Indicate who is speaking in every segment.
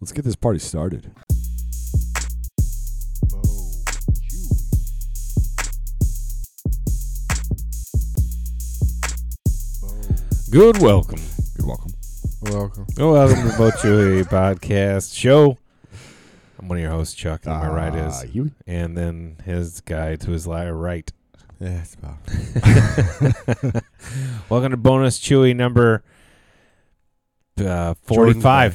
Speaker 1: Let's get this party started. Good welcome. Good welcome.
Speaker 2: Welcome.
Speaker 3: Welcome to Bo Chewy Podcast Show. I'm one of your hosts, Chuck, and my right
Speaker 1: Ah,
Speaker 3: is,
Speaker 1: you.
Speaker 3: and then his guy to his li- right.
Speaker 2: Yeah, that's about
Speaker 3: Welcome to bonus Chewy number uh,
Speaker 1: 45.
Speaker 3: 45.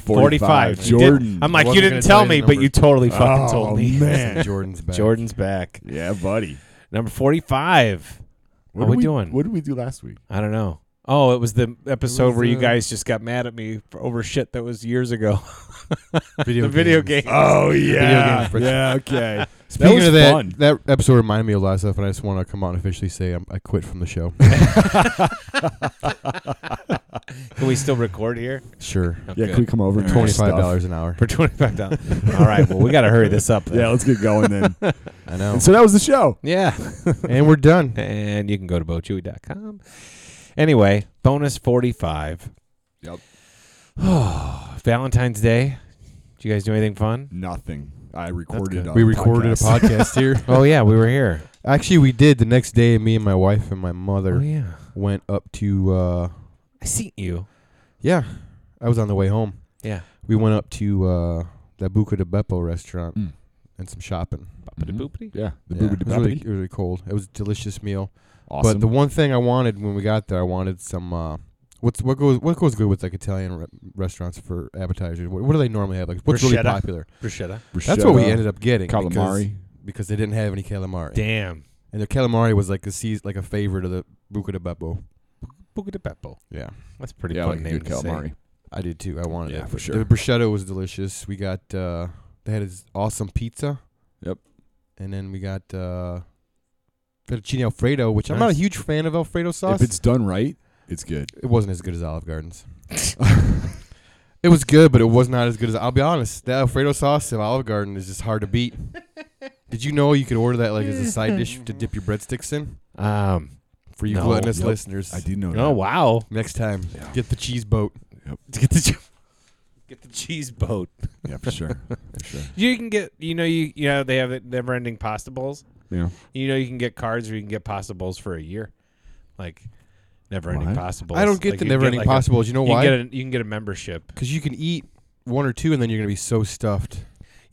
Speaker 3: 45. You did-
Speaker 1: Jordan.
Speaker 3: I'm
Speaker 2: I
Speaker 3: like, you
Speaker 2: wasn't
Speaker 3: didn't
Speaker 2: gonna
Speaker 3: tell
Speaker 2: tell you
Speaker 3: me,
Speaker 2: the
Speaker 3: but
Speaker 2: number.
Speaker 3: you totally fucking
Speaker 1: Oh,
Speaker 3: told me.
Speaker 1: man.
Speaker 2: Jordan's back.
Speaker 3: Jordan's back.
Speaker 1: Yeah, buddy.
Speaker 3: Number 45. What
Speaker 1: did
Speaker 3: we doing?
Speaker 1: What did we do last week?
Speaker 3: I don't know. Oh, it was the episode
Speaker 2: was
Speaker 3: where you
Speaker 2: the-
Speaker 3: guys just got mad at me for over shit that was years ago.
Speaker 2: video
Speaker 3: the video game.
Speaker 1: Oh
Speaker 2: yeah. game.
Speaker 1: yeah. Okay.
Speaker 2: Speaking
Speaker 1: was
Speaker 2: of that,
Speaker 1: fun.
Speaker 2: that episode reminded me of last stuff, and I just want to come out and officially say I'm, I quit from the show.
Speaker 3: Can we still record here?
Speaker 2: sure,
Speaker 1: Yeah. Can we come over? and do
Speaker 2: twenty five
Speaker 1: stuff?
Speaker 2: dollars an hour.
Speaker 3: for twenty five dollars. All right, well, we got to hurry this up. Then.
Speaker 1: Yeah. Let's get going then.
Speaker 2: I know.
Speaker 1: and so that was the show.
Speaker 3: yeah.
Speaker 2: and we're done.
Speaker 3: and you can go to bochewy.com. Anyway, bonus forty five.
Speaker 1: Yep.
Speaker 3: Valentine's Day. Did you guys do anything fun?
Speaker 1: Nothing. I recorded.
Speaker 3: good.
Speaker 1: A
Speaker 2: We recorded a
Speaker 1: podcast.
Speaker 2: podcast here.
Speaker 3: Oh yeah, we were here.
Speaker 2: Actually, we did. The next day, me and my wife and my mother
Speaker 3: Oh yeah,
Speaker 2: went up to. Uh,
Speaker 3: I see you.
Speaker 2: yeah, I was on the way home.
Speaker 3: Yeah.
Speaker 2: We went up to uh, the Buca de Beppo restaurant
Speaker 1: Mm.
Speaker 2: and some shopping.
Speaker 1: Mhm.
Speaker 3: Boopity.
Speaker 1: Yeah. The
Speaker 2: Yeah,
Speaker 1: booby
Speaker 2: it was really, it was really cold. It was a delicious meal.
Speaker 1: Awesome.
Speaker 2: But the one thing I wanted when we got there, I wanted some. Uh, what's what goes what goes good with like Italian re- restaurants for appetizers? What, what do they normally have? Like what's really
Speaker 3: Bruschetta.
Speaker 2: popular?
Speaker 3: Bruschetta.
Speaker 2: That's what we ended up getting. because-
Speaker 1: Calamari.
Speaker 2: because, they didn't have any calamari,
Speaker 3: Damn.
Speaker 2: and the calamari was like a seas- like a favorite of the Buca de Beppo.
Speaker 3: Buca de Beppo.
Speaker 2: Yeah,
Speaker 3: That's a pretty
Speaker 1: yeah,
Speaker 3: fun
Speaker 1: like a
Speaker 3: name
Speaker 1: good
Speaker 3: to say.
Speaker 1: calamari.
Speaker 2: I did too. I wanted
Speaker 1: Yeah,
Speaker 2: it
Speaker 1: for
Speaker 2: but
Speaker 1: sure.
Speaker 2: The bruschetta was delicious. We got uh, they had this awesome pizza.
Speaker 1: Yep.
Speaker 2: And then we got uh, fettuccine alfredo, which I'm not a
Speaker 3: Nice.
Speaker 2: huge fan of alfredo sauce.
Speaker 1: If it's done right, it's good.
Speaker 2: It wasn't as good as Olive Gardens. it was good, but it was not as good as I'll be honest. That Alfredo sauce of Olive Garden is just hard to beat. Did you know you could order that like as a side dish to dip your breadsticks in
Speaker 3: Um.
Speaker 2: for you
Speaker 3: No.
Speaker 2: gluttonous
Speaker 1: Yep.
Speaker 2: listeners?
Speaker 1: I did know.
Speaker 3: Oh wow.
Speaker 2: Next time,
Speaker 1: that. Yeah.
Speaker 2: get the cheese boat.
Speaker 3: Get the che- get the cheese boat.
Speaker 1: Yeah, for sure. For sure.
Speaker 3: You can get, you know, you you know they have the never-ending pasta bowls.
Speaker 1: Yeah.
Speaker 3: You know, you can get cards or you can get pasta bowls for a year, like never-ending
Speaker 1: What?
Speaker 3: pasta bowls.
Speaker 2: I don't get
Speaker 3: Like,
Speaker 2: the
Speaker 3: you
Speaker 2: never ending
Speaker 3: like a-
Speaker 2: possibles. You know
Speaker 3: you can
Speaker 2: why?
Speaker 3: get a, you can get a membership,
Speaker 2: Because you can eat one or two, and then you're gonna be so stuffed.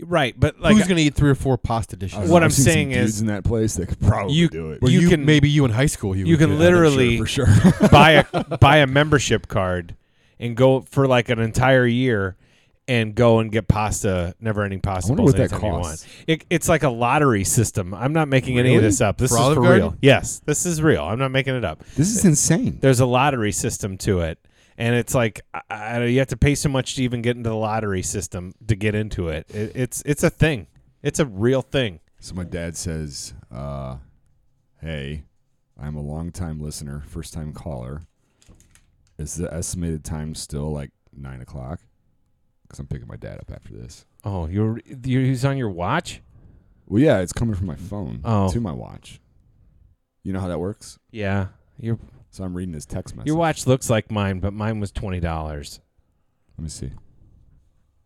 Speaker 3: right? But like,
Speaker 2: Who's gonna eat three or four pasta dishes?
Speaker 1: I don't
Speaker 3: What
Speaker 1: know,
Speaker 3: I'm
Speaker 1: I've seen some
Speaker 3: saying
Speaker 1: dudes
Speaker 3: is-
Speaker 1: in that place that could probably
Speaker 3: You-
Speaker 1: do it.
Speaker 2: Or
Speaker 3: you
Speaker 2: you,
Speaker 3: can-
Speaker 2: maybe you in high school you
Speaker 3: you
Speaker 2: would
Speaker 3: can
Speaker 2: get-
Speaker 3: literally
Speaker 1: for sure. For sure.
Speaker 3: buy a buy a membership card and go for like an entire year and go and get pasta, never-ending pasta
Speaker 1: wonder
Speaker 3: bowls
Speaker 1: what that
Speaker 3: anytime you
Speaker 1: costs.
Speaker 3: want. It, it's like a lottery system. I'm not making any of
Speaker 1: Really?
Speaker 3: this up. This
Speaker 2: For
Speaker 3: is
Speaker 2: Olive
Speaker 3: for
Speaker 2: Garden?
Speaker 3: real. Yes, this is real. I'm not making it up.
Speaker 1: this is insane.
Speaker 3: there's a lottery system to it and it's like I, I, you have to pay so much to even get into the lottery system to get into it. it it's it's a thing it's a real thing
Speaker 1: So my dad says, uh, "Hey, I'm a long-time listener, first-time caller. Is the estimated time still like nine o'clock? Because I'm picking my dad up after this.
Speaker 3: oh you're, you're he's on your watch
Speaker 1: Well, yeah, it's coming from my phone
Speaker 3: Oh.
Speaker 1: to my watch. You know how that works.
Speaker 3: yeah your
Speaker 1: So I'm reading his text message.
Speaker 3: your watch looks like mine but mine was $20
Speaker 1: Let me see.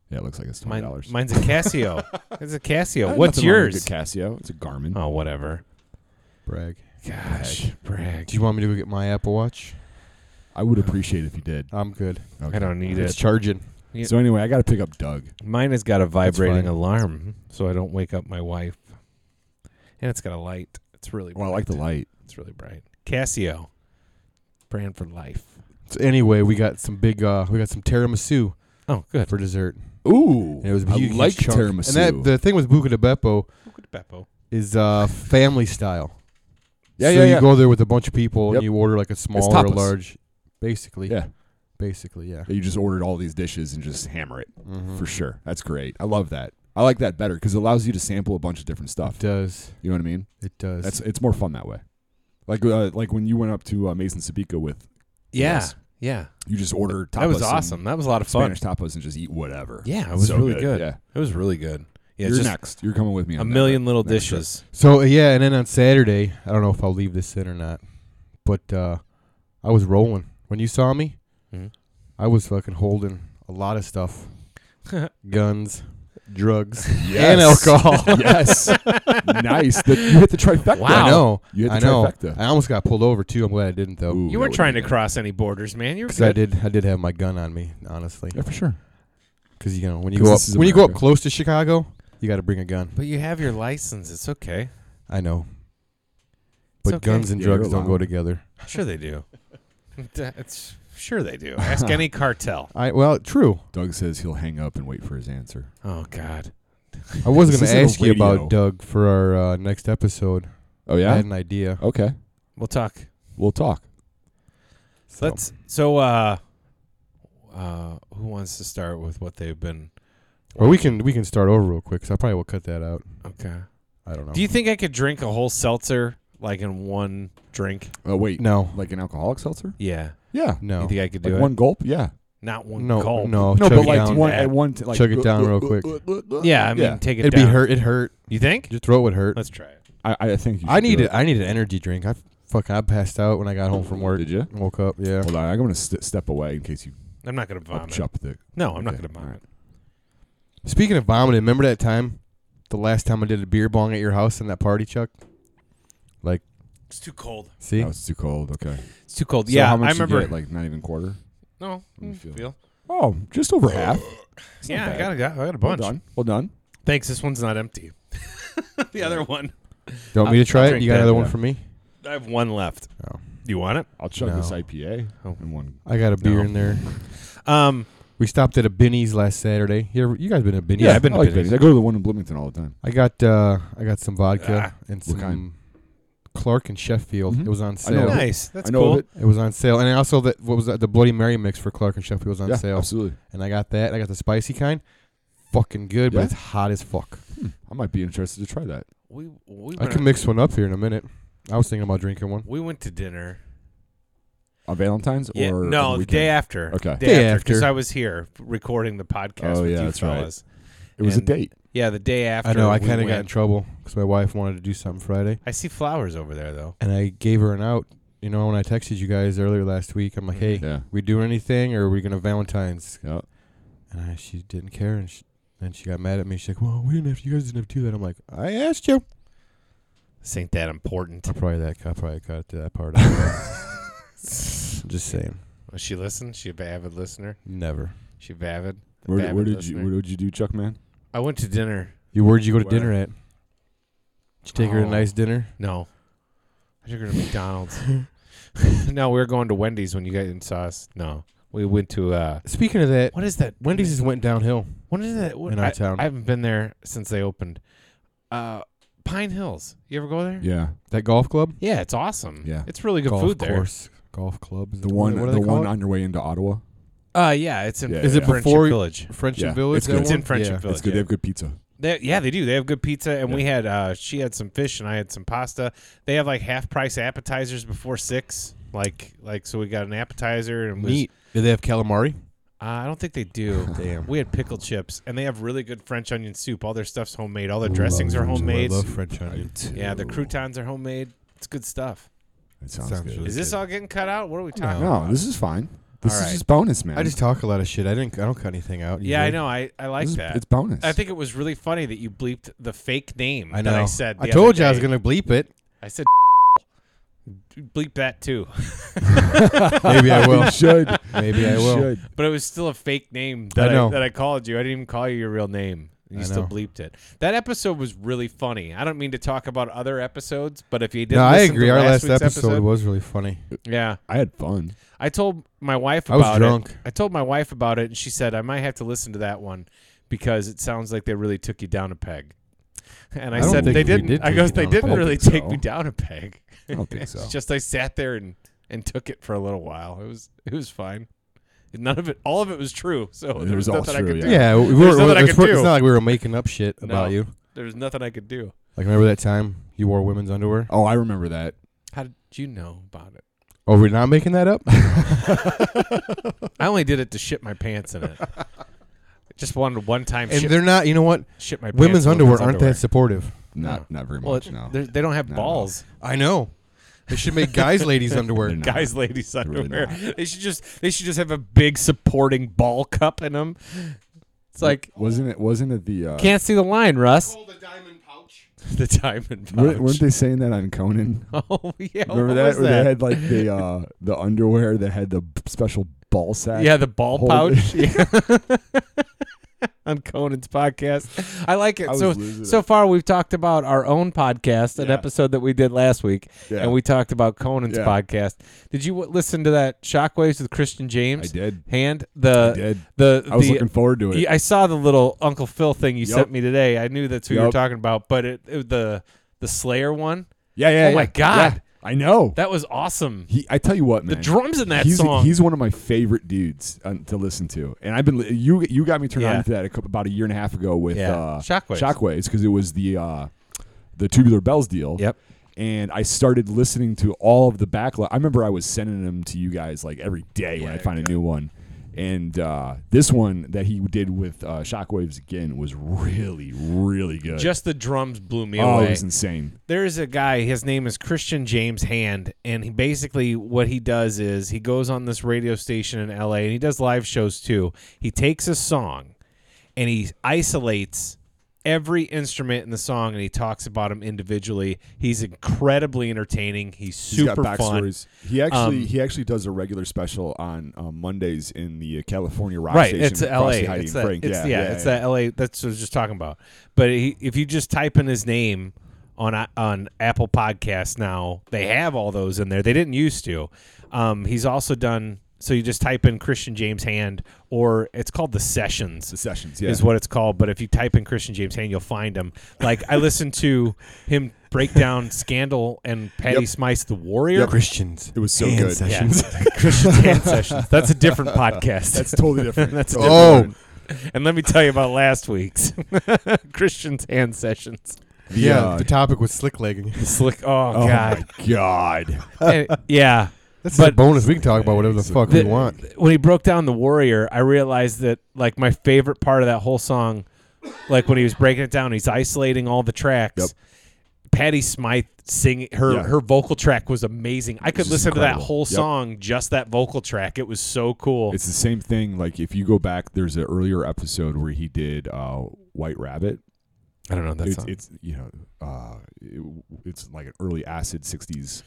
Speaker 1: Yeah, it looks like it's Eh, twenty
Speaker 3: mine,
Speaker 1: dollars.
Speaker 3: mine's a casio it's a casio what's yours
Speaker 1: Casio. It's a Garmin.
Speaker 3: oh whatever
Speaker 2: brag.
Speaker 3: gosh brag
Speaker 2: Do you want me to go get my Apple Watch?
Speaker 1: I would appreciate if you did.
Speaker 2: I'm good.
Speaker 3: i don't need
Speaker 2: It's
Speaker 3: it
Speaker 2: charging.
Speaker 3: Yeah.
Speaker 1: So anyway, I got to pick up Doug.
Speaker 3: mine has got a vibrating
Speaker 2: fine.
Speaker 3: alarm so i don't wake up my wife and it's got a light it's really
Speaker 1: Well, I like the
Speaker 3: bright.
Speaker 1: light.
Speaker 3: It's really bright. Casio, brand for life.
Speaker 2: So anyway, we got some big. Uh, we got some tiramisu
Speaker 3: Oh, good.
Speaker 2: for dessert.
Speaker 1: Ooh,
Speaker 2: And it was a
Speaker 1: I
Speaker 2: huge
Speaker 1: like
Speaker 2: chunk.
Speaker 1: tiramisu.
Speaker 2: And that, the thing with Buca de Beppo
Speaker 3: Good Beppo.
Speaker 2: is uh, family style.
Speaker 1: Yeah,
Speaker 2: so
Speaker 1: yeah,
Speaker 2: you
Speaker 1: yeah.
Speaker 2: go there with a bunch of people
Speaker 1: Yep.
Speaker 2: and you order like a small or a
Speaker 1: tapas.
Speaker 2: large, basically.
Speaker 1: yeah,
Speaker 2: Basically, yeah.
Speaker 1: you just ordered all these dishes and just hammer it
Speaker 2: Mhm.
Speaker 1: for sure. That's great. I love that. I like that better because it allows you to sample a bunch of different
Speaker 2: It
Speaker 1: stuff.
Speaker 2: does.
Speaker 1: You know what I mean?
Speaker 2: It does.
Speaker 1: That's it's more fun that way. Like uh, like when you went up to uh, Mason Sabika with
Speaker 3: Yeah,
Speaker 1: Yes.
Speaker 3: yeah.
Speaker 1: you just order tapas.
Speaker 3: That was
Speaker 1: and
Speaker 3: awesome. That was a lot of fun.
Speaker 1: Spanish tapas and just eat whatever.
Speaker 3: Yeah, it was
Speaker 1: So
Speaker 3: really good.
Speaker 1: Yeah,
Speaker 3: It was really good. Yeah,
Speaker 1: you're
Speaker 3: just
Speaker 1: next. You're coming with me. On
Speaker 3: a
Speaker 1: that.
Speaker 3: million little
Speaker 1: Next trip.
Speaker 3: dishes.
Speaker 2: so uh, yeah, and then on Saturday, I don't know if I'll leave this in or not, but uh, I was rolling when you saw me.
Speaker 3: Mhm.
Speaker 2: I was fucking holding a lot of stuff. guns, drugs,
Speaker 1: Yes.
Speaker 2: and alcohol.
Speaker 1: yes. nice. The, you hit the trifecta.
Speaker 3: Wow.
Speaker 2: I know.
Speaker 1: You
Speaker 2: I
Speaker 1: hit the
Speaker 2: know.
Speaker 1: trifecta.
Speaker 2: I almost got pulled over too. I'm glad I didn't though,
Speaker 1: Ooh,
Speaker 3: You
Speaker 1: that
Speaker 3: weren't
Speaker 1: would
Speaker 3: trying
Speaker 1: be
Speaker 3: to
Speaker 1: bad.
Speaker 3: cross any borders, man. You were
Speaker 2: because I
Speaker 3: good.
Speaker 2: did. I did have my gun on me, honestly.
Speaker 1: Yeah, for sure.
Speaker 2: Because you know when you
Speaker 1: 'Cause
Speaker 2: go up
Speaker 1: this is
Speaker 2: when you go up
Speaker 1: America.
Speaker 2: close to Chicago, you got to bring a gun.
Speaker 3: But you have your license. It's okay.
Speaker 2: I know. But
Speaker 3: okay.
Speaker 2: guns and
Speaker 1: Yeah,
Speaker 2: drugs
Speaker 1: you're
Speaker 2: don't go
Speaker 1: allowed.
Speaker 2: together.
Speaker 3: Sure they do. it's sure they do. Ask any cartel.
Speaker 2: I well, true.
Speaker 1: Doug says he'll hang up and wait for his answer.
Speaker 3: Oh God.
Speaker 2: I was
Speaker 1: This
Speaker 2: going to
Speaker 1: isn't a
Speaker 2: ask you
Speaker 1: radio.
Speaker 2: about Doug for our uh, next episode.
Speaker 1: Oh
Speaker 2: I
Speaker 1: yeah.
Speaker 2: had an idea.
Speaker 1: Okay.
Speaker 3: We'll talk.
Speaker 1: We'll talk.
Speaker 2: So.
Speaker 3: Let's. So, uh, uh, who wants to start with what they've been?
Speaker 2: Well, we can we can start over real quick. So I probably will cut that out.
Speaker 3: Okay.
Speaker 2: I don't know.
Speaker 3: Do you think I could drink a whole seltzer like in one drink?
Speaker 1: Oh wait.
Speaker 2: no,
Speaker 1: Like an alcoholic seltzer?
Speaker 3: Yeah.
Speaker 1: Yeah.
Speaker 3: You
Speaker 2: no,
Speaker 3: think I could do
Speaker 1: Like
Speaker 3: it?
Speaker 1: one gulp? Yeah.
Speaker 3: Not one
Speaker 2: no,
Speaker 3: gulp.
Speaker 2: no.
Speaker 1: no,
Speaker 2: chug
Speaker 1: but
Speaker 2: it
Speaker 1: like
Speaker 2: down.
Speaker 1: one
Speaker 3: Yeah.
Speaker 1: at one. T- like,
Speaker 2: Chug it down real quick.
Speaker 3: Yeah, I mean, take it
Speaker 2: It'd
Speaker 3: down.
Speaker 2: be hurt. It hurt.
Speaker 3: You think?
Speaker 2: Your throat would hurt.
Speaker 3: Let's try it.
Speaker 1: I, I think you
Speaker 2: I
Speaker 1: should do
Speaker 2: need
Speaker 1: it.
Speaker 2: I need an energy drink. I fuck. I passed out when I got home from work.
Speaker 1: Did you?
Speaker 2: Woke up. Yeah.
Speaker 1: Hold on. I'm going to st- step away in case you
Speaker 3: I'm not gonna
Speaker 1: up
Speaker 3: vomit.
Speaker 1: chup the.
Speaker 3: No, I'm not
Speaker 1: Okay,
Speaker 3: gonna vomit.
Speaker 2: Speaking of vomiting, remember that time, the last time I did a beer bong at your house in that party, Chuck.
Speaker 3: It's too cold.
Speaker 2: See,
Speaker 1: Oh, it's too cold. Okay.
Speaker 3: It's too cold.
Speaker 1: So
Speaker 3: yeah,
Speaker 1: how much you
Speaker 3: I remember.
Speaker 1: get? Like not even quarter.
Speaker 3: no,
Speaker 1: Let me
Speaker 3: mm,
Speaker 1: feel.
Speaker 3: feel.
Speaker 1: Oh, just over half. It's not
Speaker 3: Yeah, I
Speaker 1: bad.
Speaker 3: got, a, I got
Speaker 1: Well
Speaker 3: a bunch.
Speaker 1: done. Well done.
Speaker 3: Thanks. This one's not empty. the other one.
Speaker 2: you want me to try
Speaker 3: I'll
Speaker 2: it?
Speaker 3: drink
Speaker 2: You got
Speaker 3: that,
Speaker 2: another one
Speaker 1: yeah.
Speaker 2: for me?
Speaker 3: I have one left.
Speaker 2: Oh.
Speaker 3: Do you want it?
Speaker 1: I'll chug
Speaker 2: No.
Speaker 1: this IPA
Speaker 3: Oh.
Speaker 1: in one.
Speaker 2: I got a beer
Speaker 3: No.
Speaker 2: in there.
Speaker 3: Um,
Speaker 2: We stopped at a Benny's last Saturday. You, ever, you guys been to Benny's?
Speaker 3: I've been
Speaker 1: I
Speaker 3: to
Speaker 1: like
Speaker 3: Benny's.
Speaker 1: Benny's. I go to the one in Bloomington all the time.
Speaker 2: I got uh, I got some vodka
Speaker 3: Ah.
Speaker 2: and
Speaker 1: What
Speaker 2: some
Speaker 1: kind?
Speaker 2: Clark and Sheffield.
Speaker 1: Mhm.
Speaker 2: It was on
Speaker 1: I know
Speaker 2: sale.
Speaker 1: of it.
Speaker 3: nice. That's
Speaker 1: I know
Speaker 3: cool.
Speaker 1: of it.
Speaker 2: It was on sale, and also that what was that? The Bloody Mary mix for Clark and Sheffield was on
Speaker 1: yeah,
Speaker 2: sale,
Speaker 1: absolutely.
Speaker 2: and I got that. I got the spicy kind, fucking good,
Speaker 1: Yeah.
Speaker 2: but it's hot as fuck.
Speaker 1: Hmm, I might be interested to try that.
Speaker 3: We we
Speaker 2: I
Speaker 3: went,
Speaker 2: can mix one up here in a minute. I was thinking about drinking one.
Speaker 3: we went to dinner.
Speaker 1: On Valentine's
Speaker 3: Yeah,
Speaker 1: or
Speaker 3: no,
Speaker 1: on
Speaker 3: the
Speaker 1: the
Speaker 3: day
Speaker 1: weekend?
Speaker 3: after.
Speaker 1: Okay.
Speaker 3: day,
Speaker 2: Day
Speaker 3: after because
Speaker 2: after.
Speaker 3: I was here recording the podcast
Speaker 1: Oh,
Speaker 3: with
Speaker 1: yeah,
Speaker 3: you
Speaker 1: that's right.
Speaker 3: fellas.
Speaker 1: It was
Speaker 3: and-
Speaker 1: a date.
Speaker 3: Yeah, the day after.
Speaker 2: I know. I
Speaker 3: we
Speaker 2: kind of got in
Speaker 3: went.
Speaker 2: trouble because my wife wanted to do something Friday,
Speaker 3: I see flowers over there though.
Speaker 2: and I gave her an out. You know, when I texted you guys earlier last week, I'm like,
Speaker 3: Mm-hmm.
Speaker 2: "Hey,
Speaker 1: Yeah.
Speaker 2: we doing anything, or are we gonna Valentine's?"
Speaker 1: Yeah.
Speaker 2: And I, she didn't care, and she, then she got mad at me. She's like, "Well, we didn't have you guys didn't have to do that." I'm like, "I asked you."
Speaker 3: This ain't that important.
Speaker 2: I probably that I probably cut it to that part. I'm just saying,
Speaker 3: Was she listen? She an avid listener.
Speaker 2: never.
Speaker 3: She an avid.
Speaker 1: Where,
Speaker 3: avid
Speaker 1: where did
Speaker 3: listener.
Speaker 1: you where did you do Chuck man?
Speaker 3: I went to dinner.
Speaker 2: You where'd you go to
Speaker 3: Where?
Speaker 2: dinner at? Did you take her to a
Speaker 3: Oh.
Speaker 2: nice dinner?
Speaker 3: No, I took her to McDonald's. no, we were going to Wendy's when you guys saw us. No, we went to uh,
Speaker 2: Speaking of that,
Speaker 3: what is that?
Speaker 2: Wendy's has went downhill.
Speaker 3: When is that? What,
Speaker 2: In our
Speaker 3: I,
Speaker 2: town.
Speaker 3: I haven't been there since they opened. Uh, Pine Hills. You ever go there?
Speaker 1: Yeah.
Speaker 2: That golf club,
Speaker 3: Yeah, it's awesome.
Speaker 1: Yeah.
Speaker 3: it's really good
Speaker 2: golf
Speaker 3: food
Speaker 2: course, golf club. Is
Speaker 1: The
Speaker 2: it-
Speaker 1: one
Speaker 2: What are
Speaker 1: the
Speaker 2: they call
Speaker 1: one
Speaker 2: it?
Speaker 1: on your way into Ottawa.
Speaker 3: there. Uh, yeah, it's in.
Speaker 1: Yeah,
Speaker 2: Is it yeah.
Speaker 3: Friendship
Speaker 2: before-
Speaker 3: Village?
Speaker 2: French
Speaker 1: Yeah,
Speaker 2: and Village.
Speaker 1: it's
Speaker 2: that
Speaker 1: good.
Speaker 3: It's in
Speaker 2: one?
Speaker 3: Friendship
Speaker 2: Yeah.
Speaker 3: Village.
Speaker 1: It's good. They
Speaker 3: yeah.
Speaker 1: have good pizza.
Speaker 3: They- yeah, they do. They have good pizza, and we
Speaker 1: Yeah.
Speaker 3: had. Uh, she had some fish, and I had some pasta. They have like half price appetizers before six. Like, like so, we got an appetizer and was-
Speaker 2: Neat. Do they have calamari?
Speaker 3: Uh, I don't think they do.
Speaker 2: Damn.
Speaker 3: We had pickle chips, and they have really good French onion soup. All their stuff's homemade. All their
Speaker 1: Ooh,
Speaker 3: dressings
Speaker 1: love
Speaker 3: are
Speaker 1: French
Speaker 3: homemade.
Speaker 2: I love French onion.
Speaker 3: Yeah, the croutons are homemade. It's good stuff.
Speaker 1: It sounds,
Speaker 2: Sounds
Speaker 1: good.
Speaker 2: really-
Speaker 3: Is this
Speaker 2: good.
Speaker 3: all getting cut out? What are we talking
Speaker 2: No.
Speaker 3: about?
Speaker 1: No, this is fine. This
Speaker 3: All
Speaker 1: is
Speaker 3: right.
Speaker 1: just bonus, man.
Speaker 2: I just talk a lot of shit. I didn't. I don't cut anything out.
Speaker 3: Yeah, I
Speaker 2: usually.
Speaker 3: know. I, I
Speaker 1: This
Speaker 3: like
Speaker 1: is-
Speaker 3: that.
Speaker 1: It's bonus.
Speaker 3: I think it was really funny that you bleeped the fake name
Speaker 2: I know.
Speaker 3: that I said.
Speaker 2: I
Speaker 3: the
Speaker 2: told
Speaker 3: other
Speaker 2: you I was
Speaker 3: day.
Speaker 2: gonna bleep it.
Speaker 3: I said bleep that too,
Speaker 2: Maybe I will.
Speaker 1: you should.
Speaker 2: Maybe I
Speaker 1: You
Speaker 2: will.
Speaker 1: should.
Speaker 3: but it was still a fake name that I,
Speaker 2: know.
Speaker 3: that I called you. I didn't even call you your real name. You
Speaker 2: I
Speaker 3: still
Speaker 2: know.
Speaker 3: bleeped it. That episode was really funny. I don't mean to talk about other episodes, but if you didn't,
Speaker 2: No, I
Speaker 3: listen to
Speaker 2: agree. Our last
Speaker 3: last week's
Speaker 2: episode, was really funny.
Speaker 3: yeah.
Speaker 1: I had fun.
Speaker 3: I told my wife
Speaker 2: I
Speaker 3: about
Speaker 2: was drunk.
Speaker 3: it. I told my wife about it, and she said I might have to listen to that one because it sounds like they really took you down a peg. And I,
Speaker 2: I don't
Speaker 3: said
Speaker 2: think
Speaker 3: they
Speaker 2: we
Speaker 3: didn't.
Speaker 2: did
Speaker 3: I
Speaker 2: take
Speaker 3: goes
Speaker 2: you
Speaker 3: they
Speaker 2: down a
Speaker 3: didn't
Speaker 1: peg.
Speaker 3: really
Speaker 1: I don't
Speaker 3: take
Speaker 1: think
Speaker 3: me
Speaker 1: so.
Speaker 3: down a peg.
Speaker 1: I don't think
Speaker 3: It's
Speaker 1: so.
Speaker 3: just I sat there and and took it for a little while. It was it was fine. None of it, all of it was true. So
Speaker 1: It
Speaker 3: there was
Speaker 1: was all
Speaker 3: nothing I
Speaker 1: true,
Speaker 3: could
Speaker 1: yeah.
Speaker 3: do.
Speaker 2: Yeah, we
Speaker 3: There's
Speaker 2: were,
Speaker 3: nothing I
Speaker 2: it's,
Speaker 3: could
Speaker 2: it's
Speaker 3: do.
Speaker 2: not like we were making up shit about
Speaker 3: No.
Speaker 2: you.
Speaker 3: There was nothing I could do.
Speaker 2: Like remember that time you wore women's underwear?
Speaker 1: Oh, I remember that.
Speaker 3: How did you know about it?
Speaker 2: Oh, we're not making that up.
Speaker 3: I only did it to shit my pants in it. Just wanted one time
Speaker 2: and
Speaker 3: shit,
Speaker 2: they're not. You know what?
Speaker 3: shit my pants
Speaker 2: Women's
Speaker 3: in
Speaker 2: underwear
Speaker 3: women's
Speaker 2: aren't that supportive.
Speaker 1: Not not very
Speaker 3: Well,
Speaker 1: much. No,
Speaker 3: they're- they don't have
Speaker 1: No, no.
Speaker 3: balls.
Speaker 2: I know. They should make guys ladies underwear.
Speaker 1: They're not.
Speaker 3: Guys, ladies
Speaker 1: really
Speaker 3: underwear.
Speaker 1: not.
Speaker 3: they should just they should just have a big supporting ball cup in them. It's like
Speaker 1: wasn't it? Wasn't it the? Uh,
Speaker 3: can't see the line, Russ.
Speaker 2: Hold a diamond pouch.
Speaker 3: the diamond pouch.
Speaker 1: weren't, weren't they saying that on Conan?
Speaker 3: oh yeah,
Speaker 1: Remember
Speaker 3: what
Speaker 1: that?
Speaker 3: was
Speaker 1: Where they
Speaker 3: that?
Speaker 1: had like the uh, the underwear that had the b- special ball sack.
Speaker 3: yeah, the ball
Speaker 1: Hold
Speaker 3: pouch. Yeah. On Conan's podcast, I like it.
Speaker 1: I was
Speaker 3: so
Speaker 1: losing
Speaker 3: so
Speaker 1: it.
Speaker 3: far, we've talked about our own podcast, an
Speaker 1: Yeah.
Speaker 3: episode that we did last week,
Speaker 1: Yeah.
Speaker 3: and we talked about Conan's
Speaker 1: Yeah.
Speaker 3: podcast. Did you w- listen to that Shockwaves with Christian
Speaker 1: I
Speaker 3: James?
Speaker 1: did.
Speaker 3: Hand
Speaker 1: I
Speaker 3: the
Speaker 1: did.
Speaker 3: the
Speaker 1: I was
Speaker 3: uh, the,
Speaker 1: looking forward to it.
Speaker 3: Yeah, I saw the little Uncle Phil thing you
Speaker 1: Yup.
Speaker 3: sent me today. I knew that's who you were
Speaker 1: Yup.
Speaker 3: talking about, but it, it the the Slayer one
Speaker 1: Yeah, yeah.
Speaker 3: Oh my
Speaker 1: yeah.
Speaker 3: God.
Speaker 1: Yeah, I know.
Speaker 3: that was awesome.
Speaker 1: he, I tell you what, man.
Speaker 3: The drums in that
Speaker 1: he's,
Speaker 3: song.
Speaker 1: He's one of my favorite dudes um, to listen to, and I've been li- you you got me turned
Speaker 3: Yeah.
Speaker 1: on to that a couple, about a year and a half ago with
Speaker 3: Yeah.
Speaker 1: uh,
Speaker 3: Shockwaves.
Speaker 1: because it was the uh, the Tubular Bells deal.
Speaker 3: Yep.
Speaker 1: And I started listening to all of the backlog. I remember I was sending them to you guys like every day when I find a new one. And uh, this one that he did with uh, Shockwaves again was really, really good.
Speaker 3: Just the drums blew me
Speaker 1: oh,
Speaker 3: away.
Speaker 1: it was insane.
Speaker 3: there is a guy his name is christian james hand and he basically what he does is he goes on this radio station in la and he does live shows too he takes a song and he isolates every instrument in the song and he talks about them individually he's incredibly entertaining he's
Speaker 1: He's
Speaker 3: super
Speaker 1: got
Speaker 3: fun
Speaker 1: backstories. He actually
Speaker 3: Um,
Speaker 1: he actually does a regular special on um, Mondays in the uh, California rock
Speaker 3: right
Speaker 1: station.
Speaker 3: it's
Speaker 1: with
Speaker 3: la
Speaker 1: Frosty, Heidi,
Speaker 3: it's
Speaker 1: and
Speaker 3: that,
Speaker 1: Frank.
Speaker 3: it's,
Speaker 1: yeah,
Speaker 3: yeah, it's that la that's what i was just talking about but he, if you just type in his name on i- on apple Podcasts now they have all those in there they didn't used to um, he's also done so you just type in christian james hand or it's called the sessions
Speaker 1: The sessions. Yeah,
Speaker 3: is what it's called. But if you type in Christian James Hand, you'll find him. Like I listened to him break down Scandal and Patty
Speaker 1: Yep.
Speaker 3: Smyce the Warrior.
Speaker 2: Christians.
Speaker 1: It was so
Speaker 2: Hand
Speaker 1: good.
Speaker 3: Yeah.
Speaker 2: Sessions.
Speaker 3: Christian Hand sessions. That's a different podcast.
Speaker 1: That's totally different.
Speaker 3: That's a
Speaker 1: Totally
Speaker 2: Oh.
Speaker 1: different.
Speaker 3: and let me tell you about last week's Christian Hand sessions.
Speaker 1: The,
Speaker 2: Yeah,
Speaker 1: uh,
Speaker 2: the topic was slick legging.
Speaker 3: Slick. Oh,
Speaker 1: oh
Speaker 3: God.
Speaker 1: my god.
Speaker 3: And- yeah.
Speaker 2: That's
Speaker 3: But-
Speaker 2: a bonus. We can talk about whatever the fuck we
Speaker 3: The-
Speaker 2: want.
Speaker 3: When he broke down the Warrior, I realized that like my favorite part of that whole song, like when he was breaking it down, he's isolating all the tracks.
Speaker 1: Yep.
Speaker 3: Patty Smythe singing her
Speaker 1: Yeah.
Speaker 3: her vocal track was amazing. I could
Speaker 1: just
Speaker 3: listen to that
Speaker 1: incredible.
Speaker 3: whole
Speaker 1: Yep.
Speaker 3: song just that vocal track. It was so cool.
Speaker 1: It's the same thing. Like if you go back, there's an earlier episode where he did uh, White Rabbit.
Speaker 3: I don't know that
Speaker 1: It's,
Speaker 3: song.
Speaker 1: it's you know, uh, it, it's like an early acid '60s.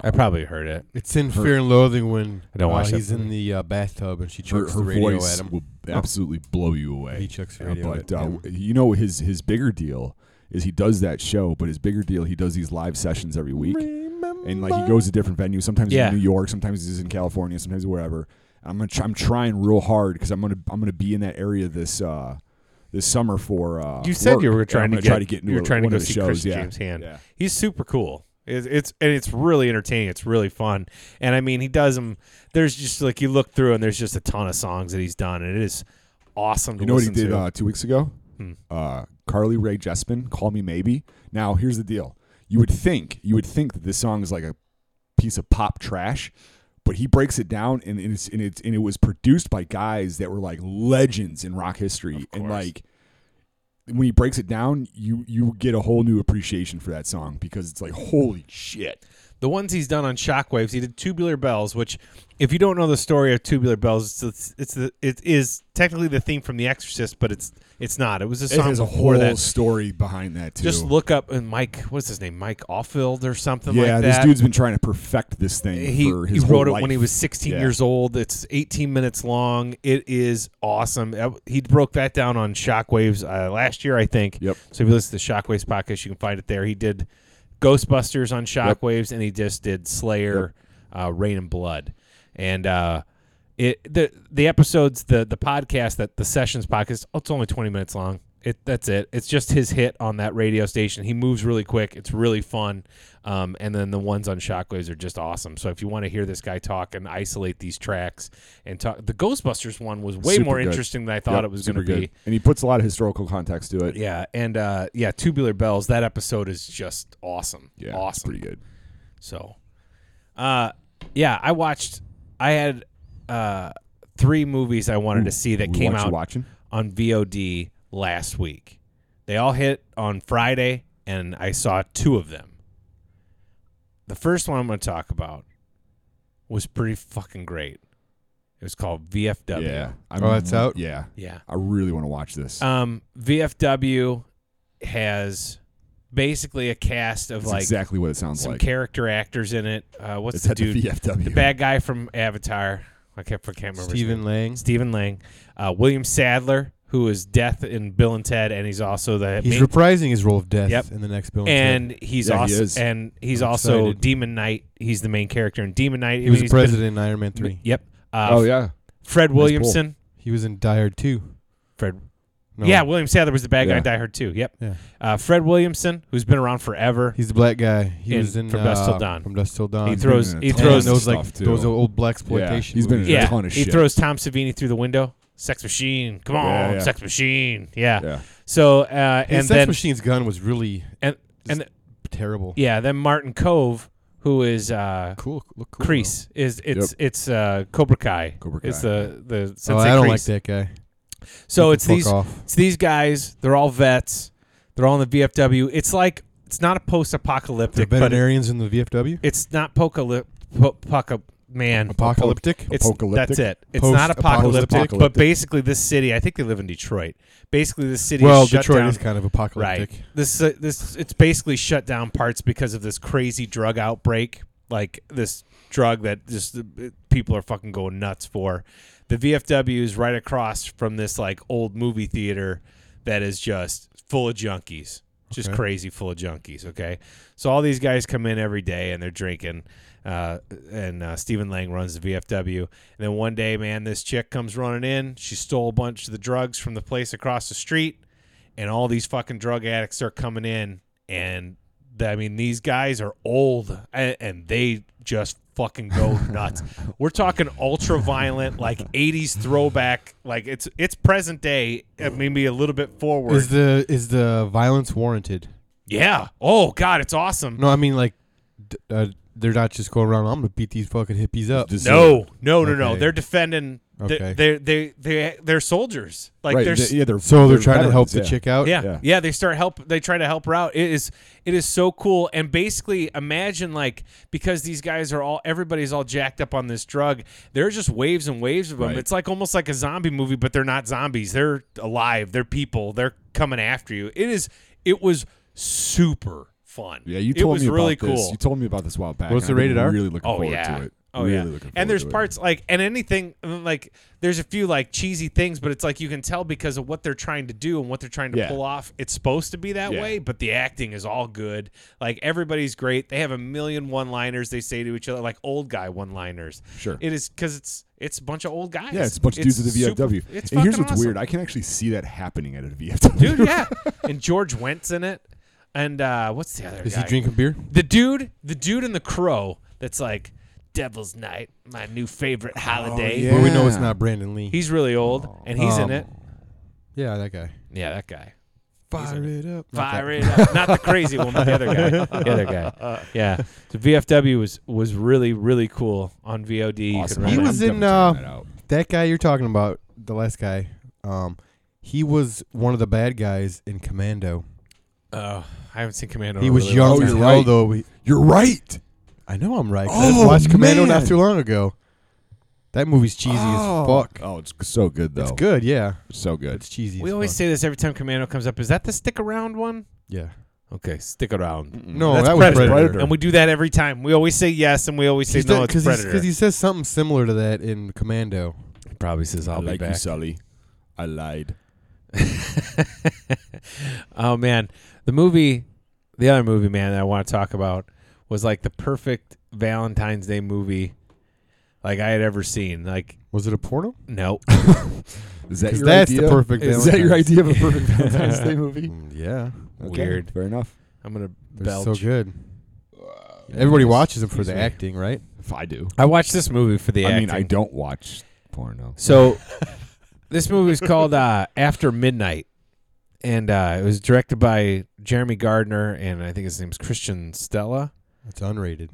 Speaker 3: I probably heard it.
Speaker 2: It's in Fear and Loathing when
Speaker 3: I don't
Speaker 2: uh,
Speaker 3: watch that
Speaker 2: he's
Speaker 3: movie.
Speaker 2: in the uh, bathtub and she
Speaker 1: Her,
Speaker 2: chucks the
Speaker 1: her
Speaker 2: radio
Speaker 1: voice
Speaker 2: at him. Oh.
Speaker 1: will absolutely blow you away.
Speaker 2: He chucks the
Speaker 1: Yeah,
Speaker 2: radio
Speaker 1: but
Speaker 2: at
Speaker 1: uh,
Speaker 2: him.
Speaker 1: you know his his bigger deal is he does that show, but his bigger deal he does these live sessions every week, and like he goes to different venues. Sometimes
Speaker 3: Yeah.
Speaker 1: in New York, sometimes he's in California, sometimes wherever. I'm gonna try, I'm trying real hard because I'm gonna I'm gonna be in that area this uh this summer for uh
Speaker 3: You said
Speaker 1: work,
Speaker 3: you were
Speaker 1: and
Speaker 3: trying
Speaker 1: I'm
Speaker 3: to
Speaker 1: gonna
Speaker 3: get,
Speaker 1: try to get into
Speaker 3: you were
Speaker 1: a-
Speaker 3: trying to
Speaker 1: one
Speaker 3: go
Speaker 1: of the
Speaker 3: see
Speaker 1: shows.
Speaker 3: Christian
Speaker 1: yeah.
Speaker 3: James Hand.
Speaker 1: Yeah.
Speaker 3: He's super cool. It's, it's and it's really entertaining. It's really fun. And I mean, he does them. There's just like you look through and there's just a ton of songs that he's done, and it is awesome to
Speaker 1: You know what he
Speaker 3: listen
Speaker 1: did
Speaker 3: to. Hmm.
Speaker 1: uh, two weeks ago? Uh, Carly Rae Jepsen, "Call Me Maybe." Now, here's the deal: you would think you would think that this song is like a piece of pop trash, but he breaks it down, and it's and it's and it was produced by guys that were like legends in rock history, and
Speaker 3: course.
Speaker 1: like when he breaks it down, you you get a whole new appreciation for that song because it's like holy shit.
Speaker 3: the ones he's done on Shockwaves, he did Tubular Bells, which, if you don't know the story of Tubular Bells, it's it's the, it is technically the theme from The Exorcist, but it's it's not. It was a
Speaker 1: It
Speaker 3: song
Speaker 1: has a
Speaker 3: before
Speaker 1: whole
Speaker 3: that.
Speaker 1: story behind that too.
Speaker 3: Just look up and Mike, what's his name? Mike Offield or something
Speaker 1: yeah,
Speaker 3: like that.
Speaker 1: this dude's been trying to perfect this thing.
Speaker 3: he,
Speaker 1: for
Speaker 3: he
Speaker 1: his whole
Speaker 3: wrote it when
Speaker 1: life.
Speaker 3: he was 16
Speaker 1: Yeah.
Speaker 3: years old. It's 18 minutes long. It is awesome. Uh, He broke that down on Shockwaves uh, last year, I think.
Speaker 1: Yep.
Speaker 3: So if you listen to the Shockwaves podcast, you can find it there. He did Ghostbusters on Shockwaves, and he just did Slayer, uh, Rain and Blood, and uh, it the the episodes the the podcast that the sessions podcast. Oh, it's only 20 minutes long. It, that's it. It's just his hit on that radio station. He moves really quick. It's really fun. Um, and then the ones on Shockwaves are just awesome. So if you want to hear this guy talk and isolate these tracks and talk, the Ghostbusters one was way
Speaker 1: Super
Speaker 3: more
Speaker 1: good.
Speaker 3: interesting than I thought
Speaker 1: Yep,
Speaker 3: it was going
Speaker 1: super
Speaker 3: to
Speaker 1: good.
Speaker 3: be.
Speaker 1: And he puts a lot of historical context to it.
Speaker 3: Yeah, and uh, yeah, Tubular Bells. That episode is just awesome.
Speaker 1: Yeah, it's
Speaker 3: awesome.
Speaker 1: pretty good.
Speaker 3: So, uh, yeah, I watched. I had uh, three movies I wanted to see that
Speaker 1: We
Speaker 3: came
Speaker 1: want you
Speaker 3: out
Speaker 1: watching.
Speaker 3: on VOD last week. They all hit on Friday, and I saw two of them. The first one I'm going to talk about was pretty fucking great. It was called VFW.
Speaker 1: Yeah. I'm,
Speaker 2: Oh, that's out?
Speaker 1: Yeah.
Speaker 3: Yeah.
Speaker 1: I really want to watch this.
Speaker 3: Um, VFW has basically a cast of
Speaker 1: That's
Speaker 3: like
Speaker 1: exactly what it sounds
Speaker 3: some
Speaker 1: like.
Speaker 3: character actors in it. Uh, what's
Speaker 1: it's
Speaker 3: the
Speaker 1: at
Speaker 3: dude?
Speaker 1: the VFW.
Speaker 3: the bad guy from Avatar. I can't, I can't remember. his
Speaker 2: Stephen Lang.
Speaker 3: Stephen Lang, uh, William Sadler, who is Death in Bill and Ted, and he's also the
Speaker 2: He's
Speaker 3: main-
Speaker 2: reprising his role of death
Speaker 3: Yep.
Speaker 2: in the next Bill Ted.
Speaker 3: and he's
Speaker 1: Yeah, he
Speaker 3: also
Speaker 1: is.
Speaker 3: and he's
Speaker 2: I'm
Speaker 3: also
Speaker 2: excited.
Speaker 3: Demon Knight. He's the main character in Demon Knight. I
Speaker 2: He
Speaker 3: mean,
Speaker 2: was the
Speaker 3: he's been-
Speaker 2: president in Iron Man three.
Speaker 3: Yep. Uh,
Speaker 1: Oh yeah.
Speaker 3: Fred
Speaker 1: pull.
Speaker 3: Williamson.
Speaker 2: He was in Die Hard two.
Speaker 3: Fred.
Speaker 2: No,
Speaker 3: Yeah, William Sadler was the bad guy
Speaker 1: Yeah.
Speaker 3: in Die Hard too. Yep.
Speaker 2: Yeah.
Speaker 3: Uh, Fred Williamson, who's been around forever.
Speaker 2: he's the black guy. He
Speaker 3: In-
Speaker 2: was in
Speaker 3: from Dusk Till
Speaker 2: uh,
Speaker 3: Dawn.
Speaker 2: From Dust Till Dawn.
Speaker 3: He throws.
Speaker 1: been in a
Speaker 3: He
Speaker 1: ton
Speaker 2: And
Speaker 3: throws.
Speaker 1: of
Speaker 2: those like
Speaker 1: stuff, too.
Speaker 2: those old black exploitation.
Speaker 1: Yeah, he's been in a
Speaker 3: Yeah.
Speaker 1: ton of
Speaker 3: He
Speaker 1: shit.
Speaker 3: throws Tom Savini through the window. Sex Machine. Come on,
Speaker 1: Yeah, yeah.
Speaker 3: Sex Machine. Yeah.
Speaker 1: Yeah.
Speaker 3: So uh,
Speaker 2: And
Speaker 3: and
Speaker 2: Sex
Speaker 3: then
Speaker 2: Machine's gun was really
Speaker 3: and
Speaker 2: just
Speaker 3: and
Speaker 2: terrible.
Speaker 3: yeah, then Martin Cove, who is uh,
Speaker 2: Cool. Look cool.
Speaker 3: Crease, is it's it's uh, Cobra Kai.
Speaker 1: Cobra
Speaker 3: It's
Speaker 1: Kai.
Speaker 3: the the
Speaker 2: though. Oh,
Speaker 3: Sensei
Speaker 2: I don't
Speaker 3: Kreese.
Speaker 2: like that guy.
Speaker 3: So
Speaker 2: Fuck
Speaker 3: it's these
Speaker 2: off.
Speaker 3: it's these guys. They're all vets. They're all in the VFW. It's like it's not a
Speaker 2: They're
Speaker 3: post-apocalyptic, but it-
Speaker 2: veterinarians in the VFW.
Speaker 3: it's not pocalyptic. Po- poca- man,
Speaker 2: Apocalyptic.
Speaker 3: It's,
Speaker 1: Apocalyptic?
Speaker 3: that's it. It's not
Speaker 2: Post-apocalyptic?
Speaker 3: apocalyptic, but basically this city. I think they live in Detroit. Basically, this city.
Speaker 2: Well,
Speaker 3: is shut
Speaker 2: Detroit
Speaker 3: down-
Speaker 2: is kind of apocalyptic.
Speaker 3: Right. This uh, this it's basically shut down parts because of this crazy drug outbreak, like this drug that just uh, people are fucking going nuts for. The VFW is right across from this like old movie theater that is just full of junkies. Just
Speaker 2: Okay.
Speaker 3: crazy full of junkies, okay? So all these guys come in every day and they're drinking uh, and uh, Stephen Lang runs the VFW. And then one day, man, this chick comes running in. She stole a bunch of the drugs from the place across the street, and all these fucking drug addicts are coming in. And th- I mean, these guys are old, and, and they just fucking go nuts. We're talking ultra violent, like '80s throwback. Like it's it's present day, uh, maybe a little bit forward.
Speaker 2: Is the is the violence warranted?
Speaker 3: yeah. Oh God, it's awesome.
Speaker 2: No, I mean like, d- uh, they're not just going around. I'm gonna beat these fucking hippies up.
Speaker 1: Just-
Speaker 3: No, no, no, no.
Speaker 2: Okay.
Speaker 3: They're defending.
Speaker 2: Okay.
Speaker 3: Okay. They're they they they're soldiers. Like
Speaker 1: right.
Speaker 3: they're
Speaker 1: they-
Speaker 3: s-
Speaker 1: yeah, they're
Speaker 2: so they're trying to help the
Speaker 1: veterans, yeah.
Speaker 2: chick out.
Speaker 3: Yeah,
Speaker 1: Yeah.
Speaker 3: yeah, They start help. They try to help her out. It is it is so cool. And basically, imagine like because these guys are all everybody's all jacked up on this drug. There are just waves and waves of them.
Speaker 1: Right.
Speaker 3: It's like almost like a zombie movie, but they're not zombies. They're alive. They're people. They're coming after you. It is. It was super fun.
Speaker 1: Yeah, you
Speaker 3: it
Speaker 1: told
Speaker 3: was
Speaker 1: me
Speaker 3: really
Speaker 1: about
Speaker 3: cool.
Speaker 1: this. You told me about this a while back.
Speaker 2: Was
Speaker 1: and
Speaker 2: it
Speaker 1: I've been
Speaker 2: rated R?
Speaker 1: Really looking
Speaker 3: Oh
Speaker 1: forward
Speaker 3: yeah.
Speaker 1: to it.
Speaker 3: Oh
Speaker 1: really
Speaker 3: yeah.
Speaker 1: Looking forward
Speaker 3: and there's
Speaker 1: to it.
Speaker 3: parts like and anything mm, like there's a few like cheesy things, but it's like you can tell because of what they're trying to do and what they're trying to
Speaker 1: Yeah.
Speaker 3: pull off. It's supposed to be that
Speaker 1: Yeah.
Speaker 3: way, but the acting is all good. Like everybody's great. They have a million one-liners they say to each other, like old guy one-liners.
Speaker 1: Sure.
Speaker 3: It is because it's it's a bunch of old guys.
Speaker 1: Yeah, it's a bunch of dudes at the
Speaker 3: super-
Speaker 1: VFW.
Speaker 3: it's
Speaker 1: and here's
Speaker 3: fucking
Speaker 1: what's
Speaker 3: awesome.
Speaker 1: weird. I can actually see that happening at a VFW.
Speaker 3: dude. Yeah, and George Wentz in it, and uh, what's the other
Speaker 2: Is
Speaker 3: guy?
Speaker 2: he drinking beer?
Speaker 3: The dude, the dude in the crow that's like Devil's Night, my new favorite
Speaker 2: Oh,
Speaker 3: holiday.
Speaker 1: yeah.
Speaker 2: Well, we know it's not Brandon Lee.
Speaker 3: He's really old and he's in
Speaker 2: Um,
Speaker 3: it.
Speaker 2: yeah, that guy.
Speaker 3: Yeah, that guy.
Speaker 2: Fire it up. Not
Speaker 3: Fire
Speaker 2: that-
Speaker 3: it up. Not the crazy one, but the other guy. The other guy. Yeah. The VFW was was really really cool on VOD. You could
Speaker 1: Awesome.
Speaker 3: rent
Speaker 2: He
Speaker 3: it.
Speaker 1: I'm
Speaker 2: was in,
Speaker 1: definitely
Speaker 2: uh,
Speaker 1: checking that out.
Speaker 2: That guy you're talking about, the last guy, um, he was one of the bad guys in Commando.
Speaker 3: Oh, I haven't seen Commando. in
Speaker 2: he
Speaker 3: a
Speaker 2: was
Speaker 3: really
Speaker 2: young
Speaker 1: Oh,
Speaker 3: long
Speaker 2: as
Speaker 3: time.
Speaker 1: you're
Speaker 2: hell,
Speaker 1: right.
Speaker 2: though. He-
Speaker 1: You're right.
Speaker 2: I know I'm right. 'cause I just
Speaker 1: Oh,
Speaker 2: watched Commando not
Speaker 1: man.
Speaker 2: too long ago. That movie's cheesy as fuck.
Speaker 1: Oh, it's so good though.
Speaker 2: It's good, yeah.
Speaker 1: So good.
Speaker 2: It's cheesy.
Speaker 3: We
Speaker 2: as
Speaker 3: always
Speaker 2: fuck.
Speaker 3: say this every time Commando comes up. Is that the stick around one?
Speaker 2: yeah.
Speaker 3: Okay, stick around.
Speaker 2: No,
Speaker 3: That's
Speaker 2: Oh, that was
Speaker 3: Predator.
Speaker 2: Predator.
Speaker 3: And we do that every time. We always say yes, and we always say no. It's
Speaker 2: because
Speaker 3: Predator.
Speaker 2: he says something similar to that in Commando.
Speaker 3: He probably says
Speaker 1: I like you, Sully. I lied.
Speaker 3: oh man, the movie, the other movie, man, that I want to talk about was like the perfect Valentine's Day movie, like I had ever seen. Like
Speaker 2: Was it a porno?
Speaker 3: no,
Speaker 1: Is that
Speaker 2: 'Cause
Speaker 1: your
Speaker 2: that's
Speaker 1: idea?
Speaker 2: the perfect.
Speaker 1: Is that your
Speaker 2: Valentine's.
Speaker 1: idea of a perfect Valentine's Day movie?
Speaker 2: Mm, yeah,
Speaker 1: Okay,
Speaker 3: Weird.
Speaker 1: Fair enough.
Speaker 3: I'm gonna
Speaker 2: they're
Speaker 3: belch.
Speaker 2: so good. Uh, Everybody
Speaker 1: Yes.
Speaker 2: watches them for the
Speaker 1: Excuse me.
Speaker 2: acting, right?
Speaker 1: If I do.
Speaker 3: I watched this movie for the
Speaker 1: I
Speaker 3: acting.
Speaker 1: mean, I don't watch porno.
Speaker 3: So this movie was called uh, After Midnight, and uh, it was directed by Jeremy Gardner, and I think his name's Christian Stella.
Speaker 2: It's unrated.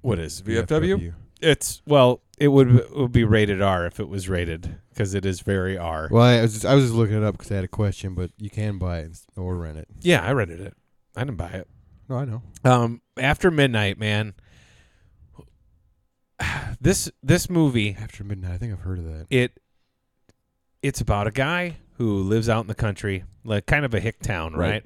Speaker 3: What is It's well, it would it would be rated R if it was rated because it is very R.
Speaker 2: Well, I was just, I was just looking it up because I had a question, but you can buy it and s- or rent it.
Speaker 3: Yeah, I rented it. I didn't buy it.
Speaker 2: No, I know.
Speaker 3: Um, after midnight, man. This this movie
Speaker 2: After midnight, I think I've heard of that.
Speaker 3: it it's about a guy who lives out in the country, like kind of a hick town, right?
Speaker 2: Right.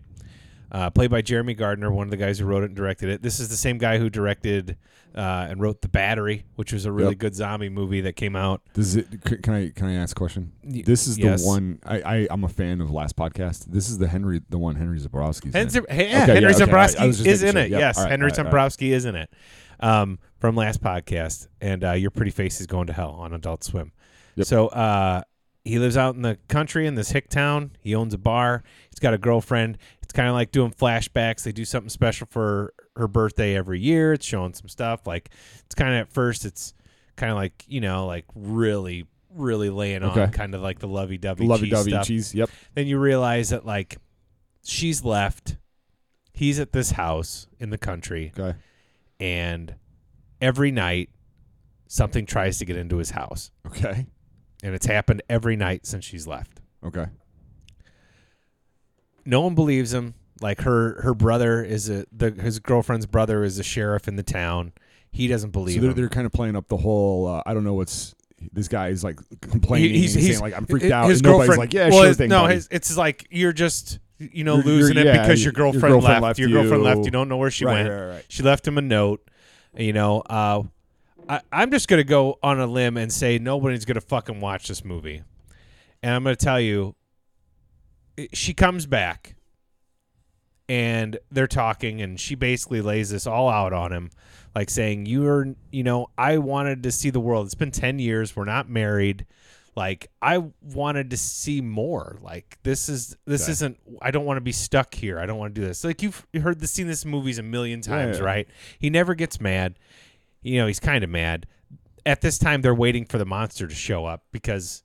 Speaker 3: Uh, played by Jeremy Gardner, one of the guys who wrote it and directed it. This is the same guy who directed uh, and wrote The Battery, which was a really
Speaker 1: Yep.
Speaker 3: good zombie movie that came out.
Speaker 1: Does it? c- Can I? Can I ask a question?
Speaker 3: Y-
Speaker 1: This is
Speaker 3: yes.
Speaker 1: the one. I, I I'm a fan of last podcast. This is the Henry, the one Henry Zabrowski's.
Speaker 3: Hen-
Speaker 1: in.
Speaker 3: yeah,
Speaker 1: Okay,
Speaker 3: Henry
Speaker 1: yeah, okay, all right.
Speaker 3: Zambrowski
Speaker 1: I was just
Speaker 3: is
Speaker 1: making
Speaker 3: in
Speaker 1: sure.
Speaker 3: it.
Speaker 1: Yep.
Speaker 3: Yes,
Speaker 1: All right,
Speaker 3: Henry
Speaker 1: all right, all
Speaker 3: Zambrowski is in it um, from last podcast, and uh, your pretty face is going to hell on Adult Swim.
Speaker 1: Yep.
Speaker 3: So uh, he lives out in the country in this hick town. He owns a bar. He's got a girlfriend. It's kind of like doing flashbacks. They do something special for her birthday every year. It's showing some stuff. Like it's kind of at first, it's kind of like you know, like really, really laying on
Speaker 1: Okay.
Speaker 3: kind of like the lovey-dovey,
Speaker 1: Lovey
Speaker 3: cheese
Speaker 1: dovey
Speaker 3: stuff
Speaker 1: cheese. Yep.
Speaker 3: then you realize that like she's left he's at this house in the country
Speaker 1: Okay.
Speaker 3: and every night something tries to get into his house
Speaker 1: Okay.
Speaker 3: and it's happened every night since she's left
Speaker 1: Okay.
Speaker 3: no one believes him like her her brother is a the his girlfriend's brother is a sheriff in the town he doesn't believe
Speaker 1: So they're,
Speaker 3: him.
Speaker 1: they're kind of playing up the whole. Uh, I don't know what's this guy is like complaining.
Speaker 3: He-
Speaker 1: he's,
Speaker 3: he's-
Speaker 1: and
Speaker 3: he's-
Speaker 1: saying like I'm freaked
Speaker 3: His-
Speaker 1: out.
Speaker 3: His
Speaker 1: and nobody's
Speaker 3: girlfriend,
Speaker 1: like, yeah,
Speaker 3: well,
Speaker 1: sure
Speaker 3: his-
Speaker 1: thing.
Speaker 3: No,
Speaker 1: buddy.
Speaker 3: his, it's like you're just you know
Speaker 1: You're- you're-
Speaker 3: losing it
Speaker 1: yeah,
Speaker 3: because your
Speaker 1: your- your
Speaker 3: girlfriend,
Speaker 1: girlfriend
Speaker 3: left,
Speaker 1: left
Speaker 3: Your girlfriend
Speaker 1: you.
Speaker 3: left. You don't know where she
Speaker 1: Right,
Speaker 3: went.
Speaker 1: right, right.
Speaker 3: She left him a note. You know, uh, I, I'm just gonna go on a limb and say nobody's gonna fucking watch this movie. And I'm gonna tell you, i- she comes back, and they're talking, and she basically lays this all out on him, like saying, "You're, you know, I wanted to see the world. It's been ten years. We're not married." Like I wanted to see more. Like this is this
Speaker 1: Okay.
Speaker 3: isn't. I don't want to be stuck here. I don't want to do this. Like you've heard this, seen this in movies a million times,
Speaker 1: yeah.
Speaker 3: right? He never gets mad you know, he's kind of mad. At this time, they're waiting for the monster to show up because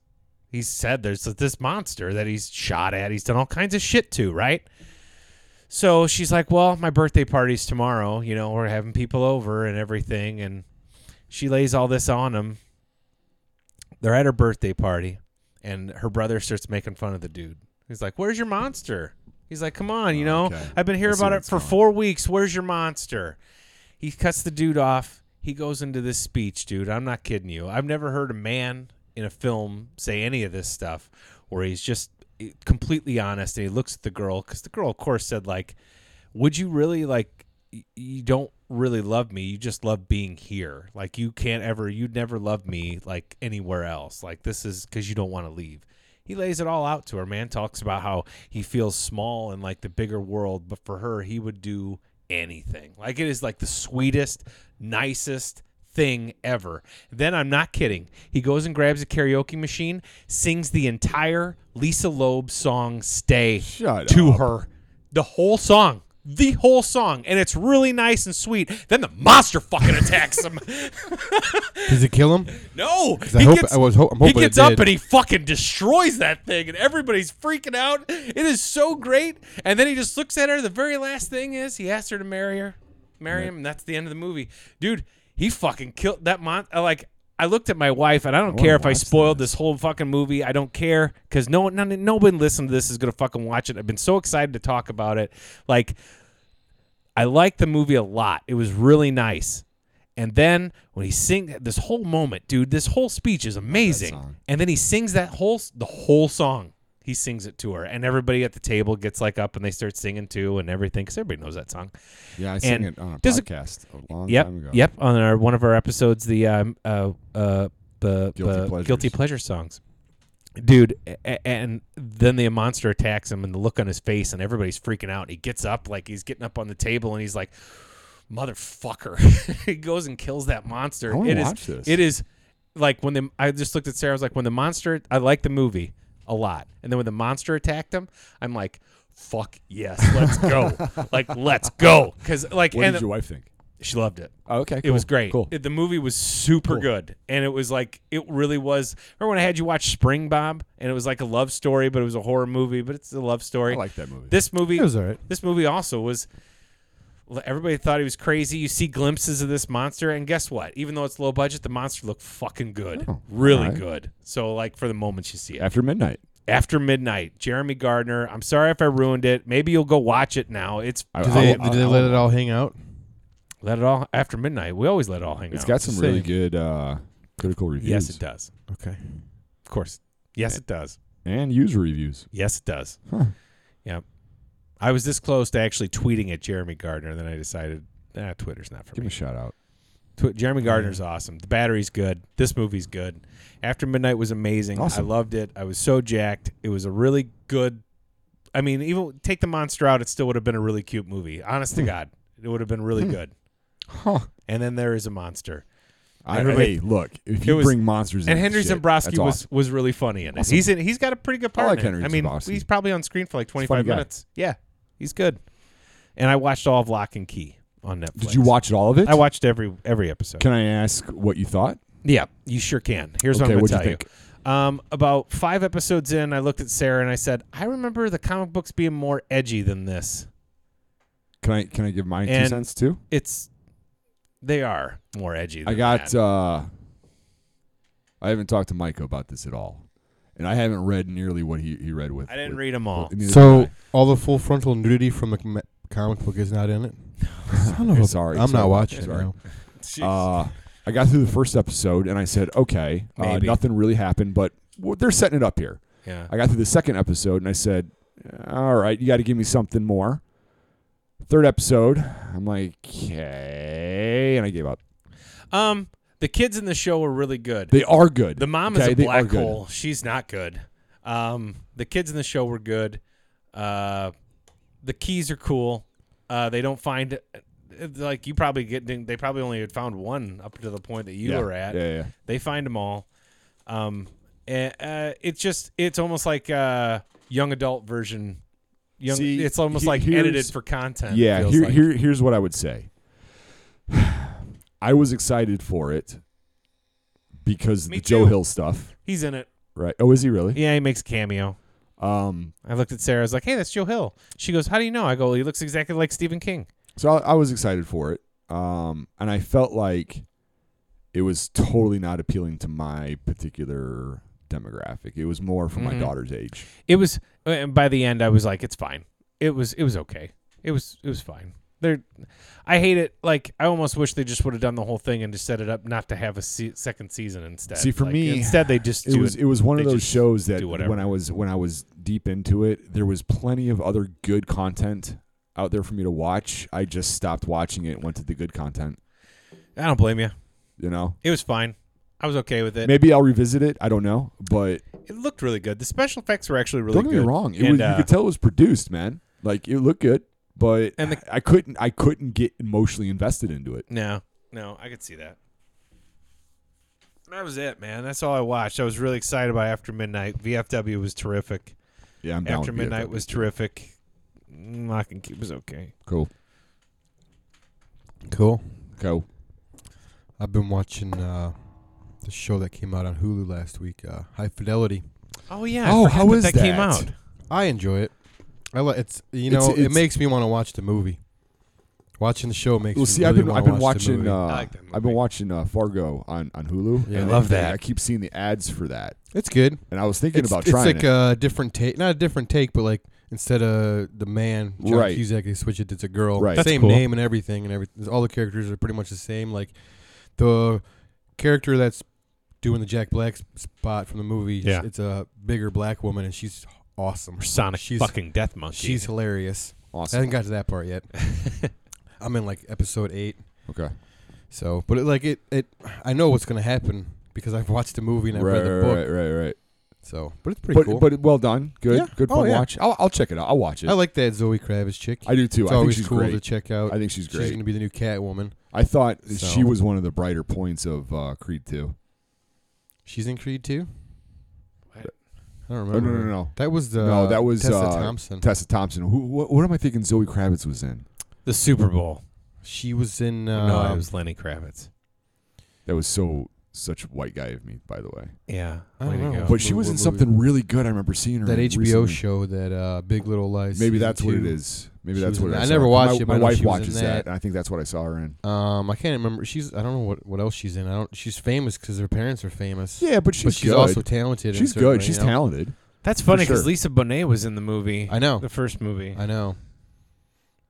Speaker 3: he said there's this monster that he's shot at. He's done all kinds of shit to, right? So she's like, Well, my birthday party's tomorrow. You know, we're having people over and everything. And she lays all this on him. They're at her birthday party, and her brother starts making fun of the dude. He's like, Where's your monster? He's like, Come on, you
Speaker 1: Oh,
Speaker 3: know,
Speaker 1: okay.
Speaker 3: I've been hearing
Speaker 1: I see
Speaker 3: about
Speaker 1: where
Speaker 3: it
Speaker 1: it's
Speaker 3: for
Speaker 1: going.
Speaker 3: four weeks. Where's your monster? He cuts the dude off. He goes into this speech, dude. I'm not kidding you. I've never heard a man in a film say any of this stuff where he's just eh, completely honest and he looks at the girl because the girl, of course, said, like, would you really like y- you don't really love me you just love being here like you can't ever you'd never love me like anywhere else like this is because you don't want to leave he lays it all out to her man talks about how he feels small in like the bigger world but for her he would do anything like it is like the sweetest nicest thing ever then i'm not kidding he goes and grabs a karaoke machine sings the entire lisa loeb song stay
Speaker 1: Shut
Speaker 3: to
Speaker 1: up.
Speaker 3: her the whole song the whole song and it's really nice and sweet then the monster fucking attacks him
Speaker 2: Does it kill him?
Speaker 3: no
Speaker 2: I hope- I was ho- I'm
Speaker 3: he
Speaker 2: hoping it
Speaker 3: gets up
Speaker 2: did.
Speaker 3: and he fucking destroys that thing and everybody's freaking out it is so great and then he just looks at her the very last thing is he asks her to marry her marry him and that's the end of the movie dude he fucking killed that mon uh, like I looked at my wife, and I don't
Speaker 1: wanna
Speaker 3: care if I
Speaker 1: watch
Speaker 3: spoiled this whole fucking movie. I don't care because no one, none, nobody listening to this is gonna fucking watch it. I've been so excited to talk about it. Like, I liked the movie a lot. It was really nice. And then when he sing this whole moment, dude, this whole speech is amazing.
Speaker 1: song.
Speaker 3: And then he sings that whole the whole song. He sings it to her, and everybody at the table gets like up and they start singing too, and everything because everybody knows that song.
Speaker 1: Yeah, I sang
Speaker 3: and
Speaker 1: it on a
Speaker 3: does it-
Speaker 1: podcast a long
Speaker 3: Yep,
Speaker 1: time ago.
Speaker 3: yep. On our one of our episodes, the um, uh, uh, the
Speaker 1: Guilty
Speaker 3: the
Speaker 1: Pleasures.
Speaker 3: guilty pleasure songs, dude. a- a- And then the monster attacks him, and the look on his face, and everybody's freaking out. He gets up, like he's getting up on the table, and he's like, "Motherfucker!" he goes and kills that monster.
Speaker 1: I wanna
Speaker 3: It is-
Speaker 1: watch this.
Speaker 3: It is like when the I just looked at Sarah. I was like, when the monster. I like the movie a lot, and then when the monster attacked him, I'm like. Fuck yes, let's go! like let's go, because like
Speaker 1: What
Speaker 3: and
Speaker 1: did your wife think?
Speaker 3: she loved it.
Speaker 1: Oh, okay.
Speaker 3: It was great.
Speaker 1: Cool.
Speaker 3: It- the movie was super good, and it was like it really was. Remember when I had you watch Spring Bob, and it was like a love story, but it was a horror movie, but it's a love story.
Speaker 1: I like that movie.
Speaker 3: this movie.
Speaker 2: It was all right.
Speaker 3: This movie also was. Everybody thought he was crazy. You see glimpses of this monster, and guess what? Even though it's low budget, the monster looked fucking good,
Speaker 1: Oh,
Speaker 3: really
Speaker 1: all right.
Speaker 3: good. So, like for the moments you see it,
Speaker 1: After midnight.
Speaker 3: after midnight, Jeremy Gardner. I'm sorry if Oh, I ruined it. Maybe you'll go watch it now. It's
Speaker 1: I-
Speaker 2: Do
Speaker 1: I-
Speaker 2: they,
Speaker 1: I-
Speaker 2: do they
Speaker 1: I-
Speaker 2: let it all hang out?
Speaker 3: Let it all after midnight. We always let it all hang
Speaker 1: It's
Speaker 3: out.
Speaker 1: got some
Speaker 2: the
Speaker 1: really
Speaker 2: same.
Speaker 1: good uh, critical reviews
Speaker 3: yes, it does.
Speaker 2: Okay.
Speaker 3: Of course. Yes, it does.
Speaker 1: and user reviews.
Speaker 3: Yes, it does.
Speaker 1: Huh.
Speaker 3: Yep. I was this close to actually tweeting at Jeremy Gardner, then I decided, nah, Twitter's not for
Speaker 1: Give him
Speaker 3: me.
Speaker 1: a shout out.
Speaker 3: Tw- Jeremy Gardner's awesome. The battery's good. This movie's good. After Midnight was amazing.
Speaker 1: Awesome.
Speaker 3: I loved it. I was so jacked. It was a really good. I mean, even take the monster out, it still would have been a really cute movie. Honest to God, it would have been really good.
Speaker 1: Hmm. Huh.
Speaker 3: And then there is a monster.
Speaker 1: I,
Speaker 3: Everybody-
Speaker 1: hey, look, if
Speaker 3: It
Speaker 1: you
Speaker 3: was-
Speaker 1: bring monsters
Speaker 3: And
Speaker 1: into
Speaker 3: Henry
Speaker 1: shit,
Speaker 3: Zambrowski
Speaker 1: that's
Speaker 3: was
Speaker 1: awesome.
Speaker 3: was really funny in it.
Speaker 1: Awesome.
Speaker 3: He's in, he's got a pretty good
Speaker 1: I
Speaker 3: part.
Speaker 1: like
Speaker 3: in it.
Speaker 1: Henry
Speaker 3: I mean,
Speaker 1: Zabrowski.
Speaker 3: he's probably on screen for like twenty five
Speaker 1: funny guy.
Speaker 3: minutes. Yeah, he's good. And I watched all of Lock and Key on Netflix.
Speaker 1: Did you watch all of it?
Speaker 3: I watched every every episode.
Speaker 1: Can I ask what you thought?
Speaker 3: yeah, you sure can. Here's
Speaker 1: okay,
Speaker 3: what
Speaker 1: what'd
Speaker 3: I'm
Speaker 1: you
Speaker 3: going to tell you.
Speaker 1: think?
Speaker 3: Um, about five episodes in, I looked at Sarah and I said, "I remember the comic books being more edgy than this.
Speaker 1: Can I can I give my two
Speaker 3: And-
Speaker 1: cents too?
Speaker 3: It's they are more edgy."
Speaker 1: I
Speaker 3: than
Speaker 1: got.
Speaker 3: that.
Speaker 1: uh I haven't talked to Mike about this at all, and I haven't read nearly what he, he read with.
Speaker 3: I didn't
Speaker 1: with-
Speaker 3: read them all.
Speaker 1: with- neither
Speaker 2: So
Speaker 1: did
Speaker 2: all the full frontal nudity from a com- comic book is not in it. Son of
Speaker 1: I.
Speaker 2: a-
Speaker 1: sorry,
Speaker 2: I'm
Speaker 1: sorry.
Speaker 2: not watching it
Speaker 1: Sorry.
Speaker 2: now.
Speaker 1: Uh, I got through the first episode and I said, okay, uh,
Speaker 3: Maybe.
Speaker 1: nothing really happened, but w- they're setting it up here.
Speaker 3: yeah,
Speaker 1: I got through the second episode and I said, all right, you got to give me something more. Third episode, I'm like, okay, and I gave up.
Speaker 3: um, the kids in the show were really good.
Speaker 1: They are good.
Speaker 3: The mom
Speaker 1: Okay,
Speaker 3: is a
Speaker 1: they are
Speaker 3: black
Speaker 1: good.
Speaker 3: hole. She's not good. Um, the kids in the show were good. Uh, the keys are cool. Uh, they don't find like you probably get. They probably only had found one up to the point that you
Speaker 1: yeah.
Speaker 3: were at.
Speaker 1: Yeah, yeah.
Speaker 3: They find them all. Um, and, uh, it's just it's almost like uh young adult version. Young,
Speaker 1: See,
Speaker 3: it's almost
Speaker 1: he-
Speaker 3: like
Speaker 1: here's-
Speaker 3: edited for content.
Speaker 1: Yeah,
Speaker 3: feels
Speaker 1: here,
Speaker 3: like.
Speaker 1: here, here's what I would say. I was excited for it because of
Speaker 3: Me
Speaker 1: the Joe
Speaker 3: too.
Speaker 1: Hill stuff,
Speaker 3: he's in it.
Speaker 1: right? Oh, is he really?
Speaker 3: Yeah, he makes a cameo.
Speaker 1: Um,
Speaker 3: I looked at Sarah. I was like, "Hey, that's Joe Hill." She goes, "How do you know?" I go, "He looks exactly like Stephen King."
Speaker 1: So I, I was excited for it, um, and I felt like it was totally not appealing to my particular demographic. It was more for my
Speaker 3: Mhm.
Speaker 1: daughter's age.
Speaker 3: It was, uh, and by the end, I was like, "It's fine." It was, it was okay. It was, it was fine. There, I hate it. Like, I almost wish they just would have done the whole thing and just set it up not to have a se- second season instead.
Speaker 1: See, for
Speaker 3: Like,
Speaker 1: me,
Speaker 3: instead they just
Speaker 1: It
Speaker 3: do
Speaker 1: was it was one of
Speaker 3: they
Speaker 1: those
Speaker 3: just
Speaker 1: shows that
Speaker 3: do whatever.
Speaker 1: when I was when I was deep into it, there was plenty of other good content out there for me to watch. I just stopped watching it and went to the good content.
Speaker 3: I don't blame you.
Speaker 1: You know,
Speaker 3: It was fine. I was okay with it.
Speaker 1: maybe I'll revisit it. I don't know, but
Speaker 3: It looked really good. The special effects were actually really
Speaker 1: don't
Speaker 3: good.
Speaker 1: get me wrong. It
Speaker 3: And,
Speaker 1: was,
Speaker 3: uh,
Speaker 1: you could tell it was produced, man. Like it looked good, but
Speaker 3: And
Speaker 1: and
Speaker 3: the-
Speaker 1: I couldn't I couldn't get emotionally invested into it.
Speaker 3: No, no, I could see that. That was it, man. That's all I watched. I was really excited about After Midnight. VFW was terrific.
Speaker 1: Yeah, I'm down.
Speaker 3: After
Speaker 1: with
Speaker 3: Midnight
Speaker 1: VFW.
Speaker 3: was terrific. Mm, Lock and Key was okay.
Speaker 1: cool.
Speaker 2: Cool.
Speaker 1: Cool.
Speaker 2: I've been watching uh, the show that came out on Hulu last week, uh, High Fidelity.
Speaker 3: Oh yeah. I
Speaker 1: Oh,
Speaker 3: forgot
Speaker 1: how
Speaker 3: that
Speaker 1: is
Speaker 3: that, came
Speaker 1: that?
Speaker 3: out?
Speaker 2: I enjoy it. I li- it's you
Speaker 1: It's-
Speaker 2: know it
Speaker 1: it's-
Speaker 2: makes me want to watch the movie. Watching the show makes
Speaker 1: Well,
Speaker 2: me
Speaker 1: see,
Speaker 2: really
Speaker 1: I've been
Speaker 2: wanna
Speaker 1: I've been
Speaker 2: watch the
Speaker 1: watching
Speaker 2: movie.
Speaker 1: uh,
Speaker 3: like that
Speaker 1: I've been
Speaker 3: movie.
Speaker 1: watching uh, Fargo on on Hulu.
Speaker 2: Yeah, I
Speaker 1: and
Speaker 3: love
Speaker 1: they-
Speaker 3: that.
Speaker 1: I keep seeing the ads for that,
Speaker 2: it's good.
Speaker 1: and I was thinking
Speaker 2: it's,
Speaker 1: about
Speaker 2: it's
Speaker 1: trying
Speaker 2: like
Speaker 1: it.
Speaker 2: a different take, not a different take, but like instead of the man John
Speaker 1: Right.
Speaker 2: Cusack, they switch it. It's a girl.
Speaker 1: Right. That's
Speaker 2: Same
Speaker 3: cool.
Speaker 2: name and everything, and every all the characters are pretty much the same. Like the character that's doing the Jack Black s- spot from the movie.
Speaker 3: Yeah.
Speaker 2: it's a bigger black woman, and she's awesome.
Speaker 3: Or Sonic
Speaker 2: She's-
Speaker 3: fucking Death Monkey.
Speaker 2: She's hilarious. I
Speaker 1: awesome.
Speaker 2: haven't got to that part yet. I'm in like episode eight.
Speaker 1: Okay.
Speaker 2: So, but it, like it, it, I know what's gonna happen because I've watched the movie and I've
Speaker 1: Right,
Speaker 2: read the
Speaker 1: right,
Speaker 2: book.
Speaker 1: right, right, right.
Speaker 2: So, but it's pretty
Speaker 1: But
Speaker 2: cool.
Speaker 1: but well done. Good,
Speaker 2: Yeah.
Speaker 1: good
Speaker 2: Oh,
Speaker 1: fun
Speaker 2: yeah.
Speaker 1: watch. I'll, I'll check it out. I'll watch it.
Speaker 2: I like that Zoe Kravitz chick.
Speaker 1: I do too. I
Speaker 2: it's
Speaker 1: think
Speaker 2: always
Speaker 1: she's
Speaker 2: cool
Speaker 1: great.
Speaker 2: to check out.
Speaker 1: I think she's
Speaker 2: She's
Speaker 1: great.
Speaker 2: gonna be the new Catwoman.
Speaker 1: I thought she
Speaker 2: So-
Speaker 1: was one of the brighter points of uh, Creed Two.
Speaker 2: She's in Creed too. I
Speaker 3: What?
Speaker 2: don't
Speaker 1: Oh, no,
Speaker 2: remember.
Speaker 1: no, no, no.
Speaker 2: That was the
Speaker 1: No, that was,
Speaker 2: Tessa
Speaker 1: uh,
Speaker 2: Thompson.
Speaker 1: Tessa Thompson. Who? What, what am I thinking? Zoe Kravitz was in.
Speaker 3: the Super Bowl. Um,
Speaker 2: she was in. Uh,
Speaker 3: no, it was Lenny Kravitz.
Speaker 1: That was so such a white guy of me, by the way.
Speaker 3: Yeah.
Speaker 2: I don't
Speaker 3: way to
Speaker 2: know.
Speaker 3: go.
Speaker 1: But she
Speaker 2: What-
Speaker 1: was in
Speaker 2: what
Speaker 1: something really good. I remember seeing her
Speaker 2: that
Speaker 1: in
Speaker 2: HBO
Speaker 1: recently.
Speaker 2: show that uh, Big Little Lies.
Speaker 1: Maybe
Speaker 2: season
Speaker 1: that's what it
Speaker 2: two.
Speaker 1: is. Maybe
Speaker 2: She
Speaker 1: that's
Speaker 2: was
Speaker 1: what
Speaker 2: in
Speaker 1: it
Speaker 2: that.
Speaker 1: is.
Speaker 2: I never watched it, but
Speaker 1: My
Speaker 2: I know
Speaker 1: wife
Speaker 2: she was in
Speaker 1: watches
Speaker 2: that.
Speaker 1: and I think that's what I saw her in.
Speaker 2: Um, I can't remember. She's. I don't know what, what else she's in. I don't. She's famous because her parents are famous.
Speaker 1: Yeah, but she's,
Speaker 2: but she's
Speaker 1: good.
Speaker 2: also talented. in
Speaker 1: she's
Speaker 2: certain
Speaker 1: good.
Speaker 2: way,
Speaker 1: She's
Speaker 2: you know?
Speaker 1: talented.
Speaker 3: That's funny
Speaker 1: For
Speaker 3: because
Speaker 1: sure.
Speaker 3: Lisa Bonet was in the movie,
Speaker 2: I know.
Speaker 3: the first movie.
Speaker 2: I know.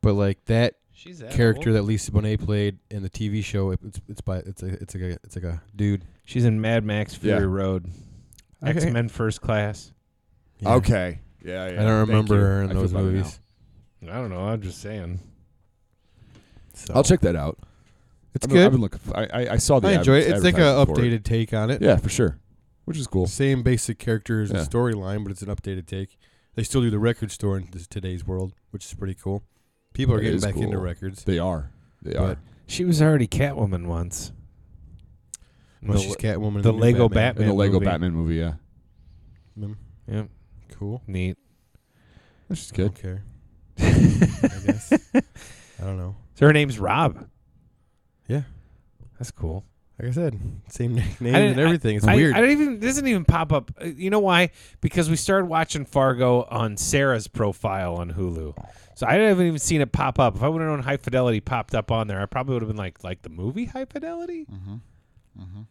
Speaker 2: But like that
Speaker 4: She's that
Speaker 2: character
Speaker 4: old?
Speaker 2: that Lisa Bonet played in the TV show. It, it's it's by it's a it's like a it's like a dude.
Speaker 3: She's in Mad Max Fury
Speaker 1: Yeah.
Speaker 3: Road,
Speaker 2: Okay.
Speaker 3: X Men First Class.
Speaker 2: Yeah.
Speaker 1: Okay. Yeah, yeah.
Speaker 2: I don't
Speaker 1: Thank
Speaker 2: remember
Speaker 1: you.
Speaker 2: her in
Speaker 1: I feel
Speaker 2: those
Speaker 1: better now.
Speaker 2: movies.
Speaker 3: I don't know. I'm just saying.
Speaker 2: So.
Speaker 1: I'll check that out.
Speaker 2: It's
Speaker 1: I've been, I've
Speaker 2: good.
Speaker 1: been looking. For, I, I I saw the.
Speaker 2: I enjoy it.
Speaker 1: adver-
Speaker 2: It's like a
Speaker 1: advertisement for it.
Speaker 2: updated take on it.
Speaker 1: Yeah, for sure. Which is cool.
Speaker 2: Same basic characters
Speaker 1: Yeah.
Speaker 2: and storyline, but it's an updated take. They still do the record store in this, today's world, which is pretty cool. People are
Speaker 1: That
Speaker 2: getting
Speaker 1: is
Speaker 2: back into
Speaker 1: cool.
Speaker 2: records.
Speaker 1: They are. They
Speaker 2: But-
Speaker 1: are.
Speaker 3: She was already Catwoman once.
Speaker 2: Well, she's Catwoman. in
Speaker 3: the
Speaker 2: new
Speaker 3: Lego
Speaker 1: In the
Speaker 3: Batman
Speaker 1: Lego
Speaker 3: movie.
Speaker 1: Batman movie, yeah.
Speaker 2: Mm,
Speaker 3: Yep.
Speaker 2: Cool.
Speaker 3: Neat.
Speaker 1: That's just good.
Speaker 2: Okay.
Speaker 3: so
Speaker 2: I guess. I don't know.
Speaker 3: her name's Rob.
Speaker 2: Yeah.
Speaker 3: That's cool.
Speaker 2: Like I said, same nickname
Speaker 3: I didn't-
Speaker 2: and everything. It's
Speaker 3: I,
Speaker 2: weird.
Speaker 3: I don't even. This doesn't even pop up. Uh, You know why? Because we started watching Fargo on Sarah's profile on Hulu, so I haven't even seen it pop up. If I would have known High Fidelity popped up on there, I probably would have been like, like the movie High Fidelity.
Speaker 1: Mm-hmm.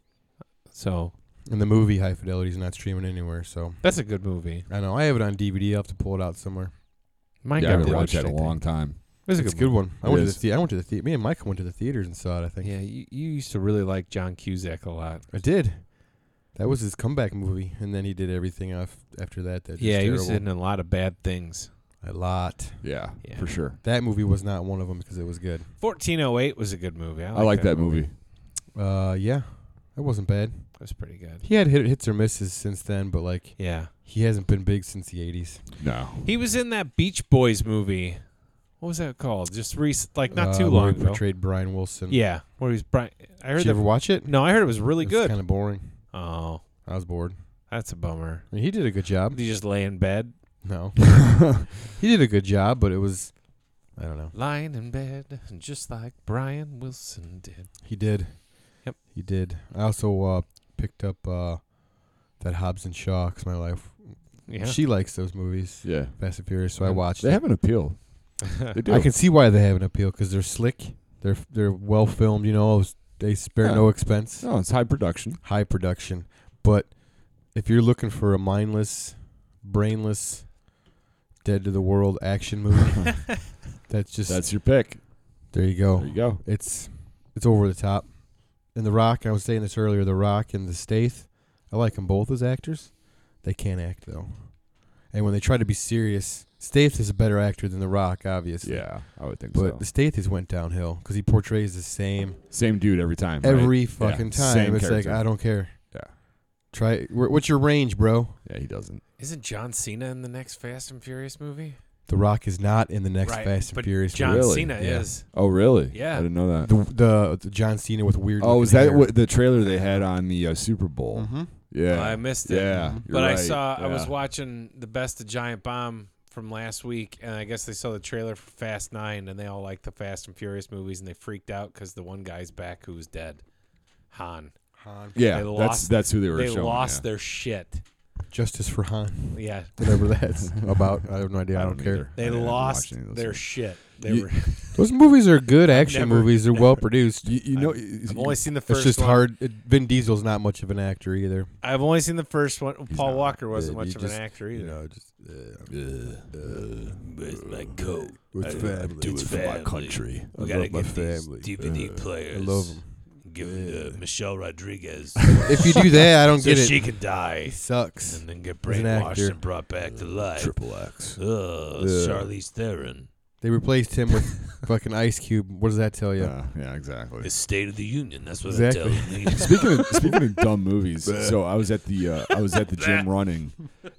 Speaker 3: So
Speaker 2: and the movie High Fidelity is not streaming anywhere, so
Speaker 3: that's a good movie.
Speaker 2: I know I have it on DVD. I'll have to pull it out somewhere.
Speaker 3: Mine
Speaker 1: yeah, I
Speaker 3: got
Speaker 1: haven't watched
Speaker 3: watched
Speaker 1: that in a
Speaker 3: I think.
Speaker 1: long time.
Speaker 3: It was a
Speaker 2: It's a
Speaker 3: good
Speaker 2: good one. I
Speaker 1: It
Speaker 2: went to the
Speaker 1: is.
Speaker 2: the I went to the theater. Me and Mike went to the theaters and saw it. I think.
Speaker 3: Yeah, you, you used to really like John Cusack a lot.
Speaker 2: I did. That was his comeback movie, and then he did everything off after that. That
Speaker 3: yeah, he
Speaker 2: terrible.
Speaker 3: was in a lot of bad things.
Speaker 2: a lot.
Speaker 1: Yeah,
Speaker 3: Yeah.
Speaker 1: for sure.
Speaker 2: That movie was not one of them because it was good.
Speaker 3: 1408 was a good movie. I
Speaker 1: I
Speaker 3: like,
Speaker 1: like, that, movie.
Speaker 2: Uh, yeah, that wasn't bad.
Speaker 3: It was pretty good.
Speaker 2: He had hit, hits or misses since then, but like
Speaker 3: Yeah.
Speaker 2: he hasn't been big since the '80s.
Speaker 1: No.
Speaker 3: He was in that Beach Boys movie. What was that called? Just recent, like not
Speaker 2: Uh,
Speaker 3: too
Speaker 2: where
Speaker 3: long
Speaker 2: he
Speaker 3: ago.
Speaker 2: portrayed Brian Wilson.
Speaker 3: Yeah, where he was Brian. I heard
Speaker 2: Did you ever
Speaker 3: that.
Speaker 2: watch it?
Speaker 3: No, I heard it was really good.
Speaker 2: Kind of boring.
Speaker 3: oh,
Speaker 2: I was bored.
Speaker 3: that's a bummer.
Speaker 2: I mean, he did a good
Speaker 3: Did
Speaker 2: job.
Speaker 3: he just lay in bed?
Speaker 2: No, he did a good job, but it was, I don't know.
Speaker 3: Lying in bed, just like Brian Wilson did.
Speaker 2: He did.
Speaker 3: Yep.
Speaker 2: He did. I also uh, picked up uh, that Hobbs and Shaw 'cause my wife,
Speaker 3: Yeah.
Speaker 2: she likes those movies,
Speaker 1: yeah.
Speaker 2: Fast and Furious. So I watched.
Speaker 1: They
Speaker 2: it.
Speaker 1: have an appeal. They do.
Speaker 2: I can see why they have an appeal because they're slick. They're they're well filmed. You know, they spare
Speaker 1: Yeah.
Speaker 2: no expense.
Speaker 1: no, it's high production.
Speaker 2: High production, but if you're looking for a mindless, brainless, dead to the world action movie, that's just
Speaker 1: That's your pick.
Speaker 2: there you go.
Speaker 1: There you go.
Speaker 2: It's it's over the top. And The Rock, I was saying this earlier. The Rock and The Stath, I like them both as actors. They can't act though, and when they try to be serious, Stath is a better actor than The Rock, obviously.
Speaker 1: Yeah, I would think
Speaker 2: But
Speaker 1: so.
Speaker 2: the Stath has went downhill because he portrays the same
Speaker 1: Same dude every time. right?
Speaker 2: every fucking time.
Speaker 1: same
Speaker 2: it's
Speaker 1: character.
Speaker 2: like I don't care.
Speaker 1: Yeah.
Speaker 2: Try. wh- What's your range, bro?
Speaker 1: Yeah, he doesn't.
Speaker 3: Isn't John Cena in the next Fast and Furious movie?
Speaker 2: The Rock is not in the next
Speaker 3: Right,
Speaker 2: Fast and
Speaker 3: but
Speaker 2: Furious.
Speaker 3: John
Speaker 2: movie.
Speaker 1: Really?
Speaker 3: Cena
Speaker 2: Yeah.
Speaker 3: is.
Speaker 1: Oh, really?
Speaker 3: Yeah.
Speaker 1: I didn't know that.
Speaker 2: The, the the John Cena with weird.
Speaker 1: oh, is that what the trailer they had on the uh, Super Bowl?
Speaker 2: Mm-hmm.
Speaker 1: Yeah.
Speaker 3: I missed it. Mm-hmm.
Speaker 1: yeah. you're
Speaker 3: But I
Speaker 1: right,
Speaker 3: saw I was
Speaker 1: yeah.
Speaker 3: watching the best of Giant Bomb from last week, and I guess they saw the trailer for Fast Nine, and they all like the Fast and Furious movies, and they freaked out because the one guy's back who was dead, Han.
Speaker 2: Han.
Speaker 1: Yeah,
Speaker 3: they
Speaker 1: that's
Speaker 3: lost-
Speaker 1: that's who they were
Speaker 3: They
Speaker 1: showing.
Speaker 3: lost
Speaker 1: yeah.
Speaker 3: their shit.
Speaker 2: Justice for Han.
Speaker 3: Yeah,
Speaker 2: Whatever that's about, I have no idea. I, don't, care.
Speaker 1: either. I
Speaker 3: they
Speaker 1: didn't watch
Speaker 3: lost
Speaker 1: any of those
Speaker 3: their
Speaker 1: things.
Speaker 3: shit. They
Speaker 1: You-
Speaker 3: were.
Speaker 2: Those movies are good action
Speaker 3: never-
Speaker 2: movies. They're well produced.
Speaker 1: You, you know,
Speaker 3: I've only seen the
Speaker 2: It's
Speaker 3: first.
Speaker 2: just
Speaker 3: one.
Speaker 2: hard. it- Vin Diesel's not much of an actor either.
Speaker 3: I've only seen the first one. Paul
Speaker 1: not-
Speaker 3: Walker wasn't
Speaker 2: yeah,
Speaker 3: much
Speaker 2: you
Speaker 3: of
Speaker 2: just-
Speaker 3: an actor either.
Speaker 2: just
Speaker 1: Uh,
Speaker 5: Where's my coat?
Speaker 2: with
Speaker 5: I-
Speaker 2: family.
Speaker 5: I'm doing
Speaker 2: With
Speaker 5: for my country. I love my family.
Speaker 2: Uh,
Speaker 5: players.
Speaker 2: I love 'em.
Speaker 5: Give 'em to Michelle Rodriguez.
Speaker 2: if you do that, I don't
Speaker 5: so
Speaker 2: get it.
Speaker 5: she can die
Speaker 2: It sucks.
Speaker 5: and then get
Speaker 2: As an actor. Uh,
Speaker 5: brainwashed and brought back to life.
Speaker 1: Triple X.
Speaker 5: Ugh, Charlize Theron.
Speaker 2: They replaced him with fucking Ice Cube. What does that tell you?
Speaker 1: Yeah, yeah, exactly.
Speaker 5: The State of the Union. That's what
Speaker 2: Exactly.
Speaker 5: I'm telling you.
Speaker 1: Speaking of, speaking of dumb movies, so I was at the uh, I was at the gym running,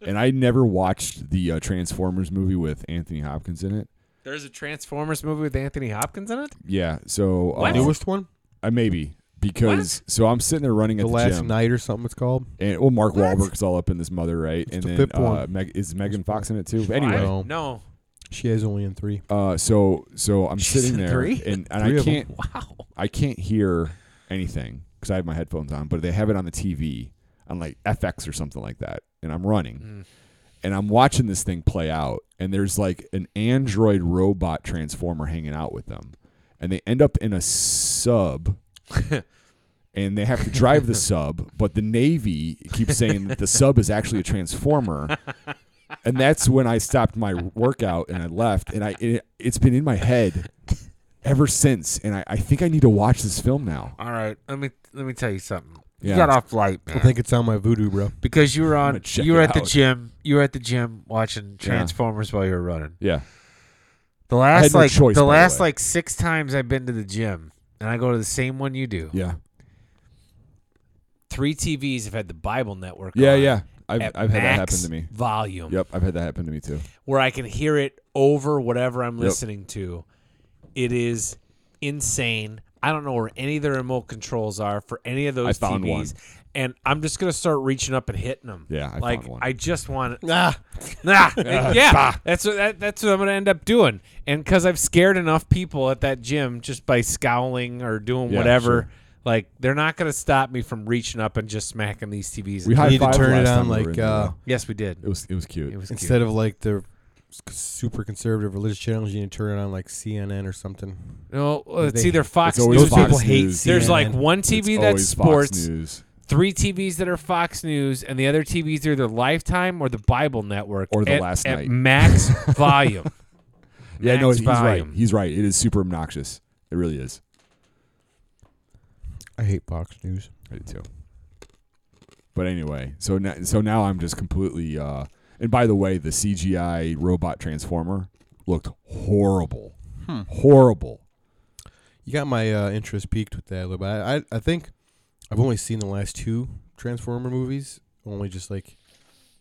Speaker 1: and I never watched the uh, Transformers movie with Anthony Hopkins in it.
Speaker 3: There's a Transformers movie with Anthony Hopkins in it.
Speaker 1: Yeah, so uh,
Speaker 3: What?
Speaker 2: Newest one,
Speaker 1: I maybe because so I'm sitting there running
Speaker 2: the,
Speaker 1: at the,
Speaker 2: Last
Speaker 1: gym,
Speaker 2: Night or something. It's called.
Speaker 1: and well, Mark Wahlberg's all up in this mother, right? and
Speaker 2: the
Speaker 1: then
Speaker 2: fifth
Speaker 1: uh,
Speaker 2: one.
Speaker 1: Meg, is Megan Fox in it too? But
Speaker 3: I-
Speaker 1: anyway,
Speaker 2: Wow.
Speaker 3: no.
Speaker 2: She has only in three.
Speaker 1: uh, so so I'm
Speaker 3: She's
Speaker 1: sitting
Speaker 3: in
Speaker 1: there,
Speaker 3: three?
Speaker 1: and and
Speaker 2: Three
Speaker 1: I
Speaker 2: of 'em.
Speaker 1: can't
Speaker 3: Wow.
Speaker 1: I can't hear anything because I have my headphones on, but they have it on the TV on like FX or something like that, and I'm running
Speaker 3: Mm.
Speaker 1: and I'm watching this thing play out, and there's like an android robot transformer hanging out with them, and they end up in a sub,
Speaker 3: Mm.
Speaker 1: and they have to drive the sub, but the Navy keeps saying that the sub is actually a transformer. And that's when I stopped my workout and I left, and I it, it's been in my head ever since, and I, I think I need to watch this film now.
Speaker 4: All right, let me let me tell you something.
Speaker 1: Yeah.
Speaker 4: You got off light,
Speaker 2: I
Speaker 4: man,
Speaker 2: think it's on my voodoo, bro.
Speaker 4: because you were
Speaker 1: gonna
Speaker 4: on.
Speaker 1: check
Speaker 4: You were
Speaker 1: it
Speaker 4: at the
Speaker 1: out.
Speaker 4: gym. You were at the gym watching Transformers while you were running.
Speaker 1: Yeah,
Speaker 4: The
Speaker 1: had
Speaker 4: last
Speaker 1: no
Speaker 4: like
Speaker 1: choice, by
Speaker 4: the
Speaker 1: the
Speaker 4: last
Speaker 1: way.
Speaker 4: like six times I've been to the gym, and I go to the same one you do.
Speaker 1: yeah,
Speaker 3: Three TVs have had the Bible Network.
Speaker 1: yeah,
Speaker 3: on
Speaker 1: yeah. I've
Speaker 3: at
Speaker 1: I've had that
Speaker 3: max
Speaker 1: happen to me.
Speaker 3: Volume.
Speaker 1: Yep, I've had that happen to me too.
Speaker 3: where I can hear it over whatever I'm
Speaker 1: Yep.
Speaker 3: listening to. It is insane. I don't know where any of the remote controls are for any of those
Speaker 1: found
Speaker 3: TVs,
Speaker 1: one.
Speaker 3: and I'm just gonna start reaching up and hitting them.
Speaker 1: Yeah, I
Speaker 3: like
Speaker 1: found one.
Speaker 3: I just want it.
Speaker 2: Nah.
Speaker 3: Nah, yeah, that's what that, that's what I'm gonna end up doing. And because I've scared enough people at that gym just by scowling or doing
Speaker 1: Yeah,
Speaker 3: whatever,
Speaker 1: sure.
Speaker 3: like they're not gonna stop me from reaching up and just smacking these TVs.
Speaker 1: We
Speaker 2: I
Speaker 1: high
Speaker 2: need to turn it on like, uh,
Speaker 1: uh,
Speaker 3: yes, we did.
Speaker 1: it was it was cute.
Speaker 3: It was cute.
Speaker 2: Instead of like the s- super conservative religious channels, you need to turn it on like CNN or something.
Speaker 3: no, it's
Speaker 2: They-
Speaker 3: either Fox
Speaker 1: it's always
Speaker 3: News.
Speaker 2: Those
Speaker 1: Fox
Speaker 2: people hate
Speaker 1: News.
Speaker 2: CNN.
Speaker 3: There's like one
Speaker 1: It's
Speaker 3: TV that's
Speaker 1: always Fox
Speaker 3: sports,
Speaker 1: News
Speaker 3: three TVs that are Fox News, and the other TVs are either Lifetime or the Bible Network
Speaker 1: Or the
Speaker 3: at-
Speaker 1: Last
Speaker 3: at
Speaker 1: Night.
Speaker 3: max volume.
Speaker 1: Yeah, no,
Speaker 3: Max
Speaker 1: he's right.
Speaker 3: volume.
Speaker 1: He's right. It is super obnoxious. It really is.
Speaker 2: I hate Fox News.
Speaker 1: I do too. But anyway, so now, so now I'm just completely. Uh, and by the way, the CGI robot transformer looked horrible,
Speaker 3: Hmm.
Speaker 1: horrible.
Speaker 2: You got my uh, interest peaked with that a little bit. I, I, I think I've only seen the last two Transformer movies, only just like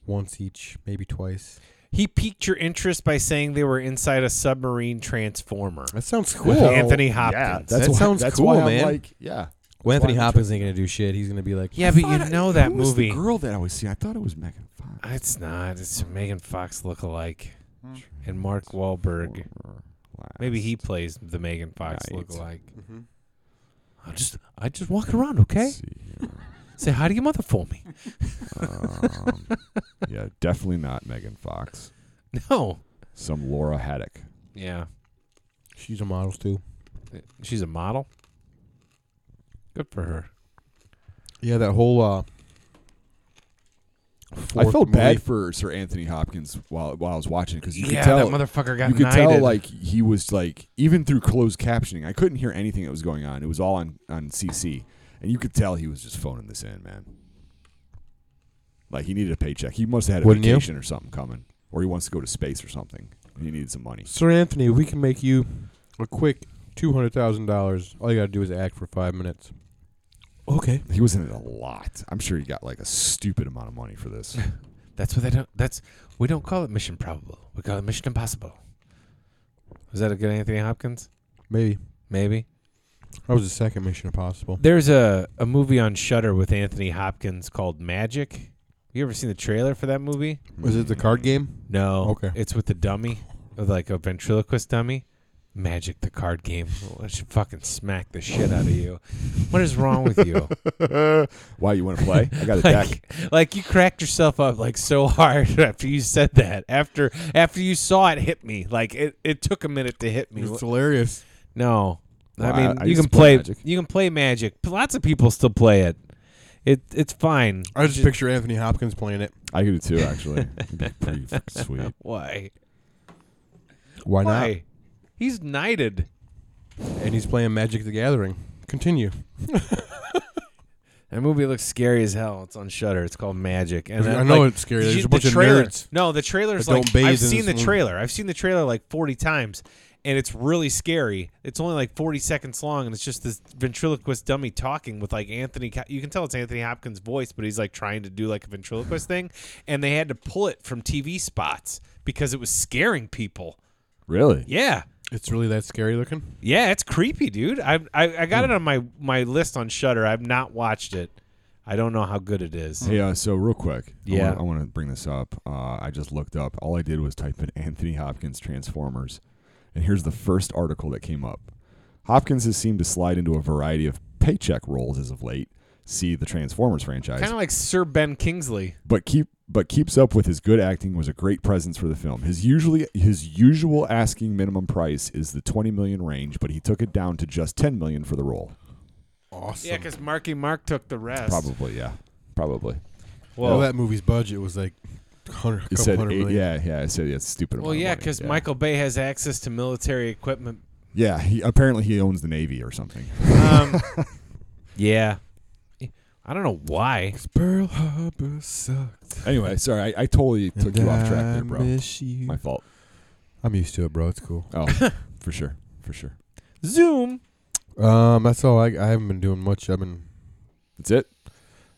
Speaker 2: once each, maybe twice.
Speaker 3: He piqued your interest by saying they were inside a submarine transformer.
Speaker 2: That sounds cool.
Speaker 3: Anthony Hopkins.
Speaker 2: That
Speaker 1: why-
Speaker 2: sounds
Speaker 1: that's
Speaker 2: cool,
Speaker 1: why I'm
Speaker 2: man.
Speaker 1: like, yeah.
Speaker 2: Well, Anthony
Speaker 1: why I'm
Speaker 2: Hopkins ain't gonna do shit. He's gonna be like,
Speaker 3: yeah,
Speaker 1: I
Speaker 3: but
Speaker 1: thought
Speaker 3: you
Speaker 1: I-
Speaker 3: know that
Speaker 1: who was
Speaker 3: movie.
Speaker 1: the girl that I was seeing. I thought it was Megan Fox.
Speaker 3: It's not. It's a Megan Fox lookalike, and Mark Wahlberg. Maybe he plays the Megan Fox
Speaker 1: Night.
Speaker 3: lookalike. I just, I just walk around, okay?
Speaker 1: Let's see here.
Speaker 3: Say hi to your mother for me.
Speaker 1: Um, yeah, definitely not Megan Fox.
Speaker 3: No.
Speaker 1: Some Laura Haddock.
Speaker 3: Yeah.
Speaker 2: she's a model too.
Speaker 3: She's a model. Good for her.
Speaker 2: Yeah, that whole. uh
Speaker 1: I
Speaker 2: fourth
Speaker 1: felt
Speaker 2: movie-
Speaker 1: bad for Sir Anthony Hopkins while while I was watching because you
Speaker 3: yeah,
Speaker 1: could tell
Speaker 3: that motherfucker got
Speaker 1: you could
Speaker 3: knighted.
Speaker 1: tell like he was like even through closed captioning i couldn't hear anything that was going on it was all on on cc and you could tell he was just phoning this in man like he needed a paycheck he must have had a
Speaker 2: Wouldn't you?
Speaker 1: vacation or something coming or he wants to go to space or something and he needed some money
Speaker 2: Sir Anthony, we can make you a quick two hundred thousand dollars. All you gotta do is act for five minutes. Okay.
Speaker 1: he was in it a lot i'm sure he got like a stupid amount of money for this
Speaker 3: that's what they don't. That's we don't call it Mission Probable. We call it Mission Impossible. Was that a good Anthony Hopkins?
Speaker 2: Maybe.
Speaker 3: Maybe
Speaker 2: That was the second Mission Impossible.
Speaker 3: there's a a movie on Shutter with Anthony Hopkins called Magic. You ever seen the trailer for that movie?
Speaker 2: Was it the card game?
Speaker 3: No.
Speaker 2: Okay.
Speaker 3: It's with the dummy, with like a ventriloquist dummy. Magic the card game. I should fucking smack the shit out of you. What is wrong with you?
Speaker 1: why you want to play i got a deck
Speaker 3: like, like you cracked yourself up like so hard after you said that. After after you saw it hit me, like it, it took a minute to hit me.
Speaker 2: It's hilarious.
Speaker 3: No,
Speaker 1: Well,
Speaker 3: I mean
Speaker 1: I- I
Speaker 3: you
Speaker 1: used
Speaker 3: can
Speaker 1: to play
Speaker 3: play,
Speaker 1: Magic.
Speaker 3: you can play Magic. But Lots of people still play it. It it's fine.
Speaker 2: I just picture Anthony Hopkins playing it.
Speaker 1: i could do too actually It'd be pretty fucking sweet
Speaker 3: Why?
Speaker 2: Why,
Speaker 3: Why? He's knighted.
Speaker 2: not? And he's playing Magic the Gathering. Continue.
Speaker 3: That movie looks scary as hell. It's on Shutter. It's called Magic. And
Speaker 2: I
Speaker 3: then,
Speaker 2: know
Speaker 3: like,
Speaker 2: it's scary.
Speaker 3: did
Speaker 2: There's
Speaker 3: you-
Speaker 2: a bunch
Speaker 3: the
Speaker 2: of
Speaker 3: trailer,
Speaker 2: nerds.
Speaker 3: No, the trailer's
Speaker 2: that don't
Speaker 3: like
Speaker 2: bathe in
Speaker 3: I've seen
Speaker 2: this
Speaker 3: the
Speaker 2: movie.
Speaker 3: trailer. I've seen the trailer like 40 times, and it's really scary. It's only like 40 seconds long, and it's just this ventriloquist dummy talking with like Anthony. Ca- You can tell it's Anthony Hopkins' voice, but he's like trying to do like a ventriloquist thing, and they had to pull it from TV spots because it was scaring people.
Speaker 1: really
Speaker 3: Yeah.
Speaker 2: It's really that scary looking.
Speaker 3: Yeah, it's creepy, dude. I I, I got
Speaker 2: Hmm.
Speaker 3: it on my my list on Shutter. I've not watched it. I don't know how good it is.
Speaker 1: Hey, uh, so real quick, I
Speaker 3: Yeah.
Speaker 1: wanna, I want to bring this up. Uh, I just looked up. All I did was type in Anthony Hopkins Transformers, and here's the first article that came up. Hopkins has seemed to slide into a variety of paycheck roles as of late. See the Transformers franchise,
Speaker 3: Kind of like Sir Ben Kingsley.
Speaker 1: but keep but keeps up with his good acting was a great presence for the film. His usually his usual asking minimum price is the 20 million range, but he took it down to just 10 million for the role.
Speaker 2: Awesome.
Speaker 3: Yeah, because Marky Mark took the rest.
Speaker 1: Probably, yeah. Probably.
Speaker 2: well,
Speaker 3: Well,
Speaker 2: that movie's budget was like hundred,
Speaker 1: It
Speaker 2: couple
Speaker 1: said
Speaker 2: hundred
Speaker 1: eight-
Speaker 2: million.
Speaker 1: yeah, yeah, it said yeah, it's stupid
Speaker 3: well,
Speaker 1: amount of
Speaker 3: yeah,
Speaker 1: money,
Speaker 3: because Michael Bay has access to military equipment
Speaker 1: Yeah, he apparently he owns the Navy or something.
Speaker 3: Um, yeah. I don't know why.
Speaker 2: Pearl Harbor sucked.
Speaker 1: Anyway, sorry, I, I totally took you off track there, bro. My fault.
Speaker 2: I'm used to it, bro. It's cool.
Speaker 1: Oh, for sure, for sure.
Speaker 3: Zoom.
Speaker 2: Um, that's all. I, I haven't been doing much. I've been.
Speaker 1: That's it.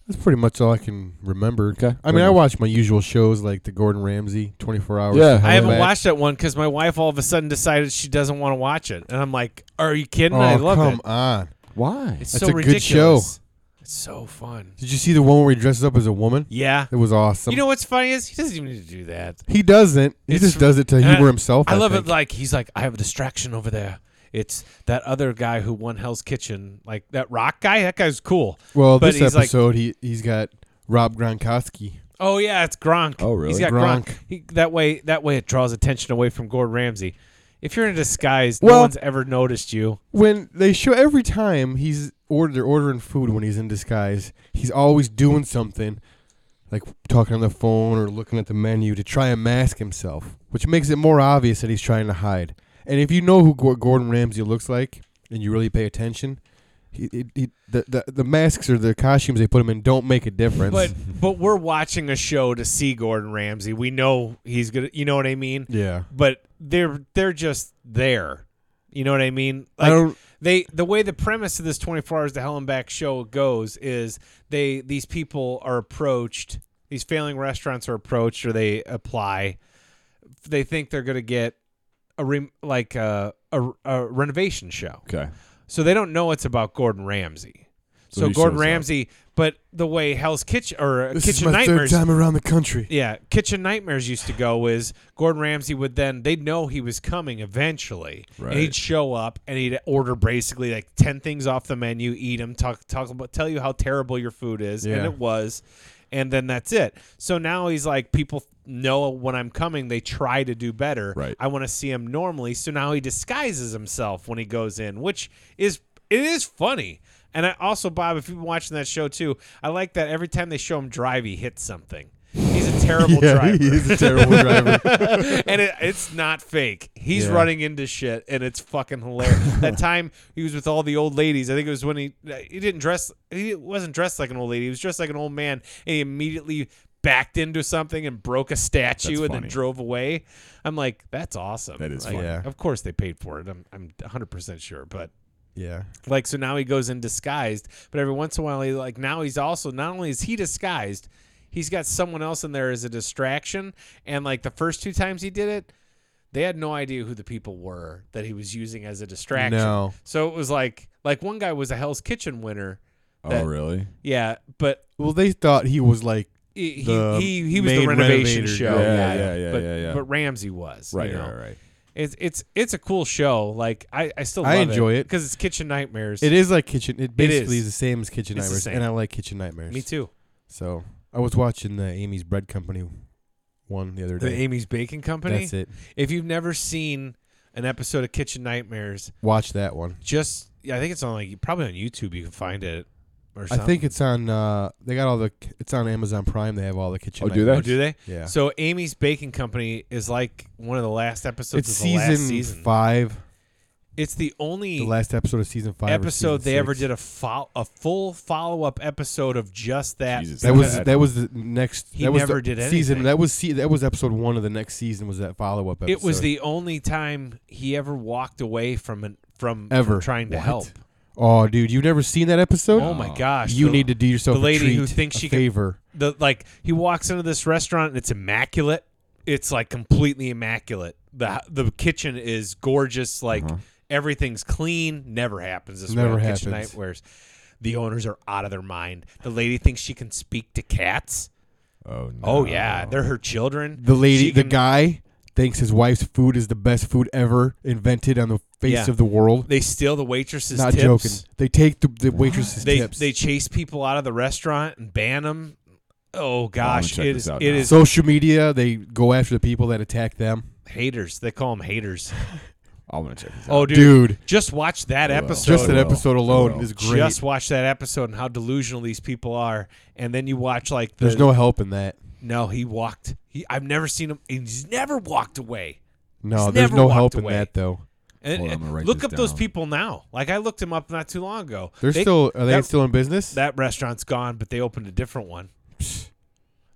Speaker 2: That's pretty much all I can remember.
Speaker 1: Okay.
Speaker 2: I mean, I watch my usual shows like the Gordon Ramsay 24 hours.
Speaker 1: Yeah.
Speaker 3: I
Speaker 1: How
Speaker 3: haven't
Speaker 2: back.
Speaker 3: watched that one because my wife all of a sudden decided she doesn't want to watch it, and I'm like, "Are you kidding?
Speaker 2: Oh,
Speaker 3: I love
Speaker 2: come
Speaker 3: it.
Speaker 2: on.
Speaker 1: Why?
Speaker 3: It's
Speaker 2: That's
Speaker 3: so
Speaker 2: a good show.
Speaker 3: ridiculous. It's so fun.
Speaker 2: Did you see the one where he dresses up as a woman?
Speaker 3: Yeah.
Speaker 2: It was awesome.
Speaker 3: You know what's funny is he doesn't even need to do that.
Speaker 2: he doesn't. He
Speaker 3: It's-
Speaker 2: just does it to
Speaker 3: and
Speaker 2: humor himself. I,
Speaker 3: I love it.
Speaker 2: think.
Speaker 3: Like he's like, I have a distraction over there. It's that other guy who won Hell's Kitchen, like that rock guy. That guy's cool.
Speaker 2: Well,
Speaker 3: But
Speaker 2: this
Speaker 3: he's like-
Speaker 2: episode he he's got Rob Gronkowski.
Speaker 3: Oh yeah, it's Gronk.
Speaker 1: Oh, really?
Speaker 3: He's got Gronk.
Speaker 2: Gronk.
Speaker 3: He, that way, that way, it draws attention away from Gordon Ramsay. If you're in disguise, no
Speaker 2: Well-
Speaker 3: one's ever noticed you.
Speaker 2: When they show every time he's order they're ordering food when he's in disguise, he's always doing something like talking on the phone or looking at the menu to try and mask himself, which makes it more obvious that he's trying to hide. And if you know who Gor- Gordon Ramsay looks like and you really pay attention, he, he, he- the, the the masks or the costumes they put him in don't make a difference.
Speaker 3: But but we're watching a show to see Gordon Ramsay. We know he's gonna. You know what I mean?
Speaker 2: yeah,
Speaker 3: But they're they're just there. You know what I mean?
Speaker 2: I don't.
Speaker 3: they the way the premise of this 24 hours to hell and back show goes is they these people are approached these failing restaurants are approached or they apply they think they're going to get a re, like a, a a renovation show
Speaker 1: Okay.
Speaker 3: so they don't know it's about Gordon Ramsay
Speaker 1: So
Speaker 3: so,
Speaker 1: he
Speaker 3: Gordon
Speaker 1: shows up.
Speaker 3: Ramsay but the way Hell's Kitchen or uh,
Speaker 2: This is
Speaker 3: Kitchen
Speaker 2: my
Speaker 3: Nightmares
Speaker 2: third time around the country.
Speaker 3: yeah, Kitchen Nightmares used to go is Gordon Ramsay would then they'd know he was coming eventually, and he'd
Speaker 1: Right.
Speaker 3: show up and he'd order basically like ten things off the menu, eat them, talk talk about tell you how terrible your food is, and
Speaker 2: Yeah.
Speaker 3: it was, and then that's it. So now he's like people know when I'm coming, they try to do better.
Speaker 1: Right.
Speaker 3: I want to see him normally, so now he disguises himself when he goes in, which is it is funny. And I also, Bob, if you've been watching that show too, I like that every time they show him drive, he hits something. He's a terrible driver.
Speaker 2: he is a terrible driver.
Speaker 3: and it, it's not fake. He's
Speaker 2: Yeah.
Speaker 3: running into shit, and it's fucking hilarious. that time he was with all the old ladies. I think it was when he he didn't dress. He wasn't dressed like an old lady. He was dressed like an old man, and he immediately backed into something and broke a statue
Speaker 1: That's
Speaker 3: and
Speaker 1: funny.
Speaker 3: then drove away. I'm like, that's awesome.
Speaker 1: That is
Speaker 3: like,
Speaker 1: funny.
Speaker 2: Yeah.
Speaker 3: Of course they paid for it. I'm I'm 100 percent sure, but
Speaker 2: Yeah.
Speaker 3: like so now he goes in disguised, but every once in a while he like now he's also not only is he disguised, he's got someone else in there as a distraction. And like the first two times he did it, they had no idea who the people were that he was using as a distraction.
Speaker 2: No.
Speaker 3: So it was like like one guy was a Hell's Kitchen winner.
Speaker 1: Oh,
Speaker 3: That-
Speaker 1: really?
Speaker 3: Yeah, but
Speaker 2: Well, they thought he was like
Speaker 3: he he,
Speaker 2: The
Speaker 3: he, he was the
Speaker 2: main
Speaker 3: renovation
Speaker 2: renovator
Speaker 3: show.
Speaker 2: guy.
Speaker 1: Yeah, yeah, yeah,
Speaker 3: but,
Speaker 1: yeah, yeah.
Speaker 3: But Ramsey was
Speaker 1: Right,
Speaker 3: You know?
Speaker 1: right, right.
Speaker 3: It's it's it's a cool show. Like I I still love
Speaker 2: I enjoy it.
Speaker 3: because it's Kitchen Nightmares.
Speaker 2: It is like kitchen. It basically is.
Speaker 3: is.
Speaker 2: the same as kitchen
Speaker 3: It's the
Speaker 2: nightmares,
Speaker 3: same.
Speaker 2: and I like kitchen nightmares.
Speaker 3: Me too.
Speaker 2: So I was watching the Amy's Bread Company one the other
Speaker 3: The
Speaker 2: day.
Speaker 3: Amy's Bacon Company.
Speaker 2: That's it.
Speaker 3: If you've never seen an episode of Kitchen Nightmares,
Speaker 2: Watch that one.
Speaker 3: just yeah, I think it's on like probably on YouTube. You can find it or
Speaker 2: I
Speaker 3: something.
Speaker 2: think it's on. Uh, they got all the. It's on Amazon Prime. They have all the kitchen.
Speaker 1: Oh, do
Speaker 3: Oh,
Speaker 2: nightmares.
Speaker 1: they?
Speaker 3: do they?
Speaker 2: Yeah.
Speaker 3: So Amy's Baking Company is like one of the last episodes
Speaker 2: it's
Speaker 3: of the last
Speaker 2: season,
Speaker 3: season.
Speaker 2: five.
Speaker 3: It's the
Speaker 2: The
Speaker 3: only
Speaker 2: last episode of season five. or
Speaker 3: episode
Speaker 2: season
Speaker 3: they ever
Speaker 2: six.
Speaker 3: did a fol- a full follow up episode of just that.
Speaker 1: Jesus,
Speaker 2: That was
Speaker 1: bad.
Speaker 2: that was the next.
Speaker 3: He
Speaker 2: that was
Speaker 3: never
Speaker 2: the
Speaker 3: did
Speaker 2: season.
Speaker 3: anything.
Speaker 2: That was se- that was episode one of the next season. Was that follow up?
Speaker 3: It was the only time he ever walked away from an, from
Speaker 2: Ever.
Speaker 3: from trying to
Speaker 2: What?
Speaker 3: help.
Speaker 2: Oh, dude, you've never seen that episode?
Speaker 3: Oh my gosh!
Speaker 2: You
Speaker 3: the-
Speaker 2: need to do yourself
Speaker 3: the lady
Speaker 2: a treat,
Speaker 3: who thinks
Speaker 2: a
Speaker 3: she can-
Speaker 2: favor.
Speaker 3: the like he walks into this restaurant and it's immaculate. It's like completely immaculate. the The kitchen is gorgeous. Like everything's clean. Never happens. This
Speaker 2: Never
Speaker 3: way on Kitchen
Speaker 2: happens.
Speaker 3: Nightmares. The owners are out of their mind. The lady thinks she can speak to cats.
Speaker 1: Oh no.
Speaker 3: Oh yeah, they're her children.
Speaker 2: The lady,
Speaker 3: She
Speaker 2: the
Speaker 3: can-
Speaker 2: guy, thinks his wife's food is the best food ever invented on the face
Speaker 3: Yeah.
Speaker 2: of the world.
Speaker 3: They steal the waitress's
Speaker 2: Not
Speaker 3: tips.
Speaker 2: joking. They take the, the waitress's
Speaker 3: They
Speaker 2: tips.
Speaker 3: they chase people out of the restaurant and ban them. Oh gosh,
Speaker 1: check
Speaker 3: it
Speaker 1: this
Speaker 3: is
Speaker 1: out
Speaker 3: it
Speaker 1: now.
Speaker 3: is
Speaker 2: Social media. They go after the people that attack them.
Speaker 3: haters. They call them haters.
Speaker 1: I'm gonna check this out.
Speaker 3: Oh dude,
Speaker 2: Dude,
Speaker 3: just watch that
Speaker 1: I will.
Speaker 3: episode.
Speaker 2: just
Speaker 1: I
Speaker 2: that
Speaker 1: will.
Speaker 2: episode
Speaker 1: I
Speaker 2: alone
Speaker 1: will.
Speaker 2: is great.
Speaker 3: Just watch that episode and how delusional these people are, and then you watch like the,
Speaker 2: There's no help in that.
Speaker 3: no. He walked. He I've never seen him. He's never walked away.
Speaker 2: No,
Speaker 3: He's
Speaker 2: there's
Speaker 3: never
Speaker 2: no
Speaker 3: walked
Speaker 2: help in
Speaker 3: away.
Speaker 2: that though.
Speaker 1: Hold
Speaker 3: And,
Speaker 1: on, I'm
Speaker 3: and
Speaker 1: gonna write
Speaker 3: look
Speaker 1: this
Speaker 3: up those
Speaker 1: down.
Speaker 3: people now. Like I looked them up not too long ago.
Speaker 2: They're still are they
Speaker 3: that-
Speaker 2: still in business?
Speaker 3: that restaurant's gone, but they opened a different one.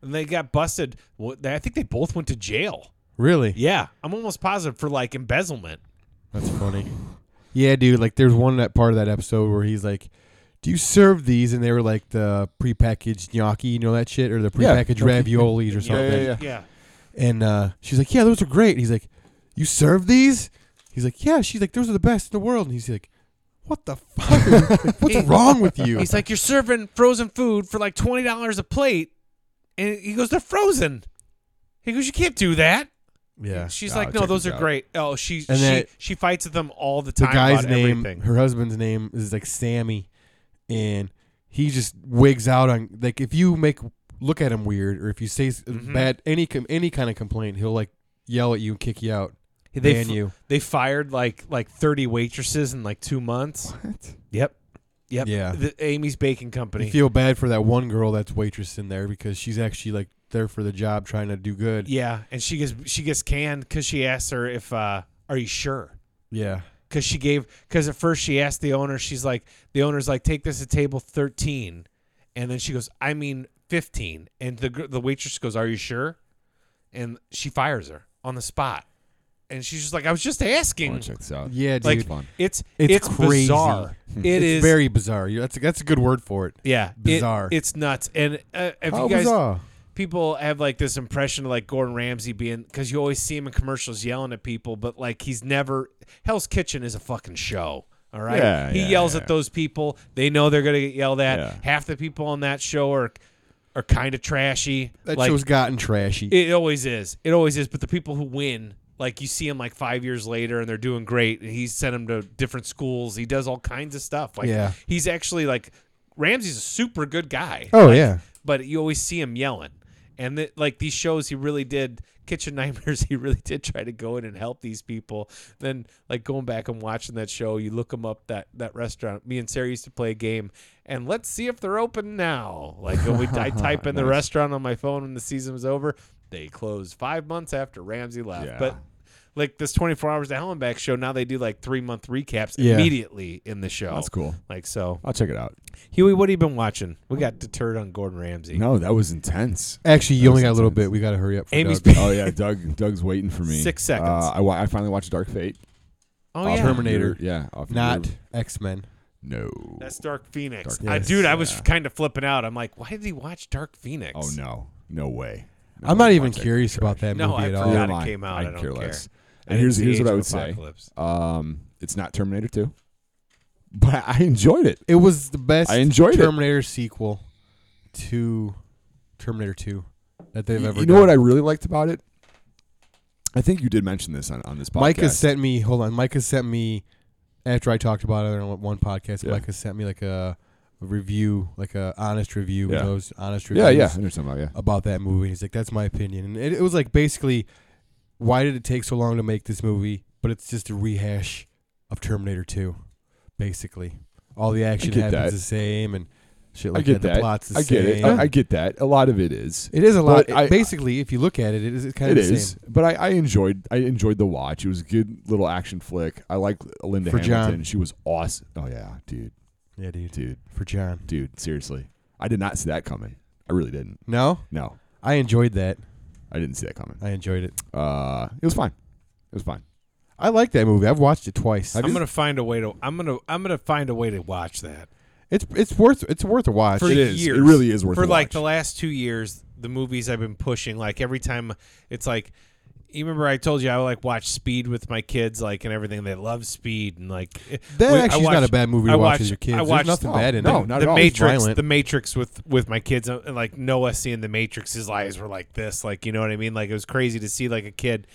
Speaker 3: And they got busted. Well, they- I think they both went to jail.
Speaker 2: really?
Speaker 3: Yeah, I'm almost positive for like embezzlement.
Speaker 2: That's funny. Yeah, dude. Like, there's one that part of that episode where he's like, "Do you serve these?" And they were like the prepackaged gnocchi, you know that shit, or the
Speaker 1: Yeah,
Speaker 2: prepackaged
Speaker 1: gnocchi.
Speaker 2: raviolis or something.
Speaker 1: yeah.
Speaker 3: Yeah.
Speaker 2: And uh, she's like, "Yeah, those are great." He's like, "You serve these?" He's like, "Yeah." She's like, "Those are the best in the world." And he's like, "What the fuck? Like, What's wrong with you?"
Speaker 3: He's like, you're serving frozen food for like twenty dollars a plate, and he goes, they're frozen. He goes, you can't do that.
Speaker 2: "Yeah."
Speaker 3: She's
Speaker 1: Ah,
Speaker 3: like, no,
Speaker 1: check
Speaker 3: those
Speaker 1: these
Speaker 3: are
Speaker 1: out.
Speaker 3: great. Oh, she
Speaker 2: And
Speaker 3: she,
Speaker 2: that-
Speaker 3: she fights with them all the
Speaker 2: the
Speaker 3: time.
Speaker 2: guy's
Speaker 3: about
Speaker 2: name,
Speaker 3: everything.
Speaker 2: her husband's name is like Sammy, and he just wigs out on like if you make look at him weird or if you say s
Speaker 3: Mhm.
Speaker 2: bad any com- any kind of complaint, he'll like yell at you and kick you out,
Speaker 3: They
Speaker 2: ban
Speaker 3: f-
Speaker 2: you.
Speaker 3: they fired like like thirty waitresses in like two months.
Speaker 1: What?
Speaker 3: Yep. Yep.
Speaker 2: Yeah.
Speaker 3: The Amy's Baking
Speaker 2: You
Speaker 3: Company.
Speaker 2: feel bad for that one girl that's waitress in there because she's actually like there for the job trying to do good.
Speaker 3: yeah, and she gets she gets canned because she asks her if uh, are you sure.
Speaker 2: Yeah,
Speaker 3: because she gave because at first she asked the owner she's like the owner's like take this to table 13 and then she goes i mean 15 and the gr- the waitress goes are you sure and she fires her on the spot and she's just like i was just
Speaker 1: I
Speaker 3: asking
Speaker 1: want to check this out.
Speaker 2: yeah, dude.
Speaker 3: like
Speaker 1: It's Hmm. fun.
Speaker 3: it's
Speaker 2: It's
Speaker 3: it's,
Speaker 2: crazy.
Speaker 3: bizarre it
Speaker 2: it's
Speaker 3: is
Speaker 2: very bizarre. You- That's that's a good word for it.
Speaker 3: yeah it-
Speaker 2: bizarre.
Speaker 3: it's nuts and uh, if
Speaker 2: How
Speaker 3: you guys
Speaker 2: bizarre.
Speaker 3: people have like this impression of like Gordon Ramsay being because you always see him in commercials yelling at people, but like he's never. Hell's Kitchen is a fucking show. All right,
Speaker 1: Yeah,
Speaker 3: he
Speaker 1: yeah,
Speaker 3: yells
Speaker 1: yeah.
Speaker 3: at those people. They know they're gonna get yelled at.
Speaker 1: Yeah.
Speaker 3: Half the people on that show are are kind of trashy.
Speaker 2: That
Speaker 3: like,
Speaker 2: show's gotten trashy.
Speaker 3: it always is. It always is. But the people who win, like you see them like five years later, and they're doing great. And he's sent them to different schools. He does all kinds of stuff. Like
Speaker 2: Yeah.
Speaker 3: he's actually like Ramsey's a super good guy
Speaker 2: oh yeah,
Speaker 3: but you always see him yelling. And th- like these shows, he really did Kitchen Nightmares. He really did try to go in and help these people. Then like going back and watching that show, you look him up that that restaurant. Me and Sarah used to play a game, and let's see if they're open now. Like and we, I type in the restaurant on my phone when the season was over. They closed five months after Ramsey left,
Speaker 1: Yeah.
Speaker 3: uh, but. Like this 24 hours to hell and back show. Now they do like three month recaps
Speaker 2: Yeah.
Speaker 3: immediately in the
Speaker 2: Oh,
Speaker 3: show.
Speaker 1: That's cool.
Speaker 3: Like so,
Speaker 1: I'll check it out.
Speaker 3: Huey, what have you been watching? We got deterred on Gordon Ramsay.
Speaker 1: No, that was intense.
Speaker 2: actually, you
Speaker 1: That
Speaker 2: only
Speaker 1: was
Speaker 2: got a little
Speaker 1: intense.
Speaker 2: bit. We got to hurry up. For
Speaker 3: Amy's
Speaker 2: Doug.
Speaker 1: oh yeah, Doug. Doug's waiting for me.
Speaker 3: Six seconds.
Speaker 1: Uh, I, wa- I finally watched Dark Fate.
Speaker 3: Oh
Speaker 1: Off
Speaker 3: yeah,
Speaker 1: of your-
Speaker 2: Terminator.
Speaker 1: Yeah, off of
Speaker 2: not
Speaker 1: your-
Speaker 2: X Men.
Speaker 1: no.
Speaker 3: that's Dark Phoenix.
Speaker 1: Dark
Speaker 3: I,
Speaker 2: Phoenix,
Speaker 3: dude, I was
Speaker 1: yeah.
Speaker 3: kind of flipping out. I'm like, why did he watch Dark Phoenix?
Speaker 1: oh no, no way. No,
Speaker 2: I'm not
Speaker 1: I
Speaker 2: even
Speaker 1: watched that
Speaker 2: curious
Speaker 1: trash.
Speaker 2: about that
Speaker 3: No,
Speaker 2: movie
Speaker 3: I
Speaker 2: at
Speaker 1: Neither
Speaker 2: all.
Speaker 3: forgot. it
Speaker 1: am I.
Speaker 3: came out. I
Speaker 1: could
Speaker 3: don't
Speaker 1: care
Speaker 3: care.
Speaker 1: less. And
Speaker 3: I didn't
Speaker 1: here's
Speaker 3: see
Speaker 1: here's
Speaker 3: Age
Speaker 1: what I
Speaker 3: of
Speaker 1: would say.
Speaker 3: Apocalypse.
Speaker 1: Um, it's not Terminator 2, but I enjoyed it.
Speaker 2: It was the best
Speaker 1: I enjoyed it.
Speaker 2: Terminator sequel to Terminator 2 that they've
Speaker 1: Y-
Speaker 2: ever
Speaker 1: you know
Speaker 2: done.
Speaker 1: what I really liked about it? I think you did mention this on, on this podcast.
Speaker 2: Mike has sent me, hold on, Mike has sent me, after I talked about it on one podcast,
Speaker 1: Yeah.
Speaker 2: Mike has sent me like a, a review, like a honest review,
Speaker 1: Yeah.
Speaker 2: those honest reviews
Speaker 1: yeah, yeah, I know something about yeah.
Speaker 2: about that movie. He's like, that's my opinion. And it, it was like basically, why did it take so long to make this movie? But it's just a rehash of Terminator 2, basically. All the action
Speaker 1: get
Speaker 2: happens
Speaker 1: that.
Speaker 2: the same and shit
Speaker 1: I
Speaker 2: like
Speaker 1: get
Speaker 2: that.
Speaker 1: that.
Speaker 2: The plot's the
Speaker 1: I get it.
Speaker 2: same.
Speaker 1: I, I get that. A lot of it is.
Speaker 2: It is a lot.
Speaker 1: But I-
Speaker 2: it- basically, if you look at it, it is kind
Speaker 1: It
Speaker 2: of the
Speaker 1: is,
Speaker 2: same.
Speaker 1: but I, I enjoyed I enjoyed the watch. It was a good little action flick. I like Linda
Speaker 2: For John.
Speaker 1: Hamilton. She was awesome. Oh yeah, dude,
Speaker 2: Yeah, dude.
Speaker 1: dude,
Speaker 2: For John.
Speaker 1: dude. Seriously, I did not see that coming. I really didn't.
Speaker 2: No,
Speaker 1: No,
Speaker 2: I enjoyed that.
Speaker 1: I didn't see that coming.
Speaker 2: I enjoyed it.
Speaker 1: Uh, it was fine. It was fine.
Speaker 2: I like that movie. I've watched it twice.
Speaker 3: I'm gonna find a way to. I'm gonna. I'm gonna find a way to watch that.
Speaker 2: It's it's worth it's worth a watch.
Speaker 3: For
Speaker 1: It
Speaker 3: It
Speaker 1: is.
Speaker 3: is. years.
Speaker 1: It really is worth
Speaker 3: For
Speaker 1: a
Speaker 3: like
Speaker 1: watch.
Speaker 3: the last two years, the movies I've been pushing, like every time, it's like. You remember I told you I would like watch Speed with my kids, like and everything. They love Speed and like eh,
Speaker 2: that
Speaker 3: we- I
Speaker 2: actually is not a
Speaker 3: watched-
Speaker 2: bad movie to
Speaker 3: I
Speaker 2: watch
Speaker 3: watched-
Speaker 2: with your kids.
Speaker 3: I
Speaker 2: There's
Speaker 3: watched-
Speaker 2: nothing
Speaker 1: no,
Speaker 2: bad in
Speaker 1: no,
Speaker 2: it.
Speaker 1: not at
Speaker 3: the
Speaker 1: all.
Speaker 2: It's
Speaker 3: Matrix,
Speaker 2: violent.
Speaker 3: the Matrix with with my kids, uh, and like Noah seeing the Matrix, his eyes were like this, like you know what I mean. Like it was crazy to see like a kid,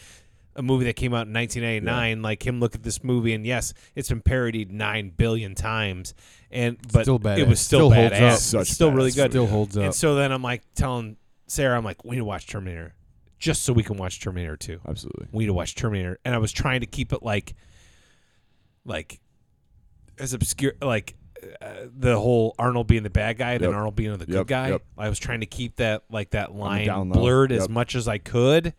Speaker 3: a movie that came out in 1999, like him look at this movie, and yes, it's been parodied nine billion times, and but
Speaker 2: still
Speaker 3: it
Speaker 2: badass.
Speaker 3: was still,
Speaker 2: Still holds
Speaker 3: badass,
Speaker 2: up.
Speaker 1: Such
Speaker 3: It's still really
Speaker 1: badass
Speaker 3: good.
Speaker 2: Still holds
Speaker 3: And
Speaker 2: up.
Speaker 3: so then I'm like telling Sarah, I'm like, we need to watch Terminator, just so we can watch Terminator 2
Speaker 1: Absolutely.
Speaker 3: we need to watch Terminator, and I was trying to keep it like, like, as obscure like uh, the whole Arnold being the bad guy, then
Speaker 1: Yep.
Speaker 3: Arnold being the good
Speaker 1: Yep,
Speaker 3: guy.
Speaker 1: yep.
Speaker 3: I was trying to keep that like that line
Speaker 1: down low.
Speaker 3: blurred as
Speaker 1: Yep.
Speaker 3: much as I could,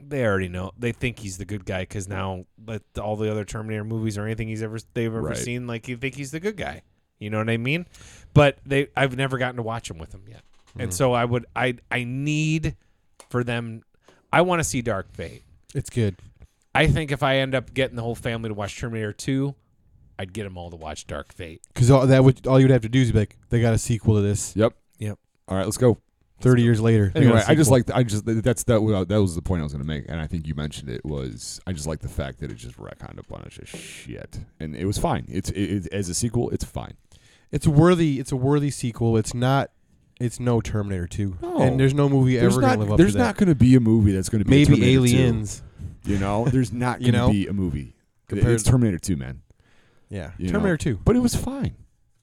Speaker 3: they already know. They think he's the good guy because now like, all the other Terminator movies or anything he's ever they've ever
Speaker 1: Right.
Speaker 3: seen, like you think he's the good guy. You know what I mean? But they, I've never gotten to watch him with him yet, and so I would, I, I need for them. I want to see Dark Fate.
Speaker 2: It's good.
Speaker 3: I think if I end up getting the whole family to watch Terminator Two, I'd get them all to watch Dark Fate.
Speaker 2: Because all that would all you would have to do is be like, they got a sequel to this.
Speaker 1: Yep.
Speaker 3: Yep.
Speaker 1: All right, let's go.
Speaker 2: Thirty years later. they got a
Speaker 1: Anyway, I just
Speaker 2: sequel.
Speaker 1: like I just that's that wa- that was the point I was going to make, and I think you mentioned it was I just like the fact that it just retconned a bunch of shit, and it was fine. It's it, it, as a sequel, it's fine.
Speaker 2: it's a worthy. It's a worthy sequel. It's not. It's no Terminator Two.
Speaker 1: No.
Speaker 2: And there's no movie
Speaker 1: There's
Speaker 2: ever
Speaker 1: not
Speaker 2: gonna live up
Speaker 1: there's
Speaker 2: to
Speaker 1: not
Speaker 2: that.
Speaker 1: going to be a movie that's going to be a
Speaker 2: Maybe
Speaker 1: Terminator 2,
Speaker 2: Aliens.
Speaker 1: you know, there's not going
Speaker 2: You
Speaker 1: to
Speaker 2: know?
Speaker 1: be a movie.
Speaker 2: Compared
Speaker 1: it's
Speaker 2: to-
Speaker 1: Terminator Two, man,
Speaker 2: Yeah.
Speaker 1: You know.
Speaker 2: Terminator Two.
Speaker 1: but it was fine.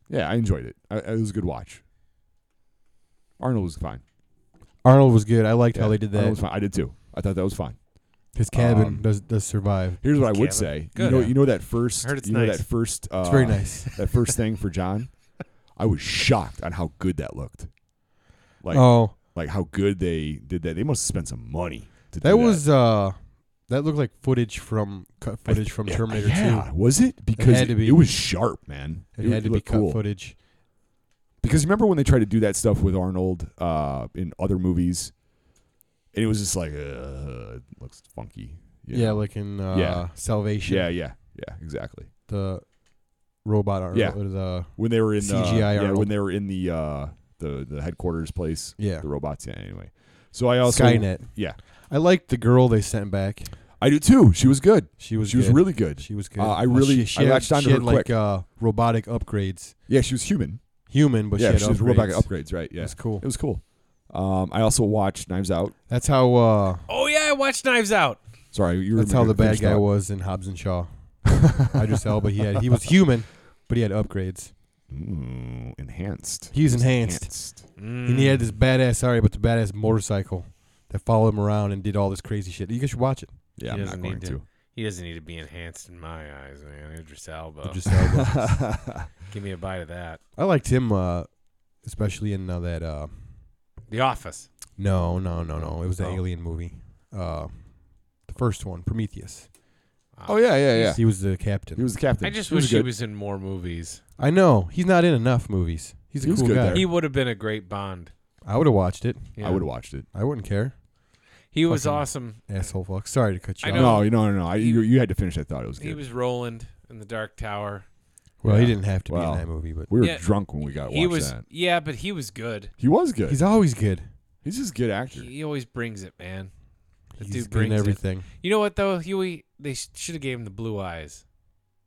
Speaker 1: Yeah, I enjoyed it. I, it was a good watch. Arnold was fine.
Speaker 2: Arnold was good. I liked how
Speaker 1: Yeah,
Speaker 2: they did
Speaker 1: Arnold was
Speaker 2: that.
Speaker 1: fine. I did too. I thought that was fine.
Speaker 2: His cabin
Speaker 1: Um,
Speaker 2: does does survive.
Speaker 1: Here's what I would
Speaker 3: Cabin.
Speaker 1: say. You
Speaker 3: Good.
Speaker 1: know,
Speaker 3: Yeah.
Speaker 1: you know that first.
Speaker 3: I heard it's
Speaker 1: you know
Speaker 3: nice.
Speaker 1: that first. Uh,
Speaker 2: It's very nice.
Speaker 1: that first thing for John, I was shocked on how good that looked. Like
Speaker 2: oh,
Speaker 1: like how good they did that. They must have spent some money to do
Speaker 2: that was uh, that looked like footage from cut
Speaker 1: I-
Speaker 2: footage from
Speaker 1: yeah,
Speaker 2: Terminator
Speaker 1: Yeah, was it? Because
Speaker 2: had to
Speaker 1: it-
Speaker 2: be.
Speaker 1: it was sharp, man.
Speaker 2: Two. It had to be
Speaker 1: looked
Speaker 2: cut
Speaker 1: cool.
Speaker 2: footage.
Speaker 1: Because remember when they tried to do that stuff with Arnold uh, in other movies, and it was just like, uh, it looks funky. you
Speaker 2: Yeah,
Speaker 1: know?
Speaker 2: like in uh,
Speaker 1: Yeah.
Speaker 2: Salvation.
Speaker 1: yeah, yeah, yeah, exactly.
Speaker 2: The robot Arnold.
Speaker 1: Yeah.
Speaker 2: or the
Speaker 1: When they were in uh,
Speaker 2: CGI
Speaker 1: yeah,
Speaker 2: Arnold.
Speaker 1: when they were in the uh, the the headquarters place,
Speaker 2: yeah
Speaker 1: the robots. Yeah, anyway. So I also
Speaker 2: Skynet.
Speaker 1: yeah.
Speaker 2: I liked the girl they sent back.
Speaker 1: I do too. She was good.
Speaker 2: She was
Speaker 1: she was
Speaker 2: good.
Speaker 1: really good.
Speaker 2: she was good.
Speaker 1: Uh, I really-
Speaker 2: she, she
Speaker 1: I
Speaker 2: had,
Speaker 1: latched onto
Speaker 2: she had
Speaker 1: her
Speaker 2: like
Speaker 1: quick.
Speaker 2: uh, robotic upgrades.
Speaker 1: Yeah, she was human.
Speaker 2: Human, but
Speaker 1: yeah,
Speaker 2: she had
Speaker 1: she
Speaker 2: upgrades.
Speaker 1: was robotic upgrades, right? Yeah,
Speaker 2: That's cool.
Speaker 1: it was cool. Um, I also watched Knives Out.
Speaker 2: That's how uh,
Speaker 3: Oh yeah, I watched Knives Out.
Speaker 1: Sorry, you were
Speaker 2: That's how the bad
Speaker 1: finished
Speaker 2: guy
Speaker 1: up.
Speaker 2: was in Hobbs and Shaw. Idris Elba, he had he was human, but he had upgrades.
Speaker 1: Mm, enhanced.
Speaker 2: He was enhanced, and he
Speaker 3: Mm.
Speaker 2: had this badass. Sorry, but the badass motorcycle that followed him around and did all this crazy shit. You guys should watch it.
Speaker 1: Yeah,
Speaker 3: He
Speaker 1: I'm
Speaker 3: doesn't
Speaker 1: not going
Speaker 3: need
Speaker 1: to.
Speaker 3: to. He doesn't need to be enhanced in my eyes, man. Idris
Speaker 1: Oh.
Speaker 3: Elba.
Speaker 2: Idris Elba.
Speaker 3: Give me a bite of that.
Speaker 2: I liked him, uh, especially in uh, that. Uh,
Speaker 3: The Office.
Speaker 2: no, no, no, no. It was the
Speaker 3: Oh.
Speaker 2: alien movie, uh, the first one, Prometheus.
Speaker 1: oh yeah, yeah, yeah.
Speaker 2: He was the captain.
Speaker 1: He was the captain.
Speaker 3: Uh, I just
Speaker 1: He
Speaker 3: wish
Speaker 1: was
Speaker 3: he
Speaker 1: good.
Speaker 3: was in more movies.
Speaker 2: I know he's not in enough movies. He's a
Speaker 1: He was
Speaker 2: cool
Speaker 1: good
Speaker 2: guy.
Speaker 1: there.
Speaker 3: He would have been a great Bond.
Speaker 2: I would have watched it.
Speaker 1: I would have watched it.
Speaker 2: I wouldn't care.
Speaker 3: He was
Speaker 2: fucking-
Speaker 3: awesome.
Speaker 2: Asshole fuck. Sorry to cut you
Speaker 3: I
Speaker 2: off.
Speaker 3: know.
Speaker 1: No, no, no, no. I, you, you had to finish. I thought it was good.
Speaker 3: He was Roland in the Dark Tower.
Speaker 2: Well, he
Speaker 1: Yeah.
Speaker 2: didn't have to
Speaker 1: Well,
Speaker 2: be in that movie, but
Speaker 1: we were
Speaker 3: Yeah.
Speaker 1: drunk when we got
Speaker 3: he
Speaker 1: watched
Speaker 3: was
Speaker 1: that.
Speaker 3: yeah, but he was good.
Speaker 1: He was good.
Speaker 2: he's
Speaker 1: He's,
Speaker 2: always good.
Speaker 1: just a good actor.
Speaker 3: He always brings it, man. The
Speaker 2: He's
Speaker 3: dude
Speaker 2: good in
Speaker 3: brings everything.
Speaker 2: everything.
Speaker 3: You know what though, Huey? They sh- should have gave him the blue eyes.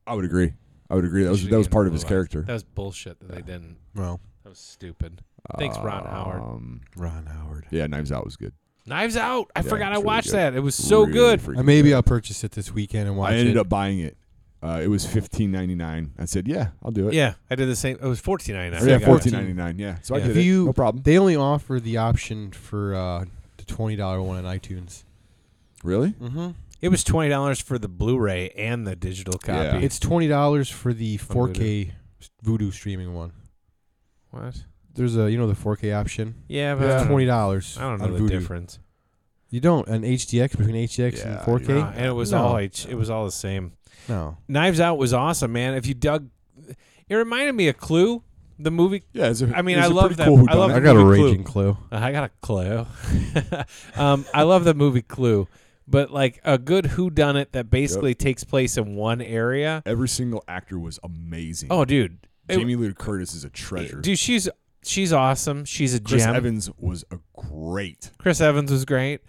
Speaker 1: I would agree. I would agree. That
Speaker 3: He
Speaker 1: was
Speaker 3: should've
Speaker 1: that was
Speaker 3: given
Speaker 1: part
Speaker 3: him
Speaker 1: of his
Speaker 3: blue eyes.
Speaker 1: character.
Speaker 3: That was bullshit that they didn't.
Speaker 2: Well,
Speaker 3: That was stupid. Thanks, Ron Howard.
Speaker 1: Um,
Speaker 2: Ron Howard.
Speaker 1: yeah, Knives Out was good.
Speaker 3: Knives Out. I
Speaker 1: Yeah,
Speaker 3: forgot
Speaker 1: it's
Speaker 3: I
Speaker 1: really
Speaker 3: watched
Speaker 1: good.
Speaker 3: that. It was so
Speaker 1: Really
Speaker 3: good.
Speaker 1: freaking
Speaker 2: Uh, maybe
Speaker 1: good.
Speaker 2: I'll purchase it this weekend and watch
Speaker 1: I ended
Speaker 2: it.
Speaker 1: up buying it. Uh, it was fifteen ninety nine. I said, "Yeah, I'll do it."
Speaker 3: Yeah, I did the same. It was fourteen ninety
Speaker 1: Or, yeah,
Speaker 2: I got it.
Speaker 1: fourteen ninety nine. Yeah, so
Speaker 3: Yeah.
Speaker 1: I did
Speaker 2: If
Speaker 1: it.
Speaker 2: you-
Speaker 1: No problem.
Speaker 2: They only offer the option for uh, the twenty dollar one on iTunes.
Speaker 1: Really?
Speaker 2: Mm-hmm.
Speaker 3: It was twenty dollars for the Blu-ray and the digital copy.
Speaker 1: Yeah.
Speaker 2: It's twenty dollars for the four K Voodoo streaming one.
Speaker 3: what?
Speaker 2: There's a you know the four K option.
Speaker 3: Yeah, but I
Speaker 2: It's
Speaker 3: don't-
Speaker 2: twenty dollars.
Speaker 3: I don't know
Speaker 2: on
Speaker 3: the
Speaker 2: Vudu.
Speaker 3: difference.
Speaker 2: You don't an HDX between HDX
Speaker 1: Yeah,
Speaker 2: and four
Speaker 1: you're
Speaker 2: K.
Speaker 3: Uh, and it was
Speaker 2: No.
Speaker 3: all H, it was all the same.
Speaker 2: No,
Speaker 3: Knives Out was awesome, man. If you dug, it reminded me of Clue, the movie.
Speaker 1: Yeah. It's a,
Speaker 3: I mean,
Speaker 1: it's
Speaker 3: I
Speaker 1: a
Speaker 3: love
Speaker 1: pretty
Speaker 3: that-
Speaker 1: Cool
Speaker 3: I love
Speaker 1: whodunit.
Speaker 2: I got a
Speaker 3: Clue.
Speaker 2: raging clue.
Speaker 3: I got a Clue. um, I love the movie Clue, but like a good Who Done It that basically takes place in one area.
Speaker 1: Every single actor was amazing.
Speaker 3: Oh, dude, It-
Speaker 1: Jamie Lee Curtis is a treasure.
Speaker 3: dude, she's she's awesome. She's a
Speaker 1: Chris
Speaker 3: gem.
Speaker 1: Evans was a great.
Speaker 3: Chris Evans was great.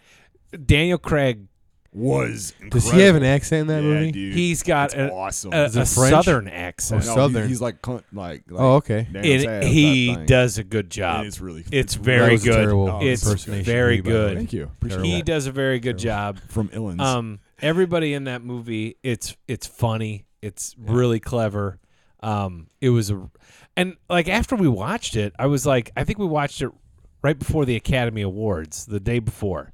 Speaker 3: Daniel Craig,
Speaker 1: Was incredible.
Speaker 2: Does he have an accent in that
Speaker 1: yeah,
Speaker 2: movie?
Speaker 1: Dude,
Speaker 3: he's got
Speaker 1: it's
Speaker 3: a,
Speaker 1: awesome.
Speaker 3: a,
Speaker 1: Is
Speaker 3: a
Speaker 1: it French? Oh,
Speaker 3: southern accent.
Speaker 1: No, he-
Speaker 2: Southern.
Speaker 1: he's like cunt- like. like
Speaker 2: Oh, okay.
Speaker 1: Nan
Speaker 3: It-
Speaker 1: Sass,
Speaker 3: he
Speaker 1: that thing.
Speaker 3: does a good
Speaker 1: And
Speaker 3: job.
Speaker 1: it's really.
Speaker 3: It's
Speaker 1: really-
Speaker 3: very
Speaker 2: that was a
Speaker 3: good.
Speaker 2: terrible
Speaker 1: Oh,
Speaker 3: it's
Speaker 2: impersonation of
Speaker 3: very
Speaker 2: you, by the way.
Speaker 3: good.
Speaker 1: Thank you. Appreciate
Speaker 3: He
Speaker 1: it.
Speaker 3: does a very good job.
Speaker 1: From Illins.
Speaker 3: Um, everybody in that movie, it's it's funny. It's really clever. Um, it was a, and like after we watched it, I was like, I think we watched it right before the Academy Awards, the day before,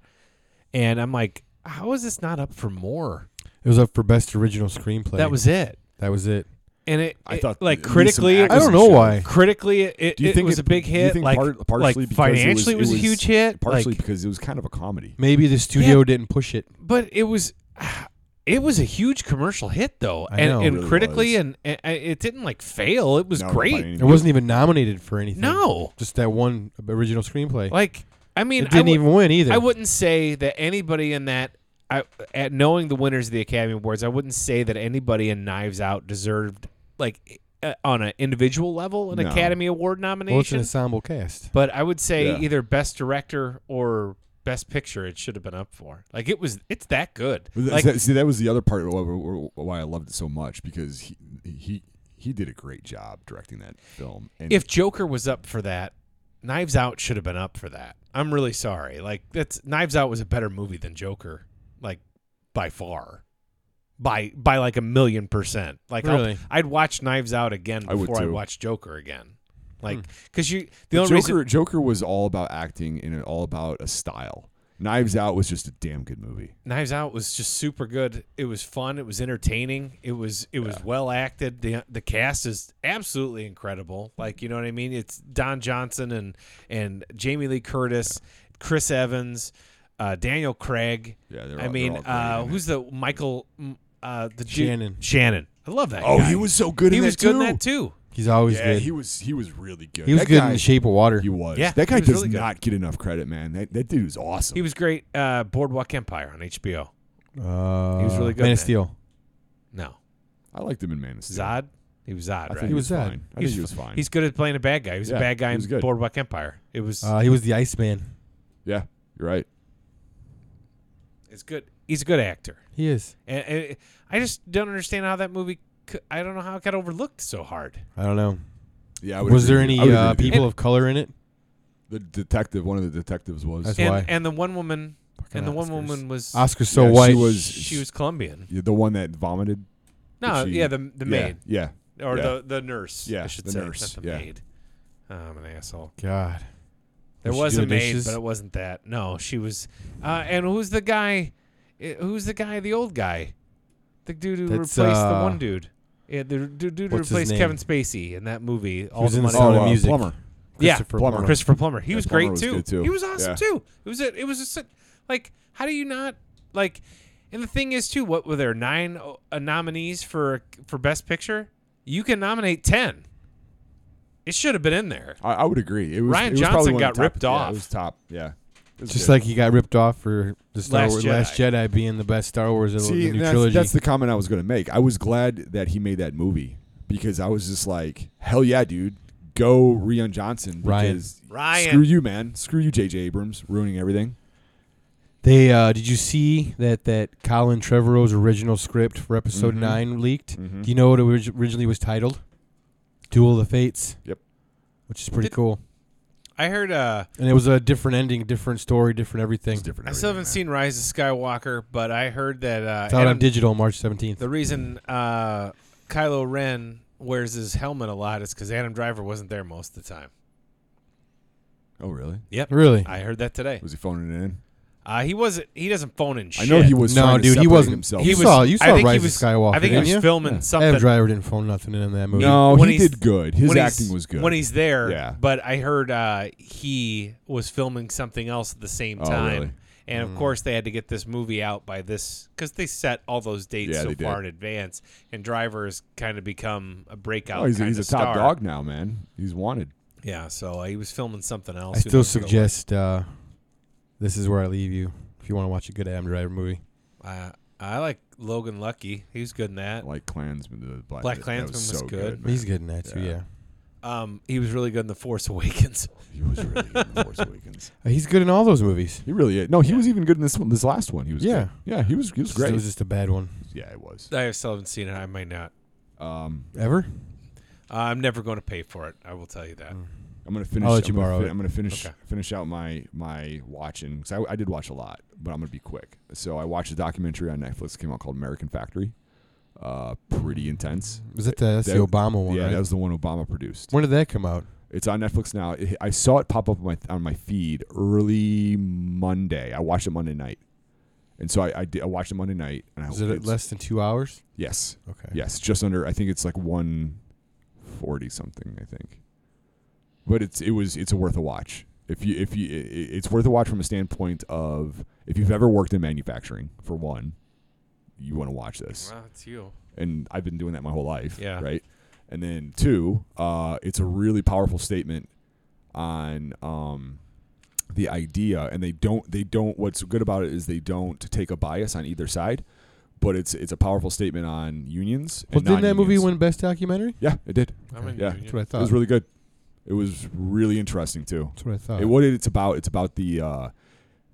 Speaker 3: and I'm like, how is this not up for more?
Speaker 2: It was up for best original screenplay.
Speaker 3: That was it.
Speaker 2: that was it.
Speaker 3: and it,
Speaker 1: I
Speaker 3: it-
Speaker 1: thought
Speaker 3: like
Speaker 1: at least some
Speaker 3: critically, it
Speaker 1: actors
Speaker 2: I
Speaker 3: was,
Speaker 2: don't
Speaker 1: and
Speaker 2: know
Speaker 1: shit.
Speaker 2: why.
Speaker 3: critically it, it,
Speaker 1: Do you
Speaker 3: it
Speaker 1: think
Speaker 3: was
Speaker 1: it-
Speaker 3: a big
Speaker 1: do you
Speaker 3: hit.
Speaker 1: think
Speaker 3: like,
Speaker 1: par- partially
Speaker 3: like
Speaker 1: because it was-
Speaker 3: financially,
Speaker 1: it
Speaker 3: was,
Speaker 1: was
Speaker 3: a huge hit.
Speaker 1: Partially
Speaker 3: like,
Speaker 1: because it was kind of a comedy.
Speaker 2: Maybe the studio didn't push it.
Speaker 3: but it was it was a huge commercial hit though
Speaker 2: I
Speaker 3: and,
Speaker 2: know.
Speaker 3: and
Speaker 1: Really
Speaker 3: critically
Speaker 1: was.
Speaker 3: and, and it didn't like fail it was
Speaker 1: No, not by any
Speaker 3: great
Speaker 1: means.
Speaker 2: It wasn't even nominated for anything.
Speaker 3: no
Speaker 2: just that one original screenplay.
Speaker 3: like i mean
Speaker 2: it didn't
Speaker 3: I, would,
Speaker 2: even win either.
Speaker 3: I wouldn't say that anybody in that I, at knowing the winners of the academy awards i wouldn't say that anybody in knives out deserved like uh, on an individual level an
Speaker 1: No.
Speaker 3: academy award
Speaker 2: Well, it's an
Speaker 3: nomination
Speaker 2: ensemble cast.
Speaker 3: but i would say
Speaker 1: Yeah.
Speaker 3: either best director or best picture it should have been up for like it was it's that good
Speaker 1: Well, th-
Speaker 3: like
Speaker 1: that- see, that was the other part of why- why I loved it so much because he he he did a great job directing that film. And
Speaker 3: if Joker was up for that, Knives Out should have been up for that. I'm really sorry. Like that's Knives Out was a better movie than Joker, like by far, by by like a million percent. Like I'll-
Speaker 2: Really?
Speaker 3: I'd watch Knives Out again
Speaker 1: I would
Speaker 3: before I
Speaker 1: too. Hmm.
Speaker 3: watch Joker again. Like because you the
Speaker 1: Joker
Speaker 3: only reason
Speaker 1: Joker was all about acting and all about a style. Knives Out was just a damn good movie.
Speaker 3: Knives Out was just super good. It was fun. It was entertaining. It was it was well acted. the The cast is absolutely incredible. Like you know what I mean. It's Don Johnson and and Jamie Lee Curtis, Chris Evans, uh, Daniel Craig.
Speaker 1: Yeah, they're all-
Speaker 3: I
Speaker 1: they're
Speaker 3: mean,
Speaker 1: all great
Speaker 3: uh,
Speaker 1: in it.
Speaker 3: who's the Michael? mm, Uh, the Jew-
Speaker 2: Shannon.
Speaker 3: Shannon. I love that.
Speaker 1: Oh,
Speaker 3: guy.
Speaker 1: he was so good.
Speaker 3: he
Speaker 1: in
Speaker 3: was
Speaker 1: that
Speaker 3: good
Speaker 1: too.
Speaker 3: in that too.
Speaker 2: He's always
Speaker 1: Yeah,
Speaker 2: good.
Speaker 1: he
Speaker 2: He,
Speaker 1: was he was really good.
Speaker 2: was
Speaker 1: That
Speaker 2: good
Speaker 1: guy-
Speaker 2: in The Shape of Water.
Speaker 1: He was.
Speaker 3: Yeah,
Speaker 1: that guy
Speaker 3: he was
Speaker 1: does
Speaker 3: really good.
Speaker 1: not get enough credit, man. That that dude was awesome.
Speaker 3: He was great. Uh, Boardwalk Empire on HBO.
Speaker 2: Uh,
Speaker 3: was really good
Speaker 2: Man
Speaker 3: in
Speaker 2: of
Speaker 3: that.
Speaker 2: Steel.
Speaker 3: No,
Speaker 1: I liked him in Man of Steel.
Speaker 3: Zod. He was Zod,
Speaker 1: I think
Speaker 3: right?
Speaker 1: he was
Speaker 2: He was
Speaker 1: fine.
Speaker 2: Zod.
Speaker 1: I think he was fine.
Speaker 3: He's good at playing a bad guy. He was
Speaker 1: Yeah,
Speaker 3: a bad guy
Speaker 1: he was
Speaker 3: in
Speaker 1: good.
Speaker 3: Boardwalk Empire. It was.
Speaker 2: Uh, he was the Iceman.
Speaker 1: yeah, you're right.
Speaker 3: it's good. He's a good actor,
Speaker 2: He is.
Speaker 3: and, and I just don't understand how that movie. Could, I don't know how it got overlooked so hard.
Speaker 2: I don't know.
Speaker 1: Yeah. I would
Speaker 2: Was
Speaker 1: agree with
Speaker 2: there any
Speaker 1: you. I would
Speaker 2: uh,
Speaker 1: agree with you.
Speaker 2: people of color in it?
Speaker 1: The detective, one of the detectives was.
Speaker 2: That's
Speaker 3: and
Speaker 2: why.
Speaker 3: and the one woman
Speaker 2: Fucking
Speaker 3: and the one
Speaker 2: Oscars.
Speaker 3: woman was
Speaker 2: Oscar so
Speaker 1: Yeah, she
Speaker 2: white.
Speaker 1: was-
Speaker 3: she was Colombian.
Speaker 1: Yeah, the one that vomited.
Speaker 3: No,
Speaker 1: she-
Speaker 3: yeah, the
Speaker 1: yeah,
Speaker 3: the maid
Speaker 1: Yeah.
Speaker 3: or
Speaker 1: yeah.
Speaker 3: the the nurse.
Speaker 1: Yeah,
Speaker 3: I should
Speaker 1: the
Speaker 3: say
Speaker 1: nurse,
Speaker 3: not the
Speaker 1: yeah.
Speaker 3: maid. Oh, I'm an asshole.
Speaker 2: God.
Speaker 3: There
Speaker 2: she
Speaker 3: was
Speaker 2: do
Speaker 3: a
Speaker 2: the
Speaker 3: maid,
Speaker 2: dishes?
Speaker 3: but it wasn't that. No, she was. Uh, and who's the guy? eh, Who's the guy? The old guy, the dude who
Speaker 2: That's,
Speaker 3: replaced the
Speaker 2: uh,
Speaker 3: one dude. Yeah, the dude, dude who
Speaker 2: what's his
Speaker 3: replaced
Speaker 2: name?
Speaker 3: Kevin Spacey in that movie. all
Speaker 2: was
Speaker 3: the
Speaker 2: in the
Speaker 3: money.
Speaker 2: Sound
Speaker 1: oh,
Speaker 2: of
Speaker 1: uh,
Speaker 2: Music.
Speaker 1: Plumber.
Speaker 3: Yeah,
Speaker 2: Christopher
Speaker 1: Plumber.
Speaker 2: Plumber.
Speaker 3: Christopher Plummer. He
Speaker 1: Yeah,
Speaker 3: was
Speaker 1: Plummer
Speaker 3: great
Speaker 1: was
Speaker 3: too.
Speaker 1: good, too.
Speaker 3: He was awesome
Speaker 1: Yeah.
Speaker 3: too. It was a, it was just a, like how do you not like and the thing is too what were there nine uh, nominees for for best picture? You can nominate 10. It should have been in there.
Speaker 1: I, I would agree. It was,
Speaker 3: Ryan
Speaker 1: it was probably
Speaker 3: Johnson
Speaker 1: one of
Speaker 3: got
Speaker 1: the top-
Speaker 3: ripped
Speaker 1: yeah,
Speaker 3: off.
Speaker 1: it was top. Yeah. It was
Speaker 2: Just
Speaker 1: good.
Speaker 2: like he got ripped off for the Star
Speaker 3: Last
Speaker 2: Wars
Speaker 3: Jedi.
Speaker 2: Last Jedi being the best Star Wars of
Speaker 1: See,
Speaker 2: the new
Speaker 1: that's,
Speaker 2: trilogy.
Speaker 1: that's the comment I was going to make. I was glad that he made that movie because I was just like, hell yeah, dude, go Rian Johnson.
Speaker 2: Ryan.
Speaker 1: Because
Speaker 3: Ryan.
Speaker 1: Screw you, man. Screw you, J.J. Abrams, ruining everything.
Speaker 2: they uh, did you see that that Colin Trevorrow's original script for episode
Speaker 1: Mhm.
Speaker 2: nine leaked?
Speaker 1: Mhm.
Speaker 2: Do you know what it orig- originally was titled? Duel of the Fates.
Speaker 1: Yep.
Speaker 2: Which is pretty
Speaker 3: Did-
Speaker 2: cool.
Speaker 3: I heard uh
Speaker 2: And it was a different ending, different story, different everything.
Speaker 1: It's different.
Speaker 3: I still haven't
Speaker 1: everything,
Speaker 3: seen Rise of Skywalker, but I heard that uh
Speaker 2: It's out on
Speaker 3: Adam-
Speaker 2: digital March 17th.
Speaker 3: the reason uh Kylo Ren wears his helmet a lot is cuz Adam Driver wasn't there most of the time.
Speaker 1: man. Oh, really?
Speaker 3: Yep.
Speaker 2: Really?
Speaker 3: I heard that today.
Speaker 1: Was he phoning it in?
Speaker 3: Uh, he wasn't. He doesn't phone in
Speaker 1: I
Speaker 3: shit.
Speaker 1: know he was.
Speaker 2: no,
Speaker 1: trying to
Speaker 2: dude, he
Speaker 1: separate
Speaker 2: wasn't.
Speaker 1: Himself.
Speaker 2: You
Speaker 3: He was-
Speaker 2: saw, you
Speaker 3: I
Speaker 2: saw
Speaker 3: think he
Speaker 2: Rise
Speaker 3: was-
Speaker 2: of Skywalker.
Speaker 3: I think he
Speaker 2: didn't
Speaker 3: was
Speaker 2: you?
Speaker 3: filming
Speaker 2: Yeah.
Speaker 3: something.
Speaker 2: Adam Driver didn't phone nothing in that movie.
Speaker 1: No,
Speaker 3: when
Speaker 1: he
Speaker 3: he's-
Speaker 1: did good. His
Speaker 3: when he's-
Speaker 1: acting was good.
Speaker 3: when he's there.
Speaker 1: Yeah.
Speaker 3: But I heard uh, he was filming something else at the same
Speaker 1: Oh,
Speaker 3: time.
Speaker 1: really? Hmm.
Speaker 3: And of course, they had to get this movie out by this because they set all those dates
Speaker 1: Yeah,
Speaker 3: so
Speaker 1: they did.
Speaker 3: far in advance. And Driver has kind of become a breakout.
Speaker 1: oh, he's, a-
Speaker 3: kind
Speaker 1: he's a
Speaker 3: of
Speaker 1: top
Speaker 3: star.
Speaker 1: dog now, man. He's wanted.
Speaker 3: Yeah, so uh, he was filming something else.
Speaker 2: I
Speaker 3: Who
Speaker 2: still
Speaker 3: knows what it was.
Speaker 2: suggest uh, This Is Where I Leave You if you want to watch a good Adam Driver movie.
Speaker 3: Uh, I like Logan Lucky. He was good in that.
Speaker 1: Like Klansman, the Black,
Speaker 3: Black
Speaker 1: that
Speaker 3: Klansman
Speaker 1: was,
Speaker 3: was
Speaker 1: so
Speaker 3: good.
Speaker 1: man.
Speaker 2: He's good in that, too,
Speaker 1: Yeah.
Speaker 2: yeah.
Speaker 3: Um, he was really good in The Force Awakens.
Speaker 1: He was really good in Force Awakens.
Speaker 2: Uh, He's good in all those movies.
Speaker 1: He really is. No, he was even good in this one. This last one, he was.
Speaker 2: Yeah.
Speaker 1: good. yeah, he was. He was
Speaker 2: Just-
Speaker 1: great.
Speaker 2: It was just a bad one.
Speaker 1: yeah, it was.
Speaker 3: I still haven't seen it. I might not.
Speaker 1: Um,
Speaker 2: Ever?
Speaker 3: I'm never going to pay for it. I will tell you that.
Speaker 2: Mm.
Speaker 1: I'm gonna finish.
Speaker 2: I'll let you
Speaker 1: am gonna
Speaker 2: borrow it.
Speaker 1: I'm gonna finish
Speaker 3: Okay.
Speaker 1: finish out my my watching because I, I did watch a lot, but I'm gonna be quick. So I watched a documentary on Netflix that came out called American Factory. Uh, pretty intense.
Speaker 2: Was that the, that's the
Speaker 1: That-
Speaker 2: Obama one,
Speaker 1: yeah,
Speaker 2: right?
Speaker 1: that was the one Obama produced.
Speaker 2: when did that come out?
Speaker 1: It's on Netflix now. It, I saw it pop up on my on my feed early Monday. I watched it Monday night, And so I I, did, I watched it Monday night, and I
Speaker 2: Is it
Speaker 1: it's-
Speaker 2: less than two hours?
Speaker 1: Yes,
Speaker 2: Okay.
Speaker 1: yes, just under. I think it's like one forty something. I think, but it's it was it's worth a watch. If you if you i- i- it's worth a watch from a standpoint of if you've ever worked in manufacturing for one, you want to watch this
Speaker 2: Wow, it's you.
Speaker 1: and I've been doing that my whole life.
Speaker 3: Yeah.
Speaker 1: Right. And then two, uh, it's a really powerful statement on um, the idea, and they don't they don't. What's good about it is they don't take a bias on either side, but it's it's a powerful statement on unions.
Speaker 2: Well,
Speaker 1: and
Speaker 2: didn't that movie
Speaker 1: non-unions.
Speaker 2: win Best Documentary?
Speaker 1: Yeah, it did.
Speaker 3: I'm in
Speaker 1: Yeah.
Speaker 3: union.
Speaker 2: That's what I
Speaker 1: It
Speaker 2: thought.
Speaker 1: was really good. It was really interesting too.
Speaker 2: That's what I thought.
Speaker 1: It, what it's about? It's about the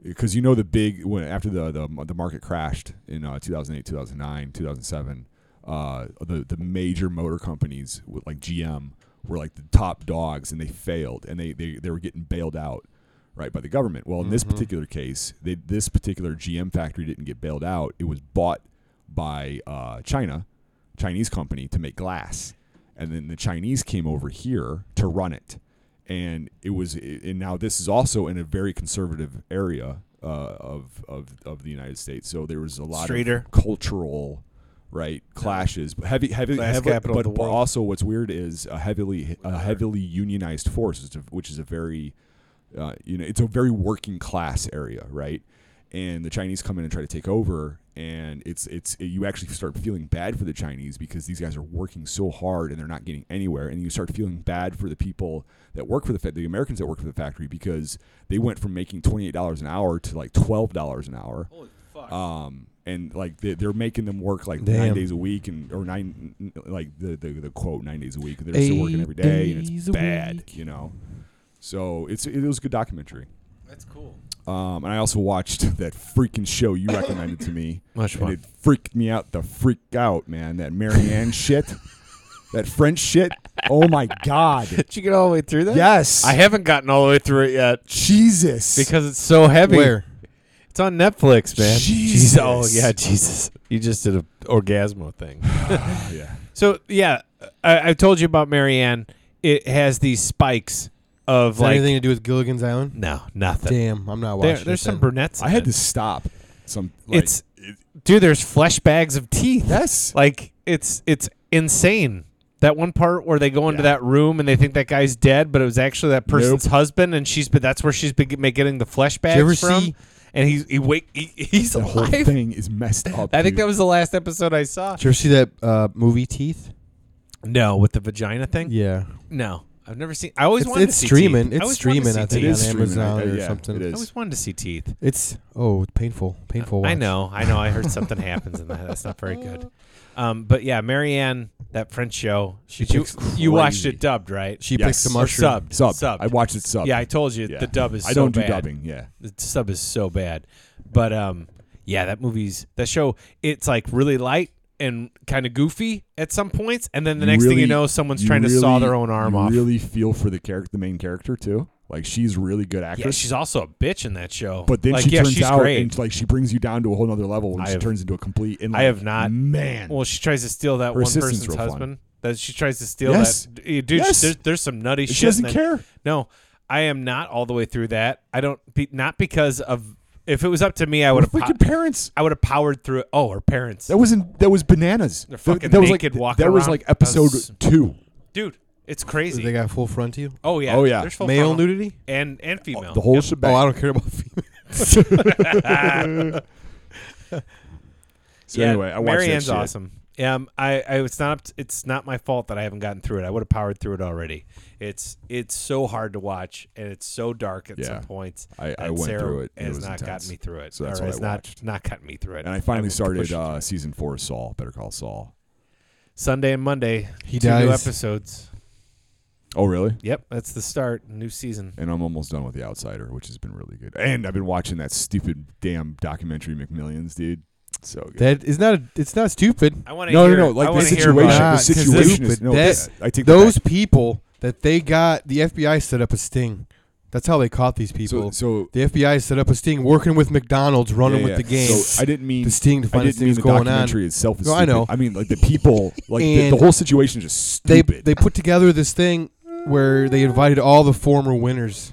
Speaker 1: because you know the big when after the the, the market crashed in uh, 2008, 2009, 2007. Uh, the the major motor companies with like GM were like the top dogs, and they failed, and they they, they were getting bailed out right by the government. Well, in this
Speaker 2: Mhm.
Speaker 1: particular case, they, this particular GM factory didn't get bailed out. It was bought by uh, China, Chinese company to make glass, and then the Chinese came over here to run it, and it was. And now this is also in a very conservative area uh, of of of the United States. So there was a lot
Speaker 4: Straighter.
Speaker 1: of cultural. Right clashes, but heavy, heavy,
Speaker 4: Class
Speaker 1: heavy
Speaker 4: capital of
Speaker 1: but,
Speaker 4: the
Speaker 1: but
Speaker 4: world.
Speaker 1: also what's weird is a heavily a heavily unionized force, which is a- which is a very uh, you know, it's a very working class area, right? And the Chinese come in and try to take over, and it's it's you actually start feeling bad for the Chinese because these guys are working so hard and they're not getting anywhere, and you start feeling bad for the people that work for the fa- the Americans that work for the factory because they went from making twenty eight dollars an hour to like twelve dollars an hour. Holy fuck! Um, and like they, they're making them work like nine
Speaker 2: Damn.
Speaker 1: days a week and or nine n- n- like the the, the quote nine days a week. They're still working
Speaker 2: Eight
Speaker 1: every day, and it's
Speaker 2: days a
Speaker 1: bad,
Speaker 2: week.
Speaker 1: you know. So it's it was a good documentary.
Speaker 3: That's cool.
Speaker 1: Um, and I also watched that freaking show you recommended to me.
Speaker 3: Much
Speaker 1: And
Speaker 3: fun.
Speaker 1: it freaked me out the freak out, man. That Marianne shit. That French shit. Oh my God.
Speaker 4: Did you get all the way through that?
Speaker 1: Yes.
Speaker 3: I haven't gotten all the way through it yet
Speaker 1: Jesus.
Speaker 3: because it's so heavy.
Speaker 2: Where?
Speaker 3: It's on Netflix, man.
Speaker 1: Jesus.
Speaker 3: Oh yeah, Jesus. You just did a orgasmo thing.
Speaker 1: yeah.
Speaker 3: So Ah, yeah, I, I told you about Marianne. It has these spikes of
Speaker 2: Is that
Speaker 3: like
Speaker 2: anything to do with Gilligan's Island?
Speaker 3: no nothing.
Speaker 2: Damn, I'm not
Speaker 3: There-
Speaker 2: watching.
Speaker 3: there's
Speaker 2: it
Speaker 3: some
Speaker 2: then.
Speaker 3: brunettes. in
Speaker 1: I had
Speaker 3: it.
Speaker 1: to stop. Some. Like,
Speaker 3: it's dude. There's flesh bags of teeth.
Speaker 1: yes.
Speaker 3: Like it's it's insane. That one part where they go into
Speaker 1: Yeah.
Speaker 3: that room and they think that guy's dead, but it was actually that person's husband, and she's but that's where she's been get- getting the flesh bags
Speaker 2: ever
Speaker 3: from.
Speaker 2: see-
Speaker 3: and he's he wake he, he's
Speaker 1: the whole
Speaker 3: alive.
Speaker 1: thing is messed up.
Speaker 3: I think
Speaker 1: dude.
Speaker 3: that was the last episode I saw.
Speaker 2: Did you ever see that uh, movie Teeth?
Speaker 3: No, with the vagina thing.
Speaker 2: Yeah,
Speaker 3: No, I've never seen. I always
Speaker 2: it's,
Speaker 3: wanted
Speaker 2: it's
Speaker 3: to see
Speaker 2: streaming.
Speaker 3: Teeth.
Speaker 2: It's
Speaker 3: I always wanted to
Speaker 2: streaming.
Speaker 3: see
Speaker 2: I think
Speaker 1: It is
Speaker 3: teeth.
Speaker 2: on
Speaker 1: streaming,
Speaker 2: Amazon
Speaker 1: I-
Speaker 2: or
Speaker 1: yeah,
Speaker 2: something.
Speaker 1: it
Speaker 3: I
Speaker 1: is.
Speaker 3: always wanted to see teeth.
Speaker 2: It's oh, painful, painful.
Speaker 3: I
Speaker 2: watch.
Speaker 3: know, I know. I heard something happens in that. That's not very good. Um, but yeah, Marianne, that French show.
Speaker 1: She
Speaker 3: you,
Speaker 1: picks
Speaker 3: you watched
Speaker 1: crazy.
Speaker 3: it dubbed, right?
Speaker 2: She
Speaker 1: Yes.
Speaker 2: picks a
Speaker 1: Or
Speaker 2: mushroom.
Speaker 3: subbed.
Speaker 1: Sub.
Speaker 3: Subbed.
Speaker 1: I watched it sub.
Speaker 3: Yeah, I told you
Speaker 1: Yeah.
Speaker 3: the dub is.
Speaker 1: I
Speaker 3: so
Speaker 1: don't do
Speaker 3: bad.
Speaker 1: dubbing. Yeah.
Speaker 3: The sub is so bad, but um, yeah, that movie's that show. It's like really light and kind of goofy at some points, and then the next thing you
Speaker 1: really-
Speaker 3: know, someone's trying to saw
Speaker 1: really-
Speaker 3: their own arm
Speaker 1: you
Speaker 3: off.
Speaker 1: Really feel for the character, the main character too. Like she's really good actress.
Speaker 3: yeah, she's also a bitch in that show.
Speaker 1: But then
Speaker 3: like,
Speaker 1: she
Speaker 3: yeah,
Speaker 1: turns
Speaker 3: she's
Speaker 1: out
Speaker 3: great.
Speaker 1: and like she brings you down to a whole other level when
Speaker 3: I
Speaker 1: she
Speaker 3: have-
Speaker 1: turns into a complete. And
Speaker 3: I
Speaker 1: like,
Speaker 3: have not-
Speaker 1: Man,
Speaker 3: Well, she tries to steal that
Speaker 1: Her
Speaker 3: one
Speaker 1: assistant's
Speaker 3: person's
Speaker 1: real fun.
Speaker 3: husband. That she tries to steal
Speaker 1: Yes.
Speaker 3: that dude.
Speaker 1: Yes.
Speaker 3: There's, there's some nutty shit.
Speaker 1: she doesn't
Speaker 3: in that-
Speaker 1: care.
Speaker 3: No, I am not all the way through that. I don't be, not because of. If it was up to me, I would have.
Speaker 1: Her freaking parents.
Speaker 3: I would have powered through it. Oh, her parents,
Speaker 1: That was in, that was bananas.
Speaker 3: They're
Speaker 1: That-
Speaker 3: fucking
Speaker 1: that was
Speaker 3: naked
Speaker 1: like
Speaker 3: walking
Speaker 1: that was
Speaker 3: around.
Speaker 1: like
Speaker 3: That was-
Speaker 1: episode two.
Speaker 3: dude. It's crazy.
Speaker 2: They got full frontal.
Speaker 3: oh yeah.
Speaker 1: Oh, yeah.
Speaker 3: There's full
Speaker 2: Male
Speaker 3: frontal.
Speaker 2: nudity.
Speaker 3: and and female.
Speaker 1: The whole
Speaker 3: Yep.
Speaker 1: shebang.
Speaker 2: Oh, I don't care about
Speaker 1: so
Speaker 2: female.
Speaker 3: yeah,
Speaker 1: anyway, I watched
Speaker 3: Marianne's
Speaker 1: that shit.
Speaker 3: awesome. Yeah, um, I, I it's not up to- it's not my fault that I haven't gotten through it. I would have powered through it already. It's it's so hard to watch and it's so dark at
Speaker 1: Yeah.
Speaker 3: some points.
Speaker 1: I, I
Speaker 3: that
Speaker 1: went
Speaker 3: Sarah
Speaker 1: through it. and
Speaker 3: Has
Speaker 1: it was
Speaker 3: not
Speaker 1: intense.
Speaker 3: gotten me through it.
Speaker 1: So that's
Speaker 3: or
Speaker 1: what
Speaker 3: has
Speaker 1: I
Speaker 3: not
Speaker 1: watched.
Speaker 3: not gotten me through it.
Speaker 1: And I finally
Speaker 3: will push
Speaker 1: started
Speaker 3: it
Speaker 1: uh,
Speaker 3: through.
Speaker 1: season four of Saul. Better Call Saul.
Speaker 3: Sunday and Monday.
Speaker 2: He
Speaker 3: two new
Speaker 2: dies.
Speaker 3: episodes.
Speaker 1: Oh really?
Speaker 3: Yep, that's the start. New season.
Speaker 1: And I'm almost done with The Outsider, which has been really good. And I've been watching that stupid damn documentary McMillions, dude. So good.
Speaker 2: That is not. A, it's not stupid.
Speaker 3: I want to
Speaker 1: no,
Speaker 3: hear,
Speaker 1: no, no. Like
Speaker 3: I
Speaker 1: the
Speaker 3: wanna hear
Speaker 1: situation.
Speaker 3: about
Speaker 2: Nah,
Speaker 1: The
Speaker 2: 'cause this-
Speaker 1: situation is
Speaker 2: stupid.
Speaker 1: no.
Speaker 2: That-
Speaker 1: I take that
Speaker 2: Those people that they got, the FBI set up a sting. That's how they caught these
Speaker 1: back. So,
Speaker 2: people.
Speaker 1: so
Speaker 2: the FBI set up a sting, working with McDonald's, running
Speaker 1: yeah,
Speaker 2: with
Speaker 1: yeah.
Speaker 2: the game.
Speaker 1: So I didn't mean
Speaker 2: the sting to
Speaker 1: I
Speaker 2: find out
Speaker 1: didn't mean
Speaker 2: things
Speaker 1: the
Speaker 2: going on.
Speaker 1: documentary itself is
Speaker 2: No, I
Speaker 1: stupid.
Speaker 2: know.
Speaker 1: I mean, like the people, like the, the
Speaker 2: And
Speaker 1: whole situation is just
Speaker 2: They
Speaker 1: stupid.
Speaker 2: they put together this thing where they invited all the former winners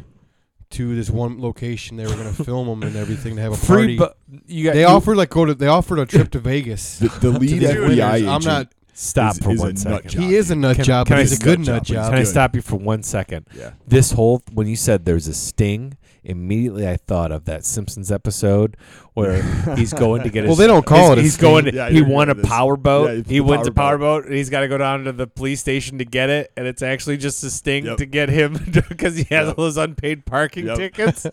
Speaker 2: to this one location. They were going to film them and everything. They have a party.
Speaker 3: Free, but you got
Speaker 2: they
Speaker 3: you-
Speaker 2: offered like go to. They offered a trip to Vegas.
Speaker 1: The, the
Speaker 2: to
Speaker 1: lead
Speaker 2: these winners.
Speaker 1: FBI agent.
Speaker 2: I'm not.
Speaker 3: Stop
Speaker 1: is-
Speaker 3: for
Speaker 1: is a
Speaker 3: one
Speaker 1: nut
Speaker 3: second.
Speaker 1: job.
Speaker 2: He is a nut
Speaker 3: Can-
Speaker 2: job,
Speaker 3: can
Speaker 2: but
Speaker 3: I
Speaker 2: he's a
Speaker 1: just-
Speaker 2: good
Speaker 1: nut job,
Speaker 2: nut
Speaker 1: but he's
Speaker 2: job.
Speaker 3: Can I
Speaker 1: good.
Speaker 3: stop you for one second?
Speaker 1: Yeah.
Speaker 3: This whole when you said there's a sting, immediately I thought of that Simpsons episode where he's going to get.
Speaker 2: Well,
Speaker 3: his,
Speaker 2: they don't call
Speaker 3: he's,
Speaker 2: it a
Speaker 3: He's
Speaker 2: sting.
Speaker 3: going. To,
Speaker 1: Yeah, I
Speaker 3: he
Speaker 1: didn't
Speaker 3: won
Speaker 1: know
Speaker 3: a
Speaker 1: this.
Speaker 3: power boat.
Speaker 1: Yeah, he-
Speaker 3: he
Speaker 1: the
Speaker 3: wins a power
Speaker 1: power
Speaker 3: boat, and he's got to go down to the police station to get it, and it's actually just a sting
Speaker 1: Yep.
Speaker 3: to get him because he has
Speaker 1: Yep.
Speaker 3: all those unpaid parking
Speaker 1: Yep.
Speaker 3: tickets.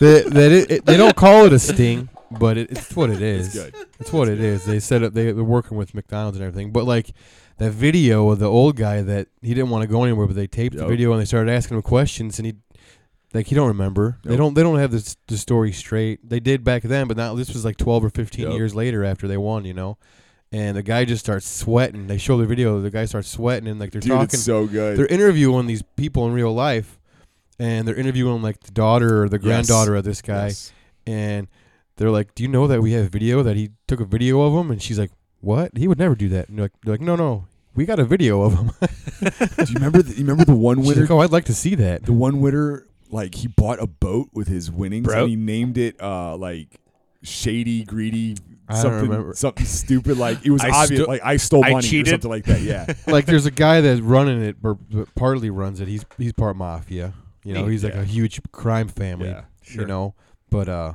Speaker 2: that, that it, it- they don't call it a sting, but it, it's what it
Speaker 1: It's
Speaker 2: is.
Speaker 1: good.
Speaker 2: It's what it is. They said it, they were working with McDonald's and everything, but like that video of the old guy that he didn't want to go anywhere, but they taped the
Speaker 1: Yep.
Speaker 2: video and they started asking him questions, and he like he don't remember. They
Speaker 1: Yep.
Speaker 2: don't they don't have this the story straight. They did back then, but now this was like twelve or fifteen
Speaker 1: Yep.
Speaker 2: years later after they won, you know. And the guy just starts sweating. They show the video. The guy starts sweating, and like they're
Speaker 1: Dude,
Speaker 2: talking
Speaker 1: it's so good.
Speaker 2: they're interviewing these people in real life and they're interviewing like the daughter or the granddaughter of this guy
Speaker 1: Yes.
Speaker 2: and they're like do you know that we have video that he took a video of him and she's like what he would never do that and they're like, they're like no no we got a video of him
Speaker 1: Do you remember? The, you remember the one
Speaker 2: She's
Speaker 1: winner?
Speaker 2: like, oh i'd like to see that
Speaker 1: The one winner, like he bought a boat with his winnings,
Speaker 3: Bro.
Speaker 1: and he named it uh like shady, greedy,
Speaker 2: I don't
Speaker 1: something,
Speaker 2: remember.
Speaker 1: something stupid. Like it was
Speaker 3: I
Speaker 1: obvious.
Speaker 3: sto-
Speaker 1: like I stole
Speaker 3: I
Speaker 1: money
Speaker 3: cheated.
Speaker 1: or something like that. Yeah,
Speaker 2: like there's a guy that's running it or or partly runs it he's he's part mafia you know he's like
Speaker 1: Yeah.
Speaker 2: a huge crime family
Speaker 1: yeah.
Speaker 2: you know but uh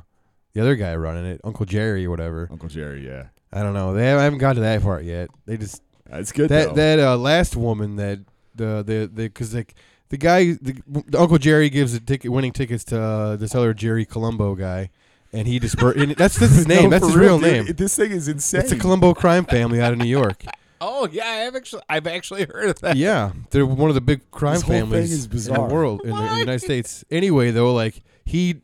Speaker 2: the other guy running it uncle jerry or whatever
Speaker 1: Uncle Jerry. Yeah,
Speaker 2: i don't know they I haven't got to that part yet they just
Speaker 1: that's good.
Speaker 2: that
Speaker 1: though.
Speaker 2: that uh, last woman that the the the because like the guy the, the Uncle Jerry gives the ticket winning tickets to uh, this other Jerry Colombo guy, and he disper- and that's, that's his
Speaker 1: No,
Speaker 2: name. that's
Speaker 1: for
Speaker 2: his real,
Speaker 1: dude,
Speaker 2: name.
Speaker 1: it- This thing is insane.
Speaker 2: It's the Colombo crime family out of New York.
Speaker 4: Oh yeah, I've actually I've actually heard of that.
Speaker 2: yeah, they're one of the big crime
Speaker 1: This whole thing
Speaker 2: families
Speaker 1: is
Speaker 2: in
Speaker 1: bizarre.
Speaker 2: the world in the, in the United States. Anyway, though, like he.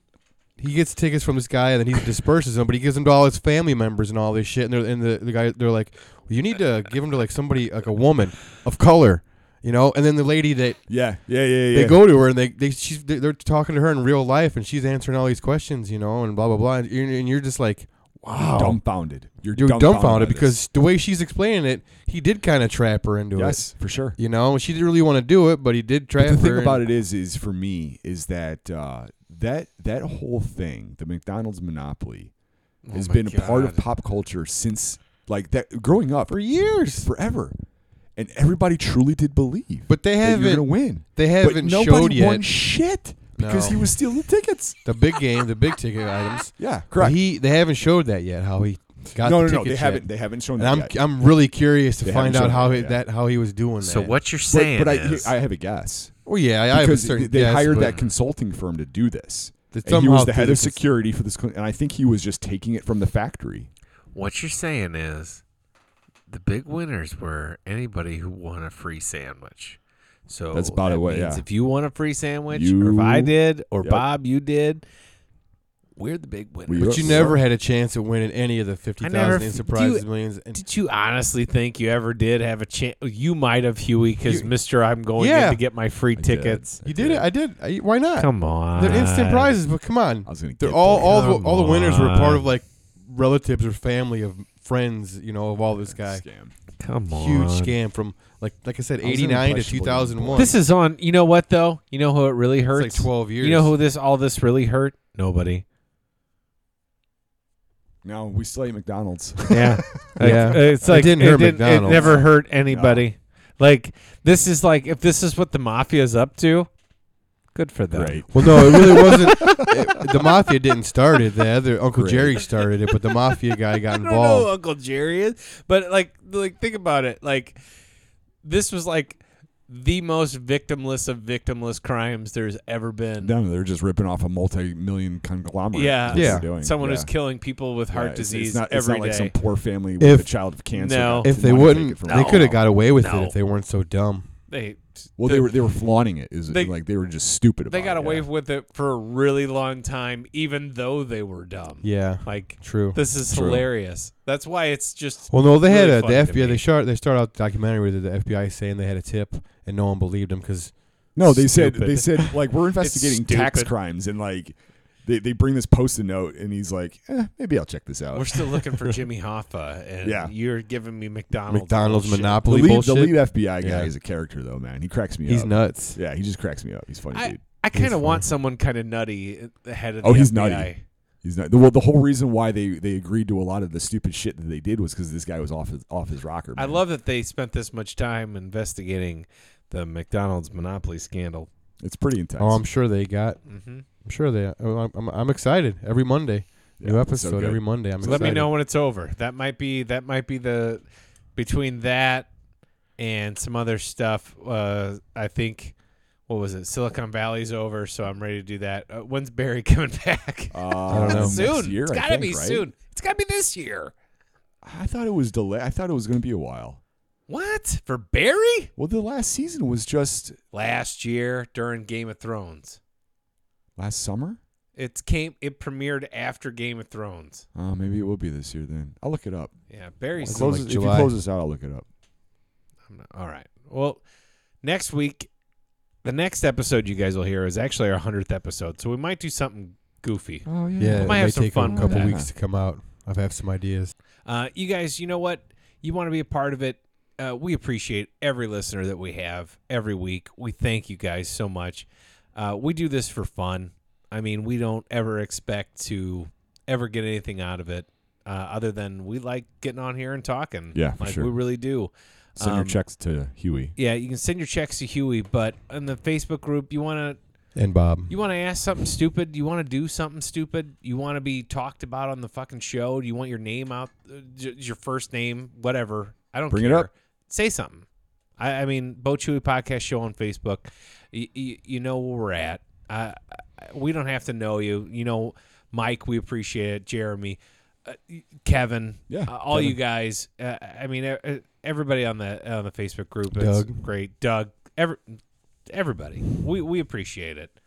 Speaker 2: He gets tickets from this guy, and then he disperses them. But he gives them to all his family members and all this shit. And, they're, and the, the guy, they're like, well, "You need to give them to like somebody, like a woman of color, you know." And then the lady that
Speaker 1: yeah, yeah, yeah, yeah.
Speaker 2: they go to her and they they she's they're they're talking to her in real life and she's answering all these questions, you know, and blah blah blah. And you're, and you're just like, wow,
Speaker 1: dumbfounded. You're,
Speaker 2: you're dumbfounded,
Speaker 1: by
Speaker 2: because
Speaker 1: this.
Speaker 2: the way she's explaining it, he did kind of trap her into
Speaker 1: yes, for sure.
Speaker 2: it. You know, she didn't really want to do it, but he did trap
Speaker 1: But the
Speaker 2: her.
Speaker 1: thing about
Speaker 2: and-
Speaker 1: it is, is for me, is that uh, that that whole thing, the McDonald's monopoly,
Speaker 2: Oh
Speaker 1: has
Speaker 3: my
Speaker 1: been a part of pop culture since like that growing up for years, forever, and everybody truly did believe.
Speaker 2: but they
Speaker 1: that you're gonna
Speaker 2: haven't
Speaker 1: win.
Speaker 2: they
Speaker 1: But
Speaker 2: haven't showed
Speaker 1: nobody won
Speaker 2: yet
Speaker 1: shit because
Speaker 2: No.
Speaker 1: he was stealing tickets.
Speaker 2: the big game, the big ticket items.
Speaker 1: Yeah,
Speaker 2: But
Speaker 1: correct.
Speaker 2: He they haven't showed that yet how he got
Speaker 1: no,
Speaker 2: the
Speaker 1: no, no.
Speaker 2: tickets
Speaker 1: They
Speaker 2: yet.
Speaker 1: haven't. They haven't shown
Speaker 2: And
Speaker 1: that
Speaker 2: I'm
Speaker 1: yet.
Speaker 2: I'm really curious to
Speaker 1: They
Speaker 2: find
Speaker 1: haven't
Speaker 2: out
Speaker 1: shown
Speaker 2: how
Speaker 1: that
Speaker 2: he,
Speaker 1: yet.
Speaker 2: that how he was doing
Speaker 4: So
Speaker 2: that.
Speaker 4: what you're
Speaker 1: But-
Speaker 4: saying
Speaker 1: but
Speaker 4: is,
Speaker 1: I, I have a guess.
Speaker 2: Oh yeah, I, I have a
Speaker 1: because
Speaker 2: certain.
Speaker 1: they
Speaker 2: yes,
Speaker 1: hired
Speaker 2: but
Speaker 1: that consulting firm to do this.
Speaker 2: that
Speaker 1: And he
Speaker 2: somehow
Speaker 1: was the head of
Speaker 2: things-
Speaker 1: security for this, cl- and I think he was just taking it from the factory.
Speaker 4: what you're saying is, the big winners were anybody who won a free sandwich. So
Speaker 1: That's about
Speaker 4: that
Speaker 1: it, what-
Speaker 4: means
Speaker 1: yeah.
Speaker 4: If you won a free sandwich, or if
Speaker 1: You-
Speaker 4: I did, or
Speaker 1: Yep.
Speaker 4: Bob, you did, we're the big winners.
Speaker 2: But you
Speaker 1: Yes.
Speaker 2: never had a chance at winning any of the fifty
Speaker 4: I never-
Speaker 2: thousand
Speaker 4: do
Speaker 2: in surprises,
Speaker 4: you-
Speaker 2: millions. And
Speaker 3: Did you honestly think you ever did have a chance? You might have, Huey, because Mister, I'm going in
Speaker 2: Yeah.
Speaker 3: to get my free tickets.
Speaker 2: you did it. I did. I, why not?
Speaker 3: Come on,
Speaker 2: They're instant prizes, but come on,
Speaker 1: I was gonna.
Speaker 2: they're
Speaker 1: get
Speaker 2: all
Speaker 1: there.
Speaker 2: all the,
Speaker 3: Come
Speaker 2: all the winners were
Speaker 3: on.
Speaker 2: part of like relatives or family of friends, you know, of all this guy.
Speaker 1: Scam.
Speaker 3: Come on,
Speaker 2: Huge scam from like like I said,
Speaker 1: I was an
Speaker 2: eighty nine to two
Speaker 1: impressionable
Speaker 2: thousand one.
Speaker 3: This is on. You know what though? You know who it really hurts.
Speaker 2: like twelve years.
Speaker 3: You know who this all this really hurt? Nobody.
Speaker 1: No, we still ate McDonald's.
Speaker 3: Yeah,
Speaker 2: Yeah.
Speaker 3: Uh, It's
Speaker 2: It
Speaker 3: like
Speaker 2: didn't
Speaker 3: it,
Speaker 2: hurt
Speaker 3: didn't- it
Speaker 2: McDonald's.
Speaker 3: never hurt anybody. Like this is like if this is what the mafia is up to. Good for them.
Speaker 1: Great.
Speaker 2: Well, no, it really wasn't. it- the mafia didn't start it. The other Uncle
Speaker 1: Great.
Speaker 2: Jerry started it, but the mafia guy got
Speaker 3: I don't know who
Speaker 2: involved.
Speaker 3: Uncle Jerry is, but like, like think about it. Like, this was like the most victimless of victimless crimes there's ever been.
Speaker 1: No, they're just ripping off a multi-million conglomerate.
Speaker 3: Yeah.
Speaker 1: That's what
Speaker 2: Yeah.
Speaker 1: they're doing.
Speaker 3: Someone
Speaker 1: Yeah.
Speaker 3: who's killing people with
Speaker 1: Yeah,
Speaker 3: heart
Speaker 1: it's-
Speaker 3: disease
Speaker 1: It's not, it's
Speaker 3: every
Speaker 1: not like
Speaker 3: day.
Speaker 1: some poor family with
Speaker 2: If-
Speaker 1: a child with cancer.
Speaker 3: No.
Speaker 1: that
Speaker 2: If they
Speaker 1: wanted to take
Speaker 2: wouldn't,
Speaker 1: it from
Speaker 2: they
Speaker 1: them.
Speaker 2: could have got away with
Speaker 4: No.
Speaker 2: it if they weren't so dumb.
Speaker 3: they
Speaker 1: Well, they were they were flaunting it. Is
Speaker 3: They-
Speaker 1: like they were just stupid about.
Speaker 3: they got
Speaker 2: Oh,
Speaker 1: it,
Speaker 3: away
Speaker 1: yeah.
Speaker 3: with it for a really long time, even though they were dumb.
Speaker 2: Yeah,
Speaker 3: Like
Speaker 2: true.
Speaker 3: this is hilarious. That's why it's just
Speaker 2: Well, no, they
Speaker 3: really
Speaker 2: had a, the
Speaker 3: funny to
Speaker 2: FBI.
Speaker 3: me.
Speaker 2: They start they start out the documentary with the FBI saying they had a tip and no one believed them because
Speaker 1: No, they said
Speaker 3: Stupid.
Speaker 1: they said like we're investigating tax
Speaker 3: stupid.
Speaker 1: crimes and like they, they bring this post-it note and he's like, eh, maybe I'll check this out.
Speaker 3: we're still looking for Jimmy Hoffa, and
Speaker 1: Yeah.
Speaker 3: you're giving me McDonald's.
Speaker 2: McDonald's
Speaker 3: bullshit.
Speaker 1: the
Speaker 2: monopoly
Speaker 1: lead, the
Speaker 2: bullshit.
Speaker 1: lead FBI guy
Speaker 2: Yeah.
Speaker 1: is a character though, man. He cracks me
Speaker 2: He's
Speaker 1: up.
Speaker 2: nuts.
Speaker 1: Yeah, he just cracks me up. He's funny
Speaker 3: I-
Speaker 1: dude.
Speaker 3: I kind of want someone kind of nutty uh, ahead of.
Speaker 1: Oh,
Speaker 3: the
Speaker 1: he's
Speaker 3: FBI.
Speaker 1: nutty. He's not. Well, the whole reason why they, they agreed to a lot of the stupid shit that they did was because this guy was off his off his rocker.
Speaker 3: I
Speaker 1: man.
Speaker 3: love that they spent this much time investigating the McDonald's monopoly scandal.
Speaker 1: It's pretty intense.
Speaker 2: Oh, I'm sure they got.
Speaker 3: Mm-hmm.
Speaker 2: I'm sure they. oh, I'm, I'm, I'm excited every Monday.
Speaker 1: Yeah,
Speaker 2: New
Speaker 1: it's so
Speaker 2: episode
Speaker 1: good.
Speaker 2: every Monday. I'm
Speaker 3: So let
Speaker 2: excited.
Speaker 3: me know when it's over. That might be that might be the between that and some other stuff. Uh, I think what was it? Silicon Valley's over, so I'm ready to do that. Uh, when's Barry coming back?
Speaker 1: Uh,
Speaker 2: don't know.
Speaker 1: next
Speaker 3: soon.
Speaker 1: year,
Speaker 3: it's
Speaker 1: I
Speaker 3: gotta
Speaker 1: think,
Speaker 3: be
Speaker 1: right?
Speaker 3: soon. It's gotta be this year.
Speaker 1: I thought it was delay. I thought it was going to be a while.
Speaker 3: What for Barry?
Speaker 1: Well, the last season was just
Speaker 3: Last year during Game of Thrones,
Speaker 1: last summer.
Speaker 3: it came. It premiered after Game of Thrones.
Speaker 1: Uh, maybe it will be this year then. I'll look it up.
Speaker 3: Yeah, Barry's
Speaker 2: Wasn't it
Speaker 1: Close
Speaker 2: like
Speaker 1: this- if you
Speaker 2: July?
Speaker 1: close this out, I'll look it up.
Speaker 3: I'm not- all right. Well, next week, the next episode you guys will hear is actually our hundredth episode, so we might do something goofy.
Speaker 1: Oh
Speaker 2: Yeah,
Speaker 3: We
Speaker 2: it
Speaker 3: might
Speaker 2: may
Speaker 3: have some
Speaker 2: take
Speaker 3: fun
Speaker 2: a
Speaker 3: with
Speaker 2: couple
Speaker 1: that.
Speaker 2: weeks to come out. I have some ideas.
Speaker 3: Uh, you guys, you know what? You want to be a part of it. Uh, we appreciate every listener that we have every week. We thank you guys so much. Uh, we do this for fun. I mean, we don't ever expect to ever get anything out of it, uh, other than we like getting on here and talking.
Speaker 1: Yeah, for
Speaker 3: like
Speaker 1: sure.
Speaker 3: we really do.
Speaker 1: Send your
Speaker 3: Um,
Speaker 1: checks to Huey.
Speaker 3: Yeah, you can send your checks to Huey, but in the Facebook group, you want to
Speaker 2: And Bob.
Speaker 3: you want to ask something stupid? You want to do something stupid? You want to be talked about on the fucking show? Do you want your name out? uh, j- Your first name, whatever. I don't
Speaker 1: Bring it
Speaker 3: care.
Speaker 1: up.
Speaker 3: Say something. I, I mean, Bo Chewy Podcast Show on Facebook. Y- y- you know where we're at. I, I, we don't have to know you. You know, Mike, we appreciate it. Jeremy, uh, y- Kevin,
Speaker 1: Yeah,
Speaker 3: uh, all
Speaker 1: Kevin.
Speaker 3: you guys. Uh, I mean, e- e- everybody on the on the Facebook group. It's
Speaker 2: Doug.
Speaker 3: great, Doug. Every, everybody, we we appreciate it.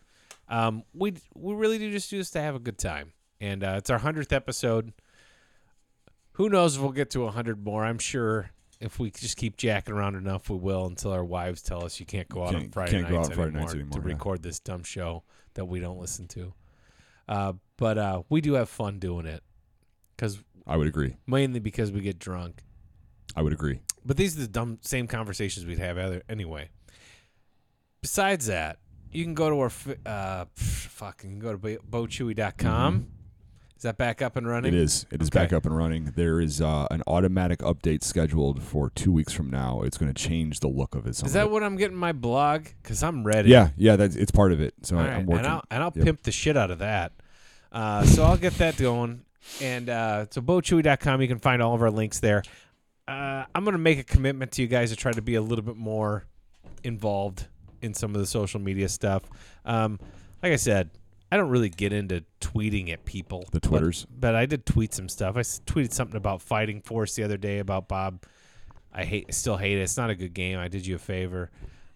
Speaker 3: Um, we we really do just do this to have a good time, and uh, it's our hundredth episode. Who knows if we'll get to hundred more? I'm sure if we just keep jacking around enough, we will until our wives tell us you can't go out on
Speaker 1: Can't-
Speaker 3: Friday,
Speaker 1: can't go
Speaker 3: nights,
Speaker 1: out Friday
Speaker 3: anymore
Speaker 1: nights
Speaker 3: to
Speaker 1: anymore, yeah.
Speaker 3: record this dumb show that we don't listen to. Uh, but uh, we do have fun doing it because
Speaker 1: I would agree.
Speaker 3: mainly because we get drunk.
Speaker 1: I would agree.
Speaker 3: But these are the dumb same conversations we'd have other, anyway. Besides that, you can go to our f- uh, pff, fuck, you can go to bo- bochewy.com. Is that back up and running?
Speaker 1: Mm-hmm. It is. It is
Speaker 3: Okay.
Speaker 1: back up and running. There is uh, an automatic update scheduled for two weeks from now. It's going to change the look of it. some
Speaker 3: Is
Speaker 1: of
Speaker 3: that
Speaker 1: it.
Speaker 3: what I'm getting my blog? Because I'm ready.
Speaker 1: Yeah, yeah. That's it's part of it. So
Speaker 3: All
Speaker 1: I-
Speaker 3: right,
Speaker 1: I'm working.
Speaker 3: And I'll, and I'll
Speaker 1: Yep.
Speaker 3: pimp the shit out of that. Uh, so I'll get that going. And uh, so bochewy.com, you can find all of our links there. Uh, I'm going to make a commitment to you guys to try to be a little bit more involved in some of the social media stuff. Um, like I said, I don't really get into tweeting at people.
Speaker 1: The
Speaker 3: but-
Speaker 1: Twitters.
Speaker 3: But, I did tweet some stuff. I s- tweeted something about Fighting Force the other day about Bob. I hate, still hate it. It's not a good game. I did you a favor.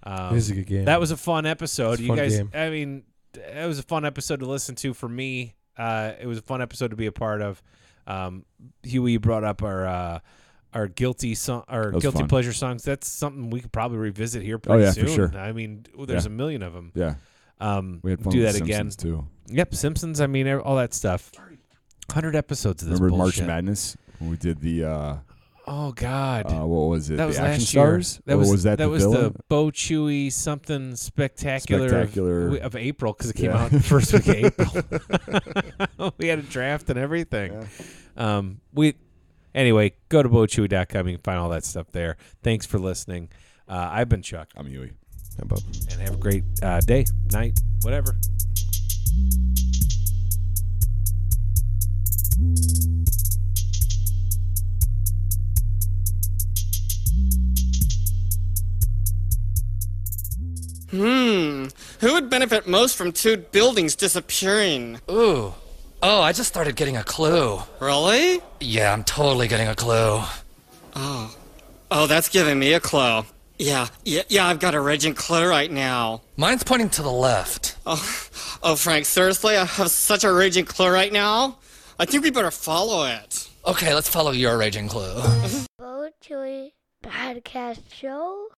Speaker 3: Um,
Speaker 2: This is a good game.
Speaker 3: that was a fun episode.
Speaker 2: It's a
Speaker 3: you
Speaker 2: fun
Speaker 3: guys,
Speaker 2: game.
Speaker 3: I mean, it was a fun episode to listen to for me. Uh, it was a fun episode to be a part of. Um, Huey you brought up our uh, our guilty song, our
Speaker 1: was
Speaker 3: guilty
Speaker 1: fun.
Speaker 3: pleasure songs. That's something we could probably revisit here
Speaker 1: Oh,
Speaker 3: pretty
Speaker 1: yeah,
Speaker 3: soon.
Speaker 1: for sure.
Speaker 3: I mean, oh, there's
Speaker 1: Yeah.
Speaker 3: a million of them.
Speaker 1: yeah,
Speaker 3: Um,
Speaker 1: we had fun
Speaker 3: do
Speaker 1: with
Speaker 3: that again.
Speaker 1: Simpsons, too.
Speaker 3: Yep, Simpsons. I mean, all that stuff. Hundred episodes of this
Speaker 1: Remember
Speaker 3: bullshit.
Speaker 1: March Madness when we did the uh,
Speaker 3: Oh God.
Speaker 1: uh, what was it?
Speaker 3: that
Speaker 1: the
Speaker 3: was
Speaker 1: Action
Speaker 3: last
Speaker 1: Stars.
Speaker 3: year. That
Speaker 1: Or
Speaker 3: was,
Speaker 1: was that, the
Speaker 3: was
Speaker 1: villain?
Speaker 3: the Bo Chewy something spectacular, of-
Speaker 1: Spectacular.
Speaker 3: Of, April because it came
Speaker 1: Yeah.
Speaker 3: out the first week of April. we had a draft and everything. Um, we anyway go to bochewy.com. You can find all that stuff there. Thanks for listening. Uh, I've been Chuck,
Speaker 1: I'm Huey.
Speaker 2: Yeah, Bob.
Speaker 3: and have a great uh, day, night, whatever.
Speaker 6: Hmm. Who would benefit most from two buildings disappearing?
Speaker 7: Ooh. Oh, I just started getting a clue.
Speaker 6: Really?
Speaker 7: Yeah, I'm totally getting a clue.
Speaker 6: Oh, that's giving me a clue. Yeah, yeah, yeah, I've got a raging clue right now.
Speaker 7: Mine's pointing to the left.
Speaker 6: Oh, oh, Frank, seriously? I have such a raging clue right now? I think we better follow it.
Speaker 7: Okay, let's follow your raging clue.
Speaker 8: Bo Chewy Podcast Show.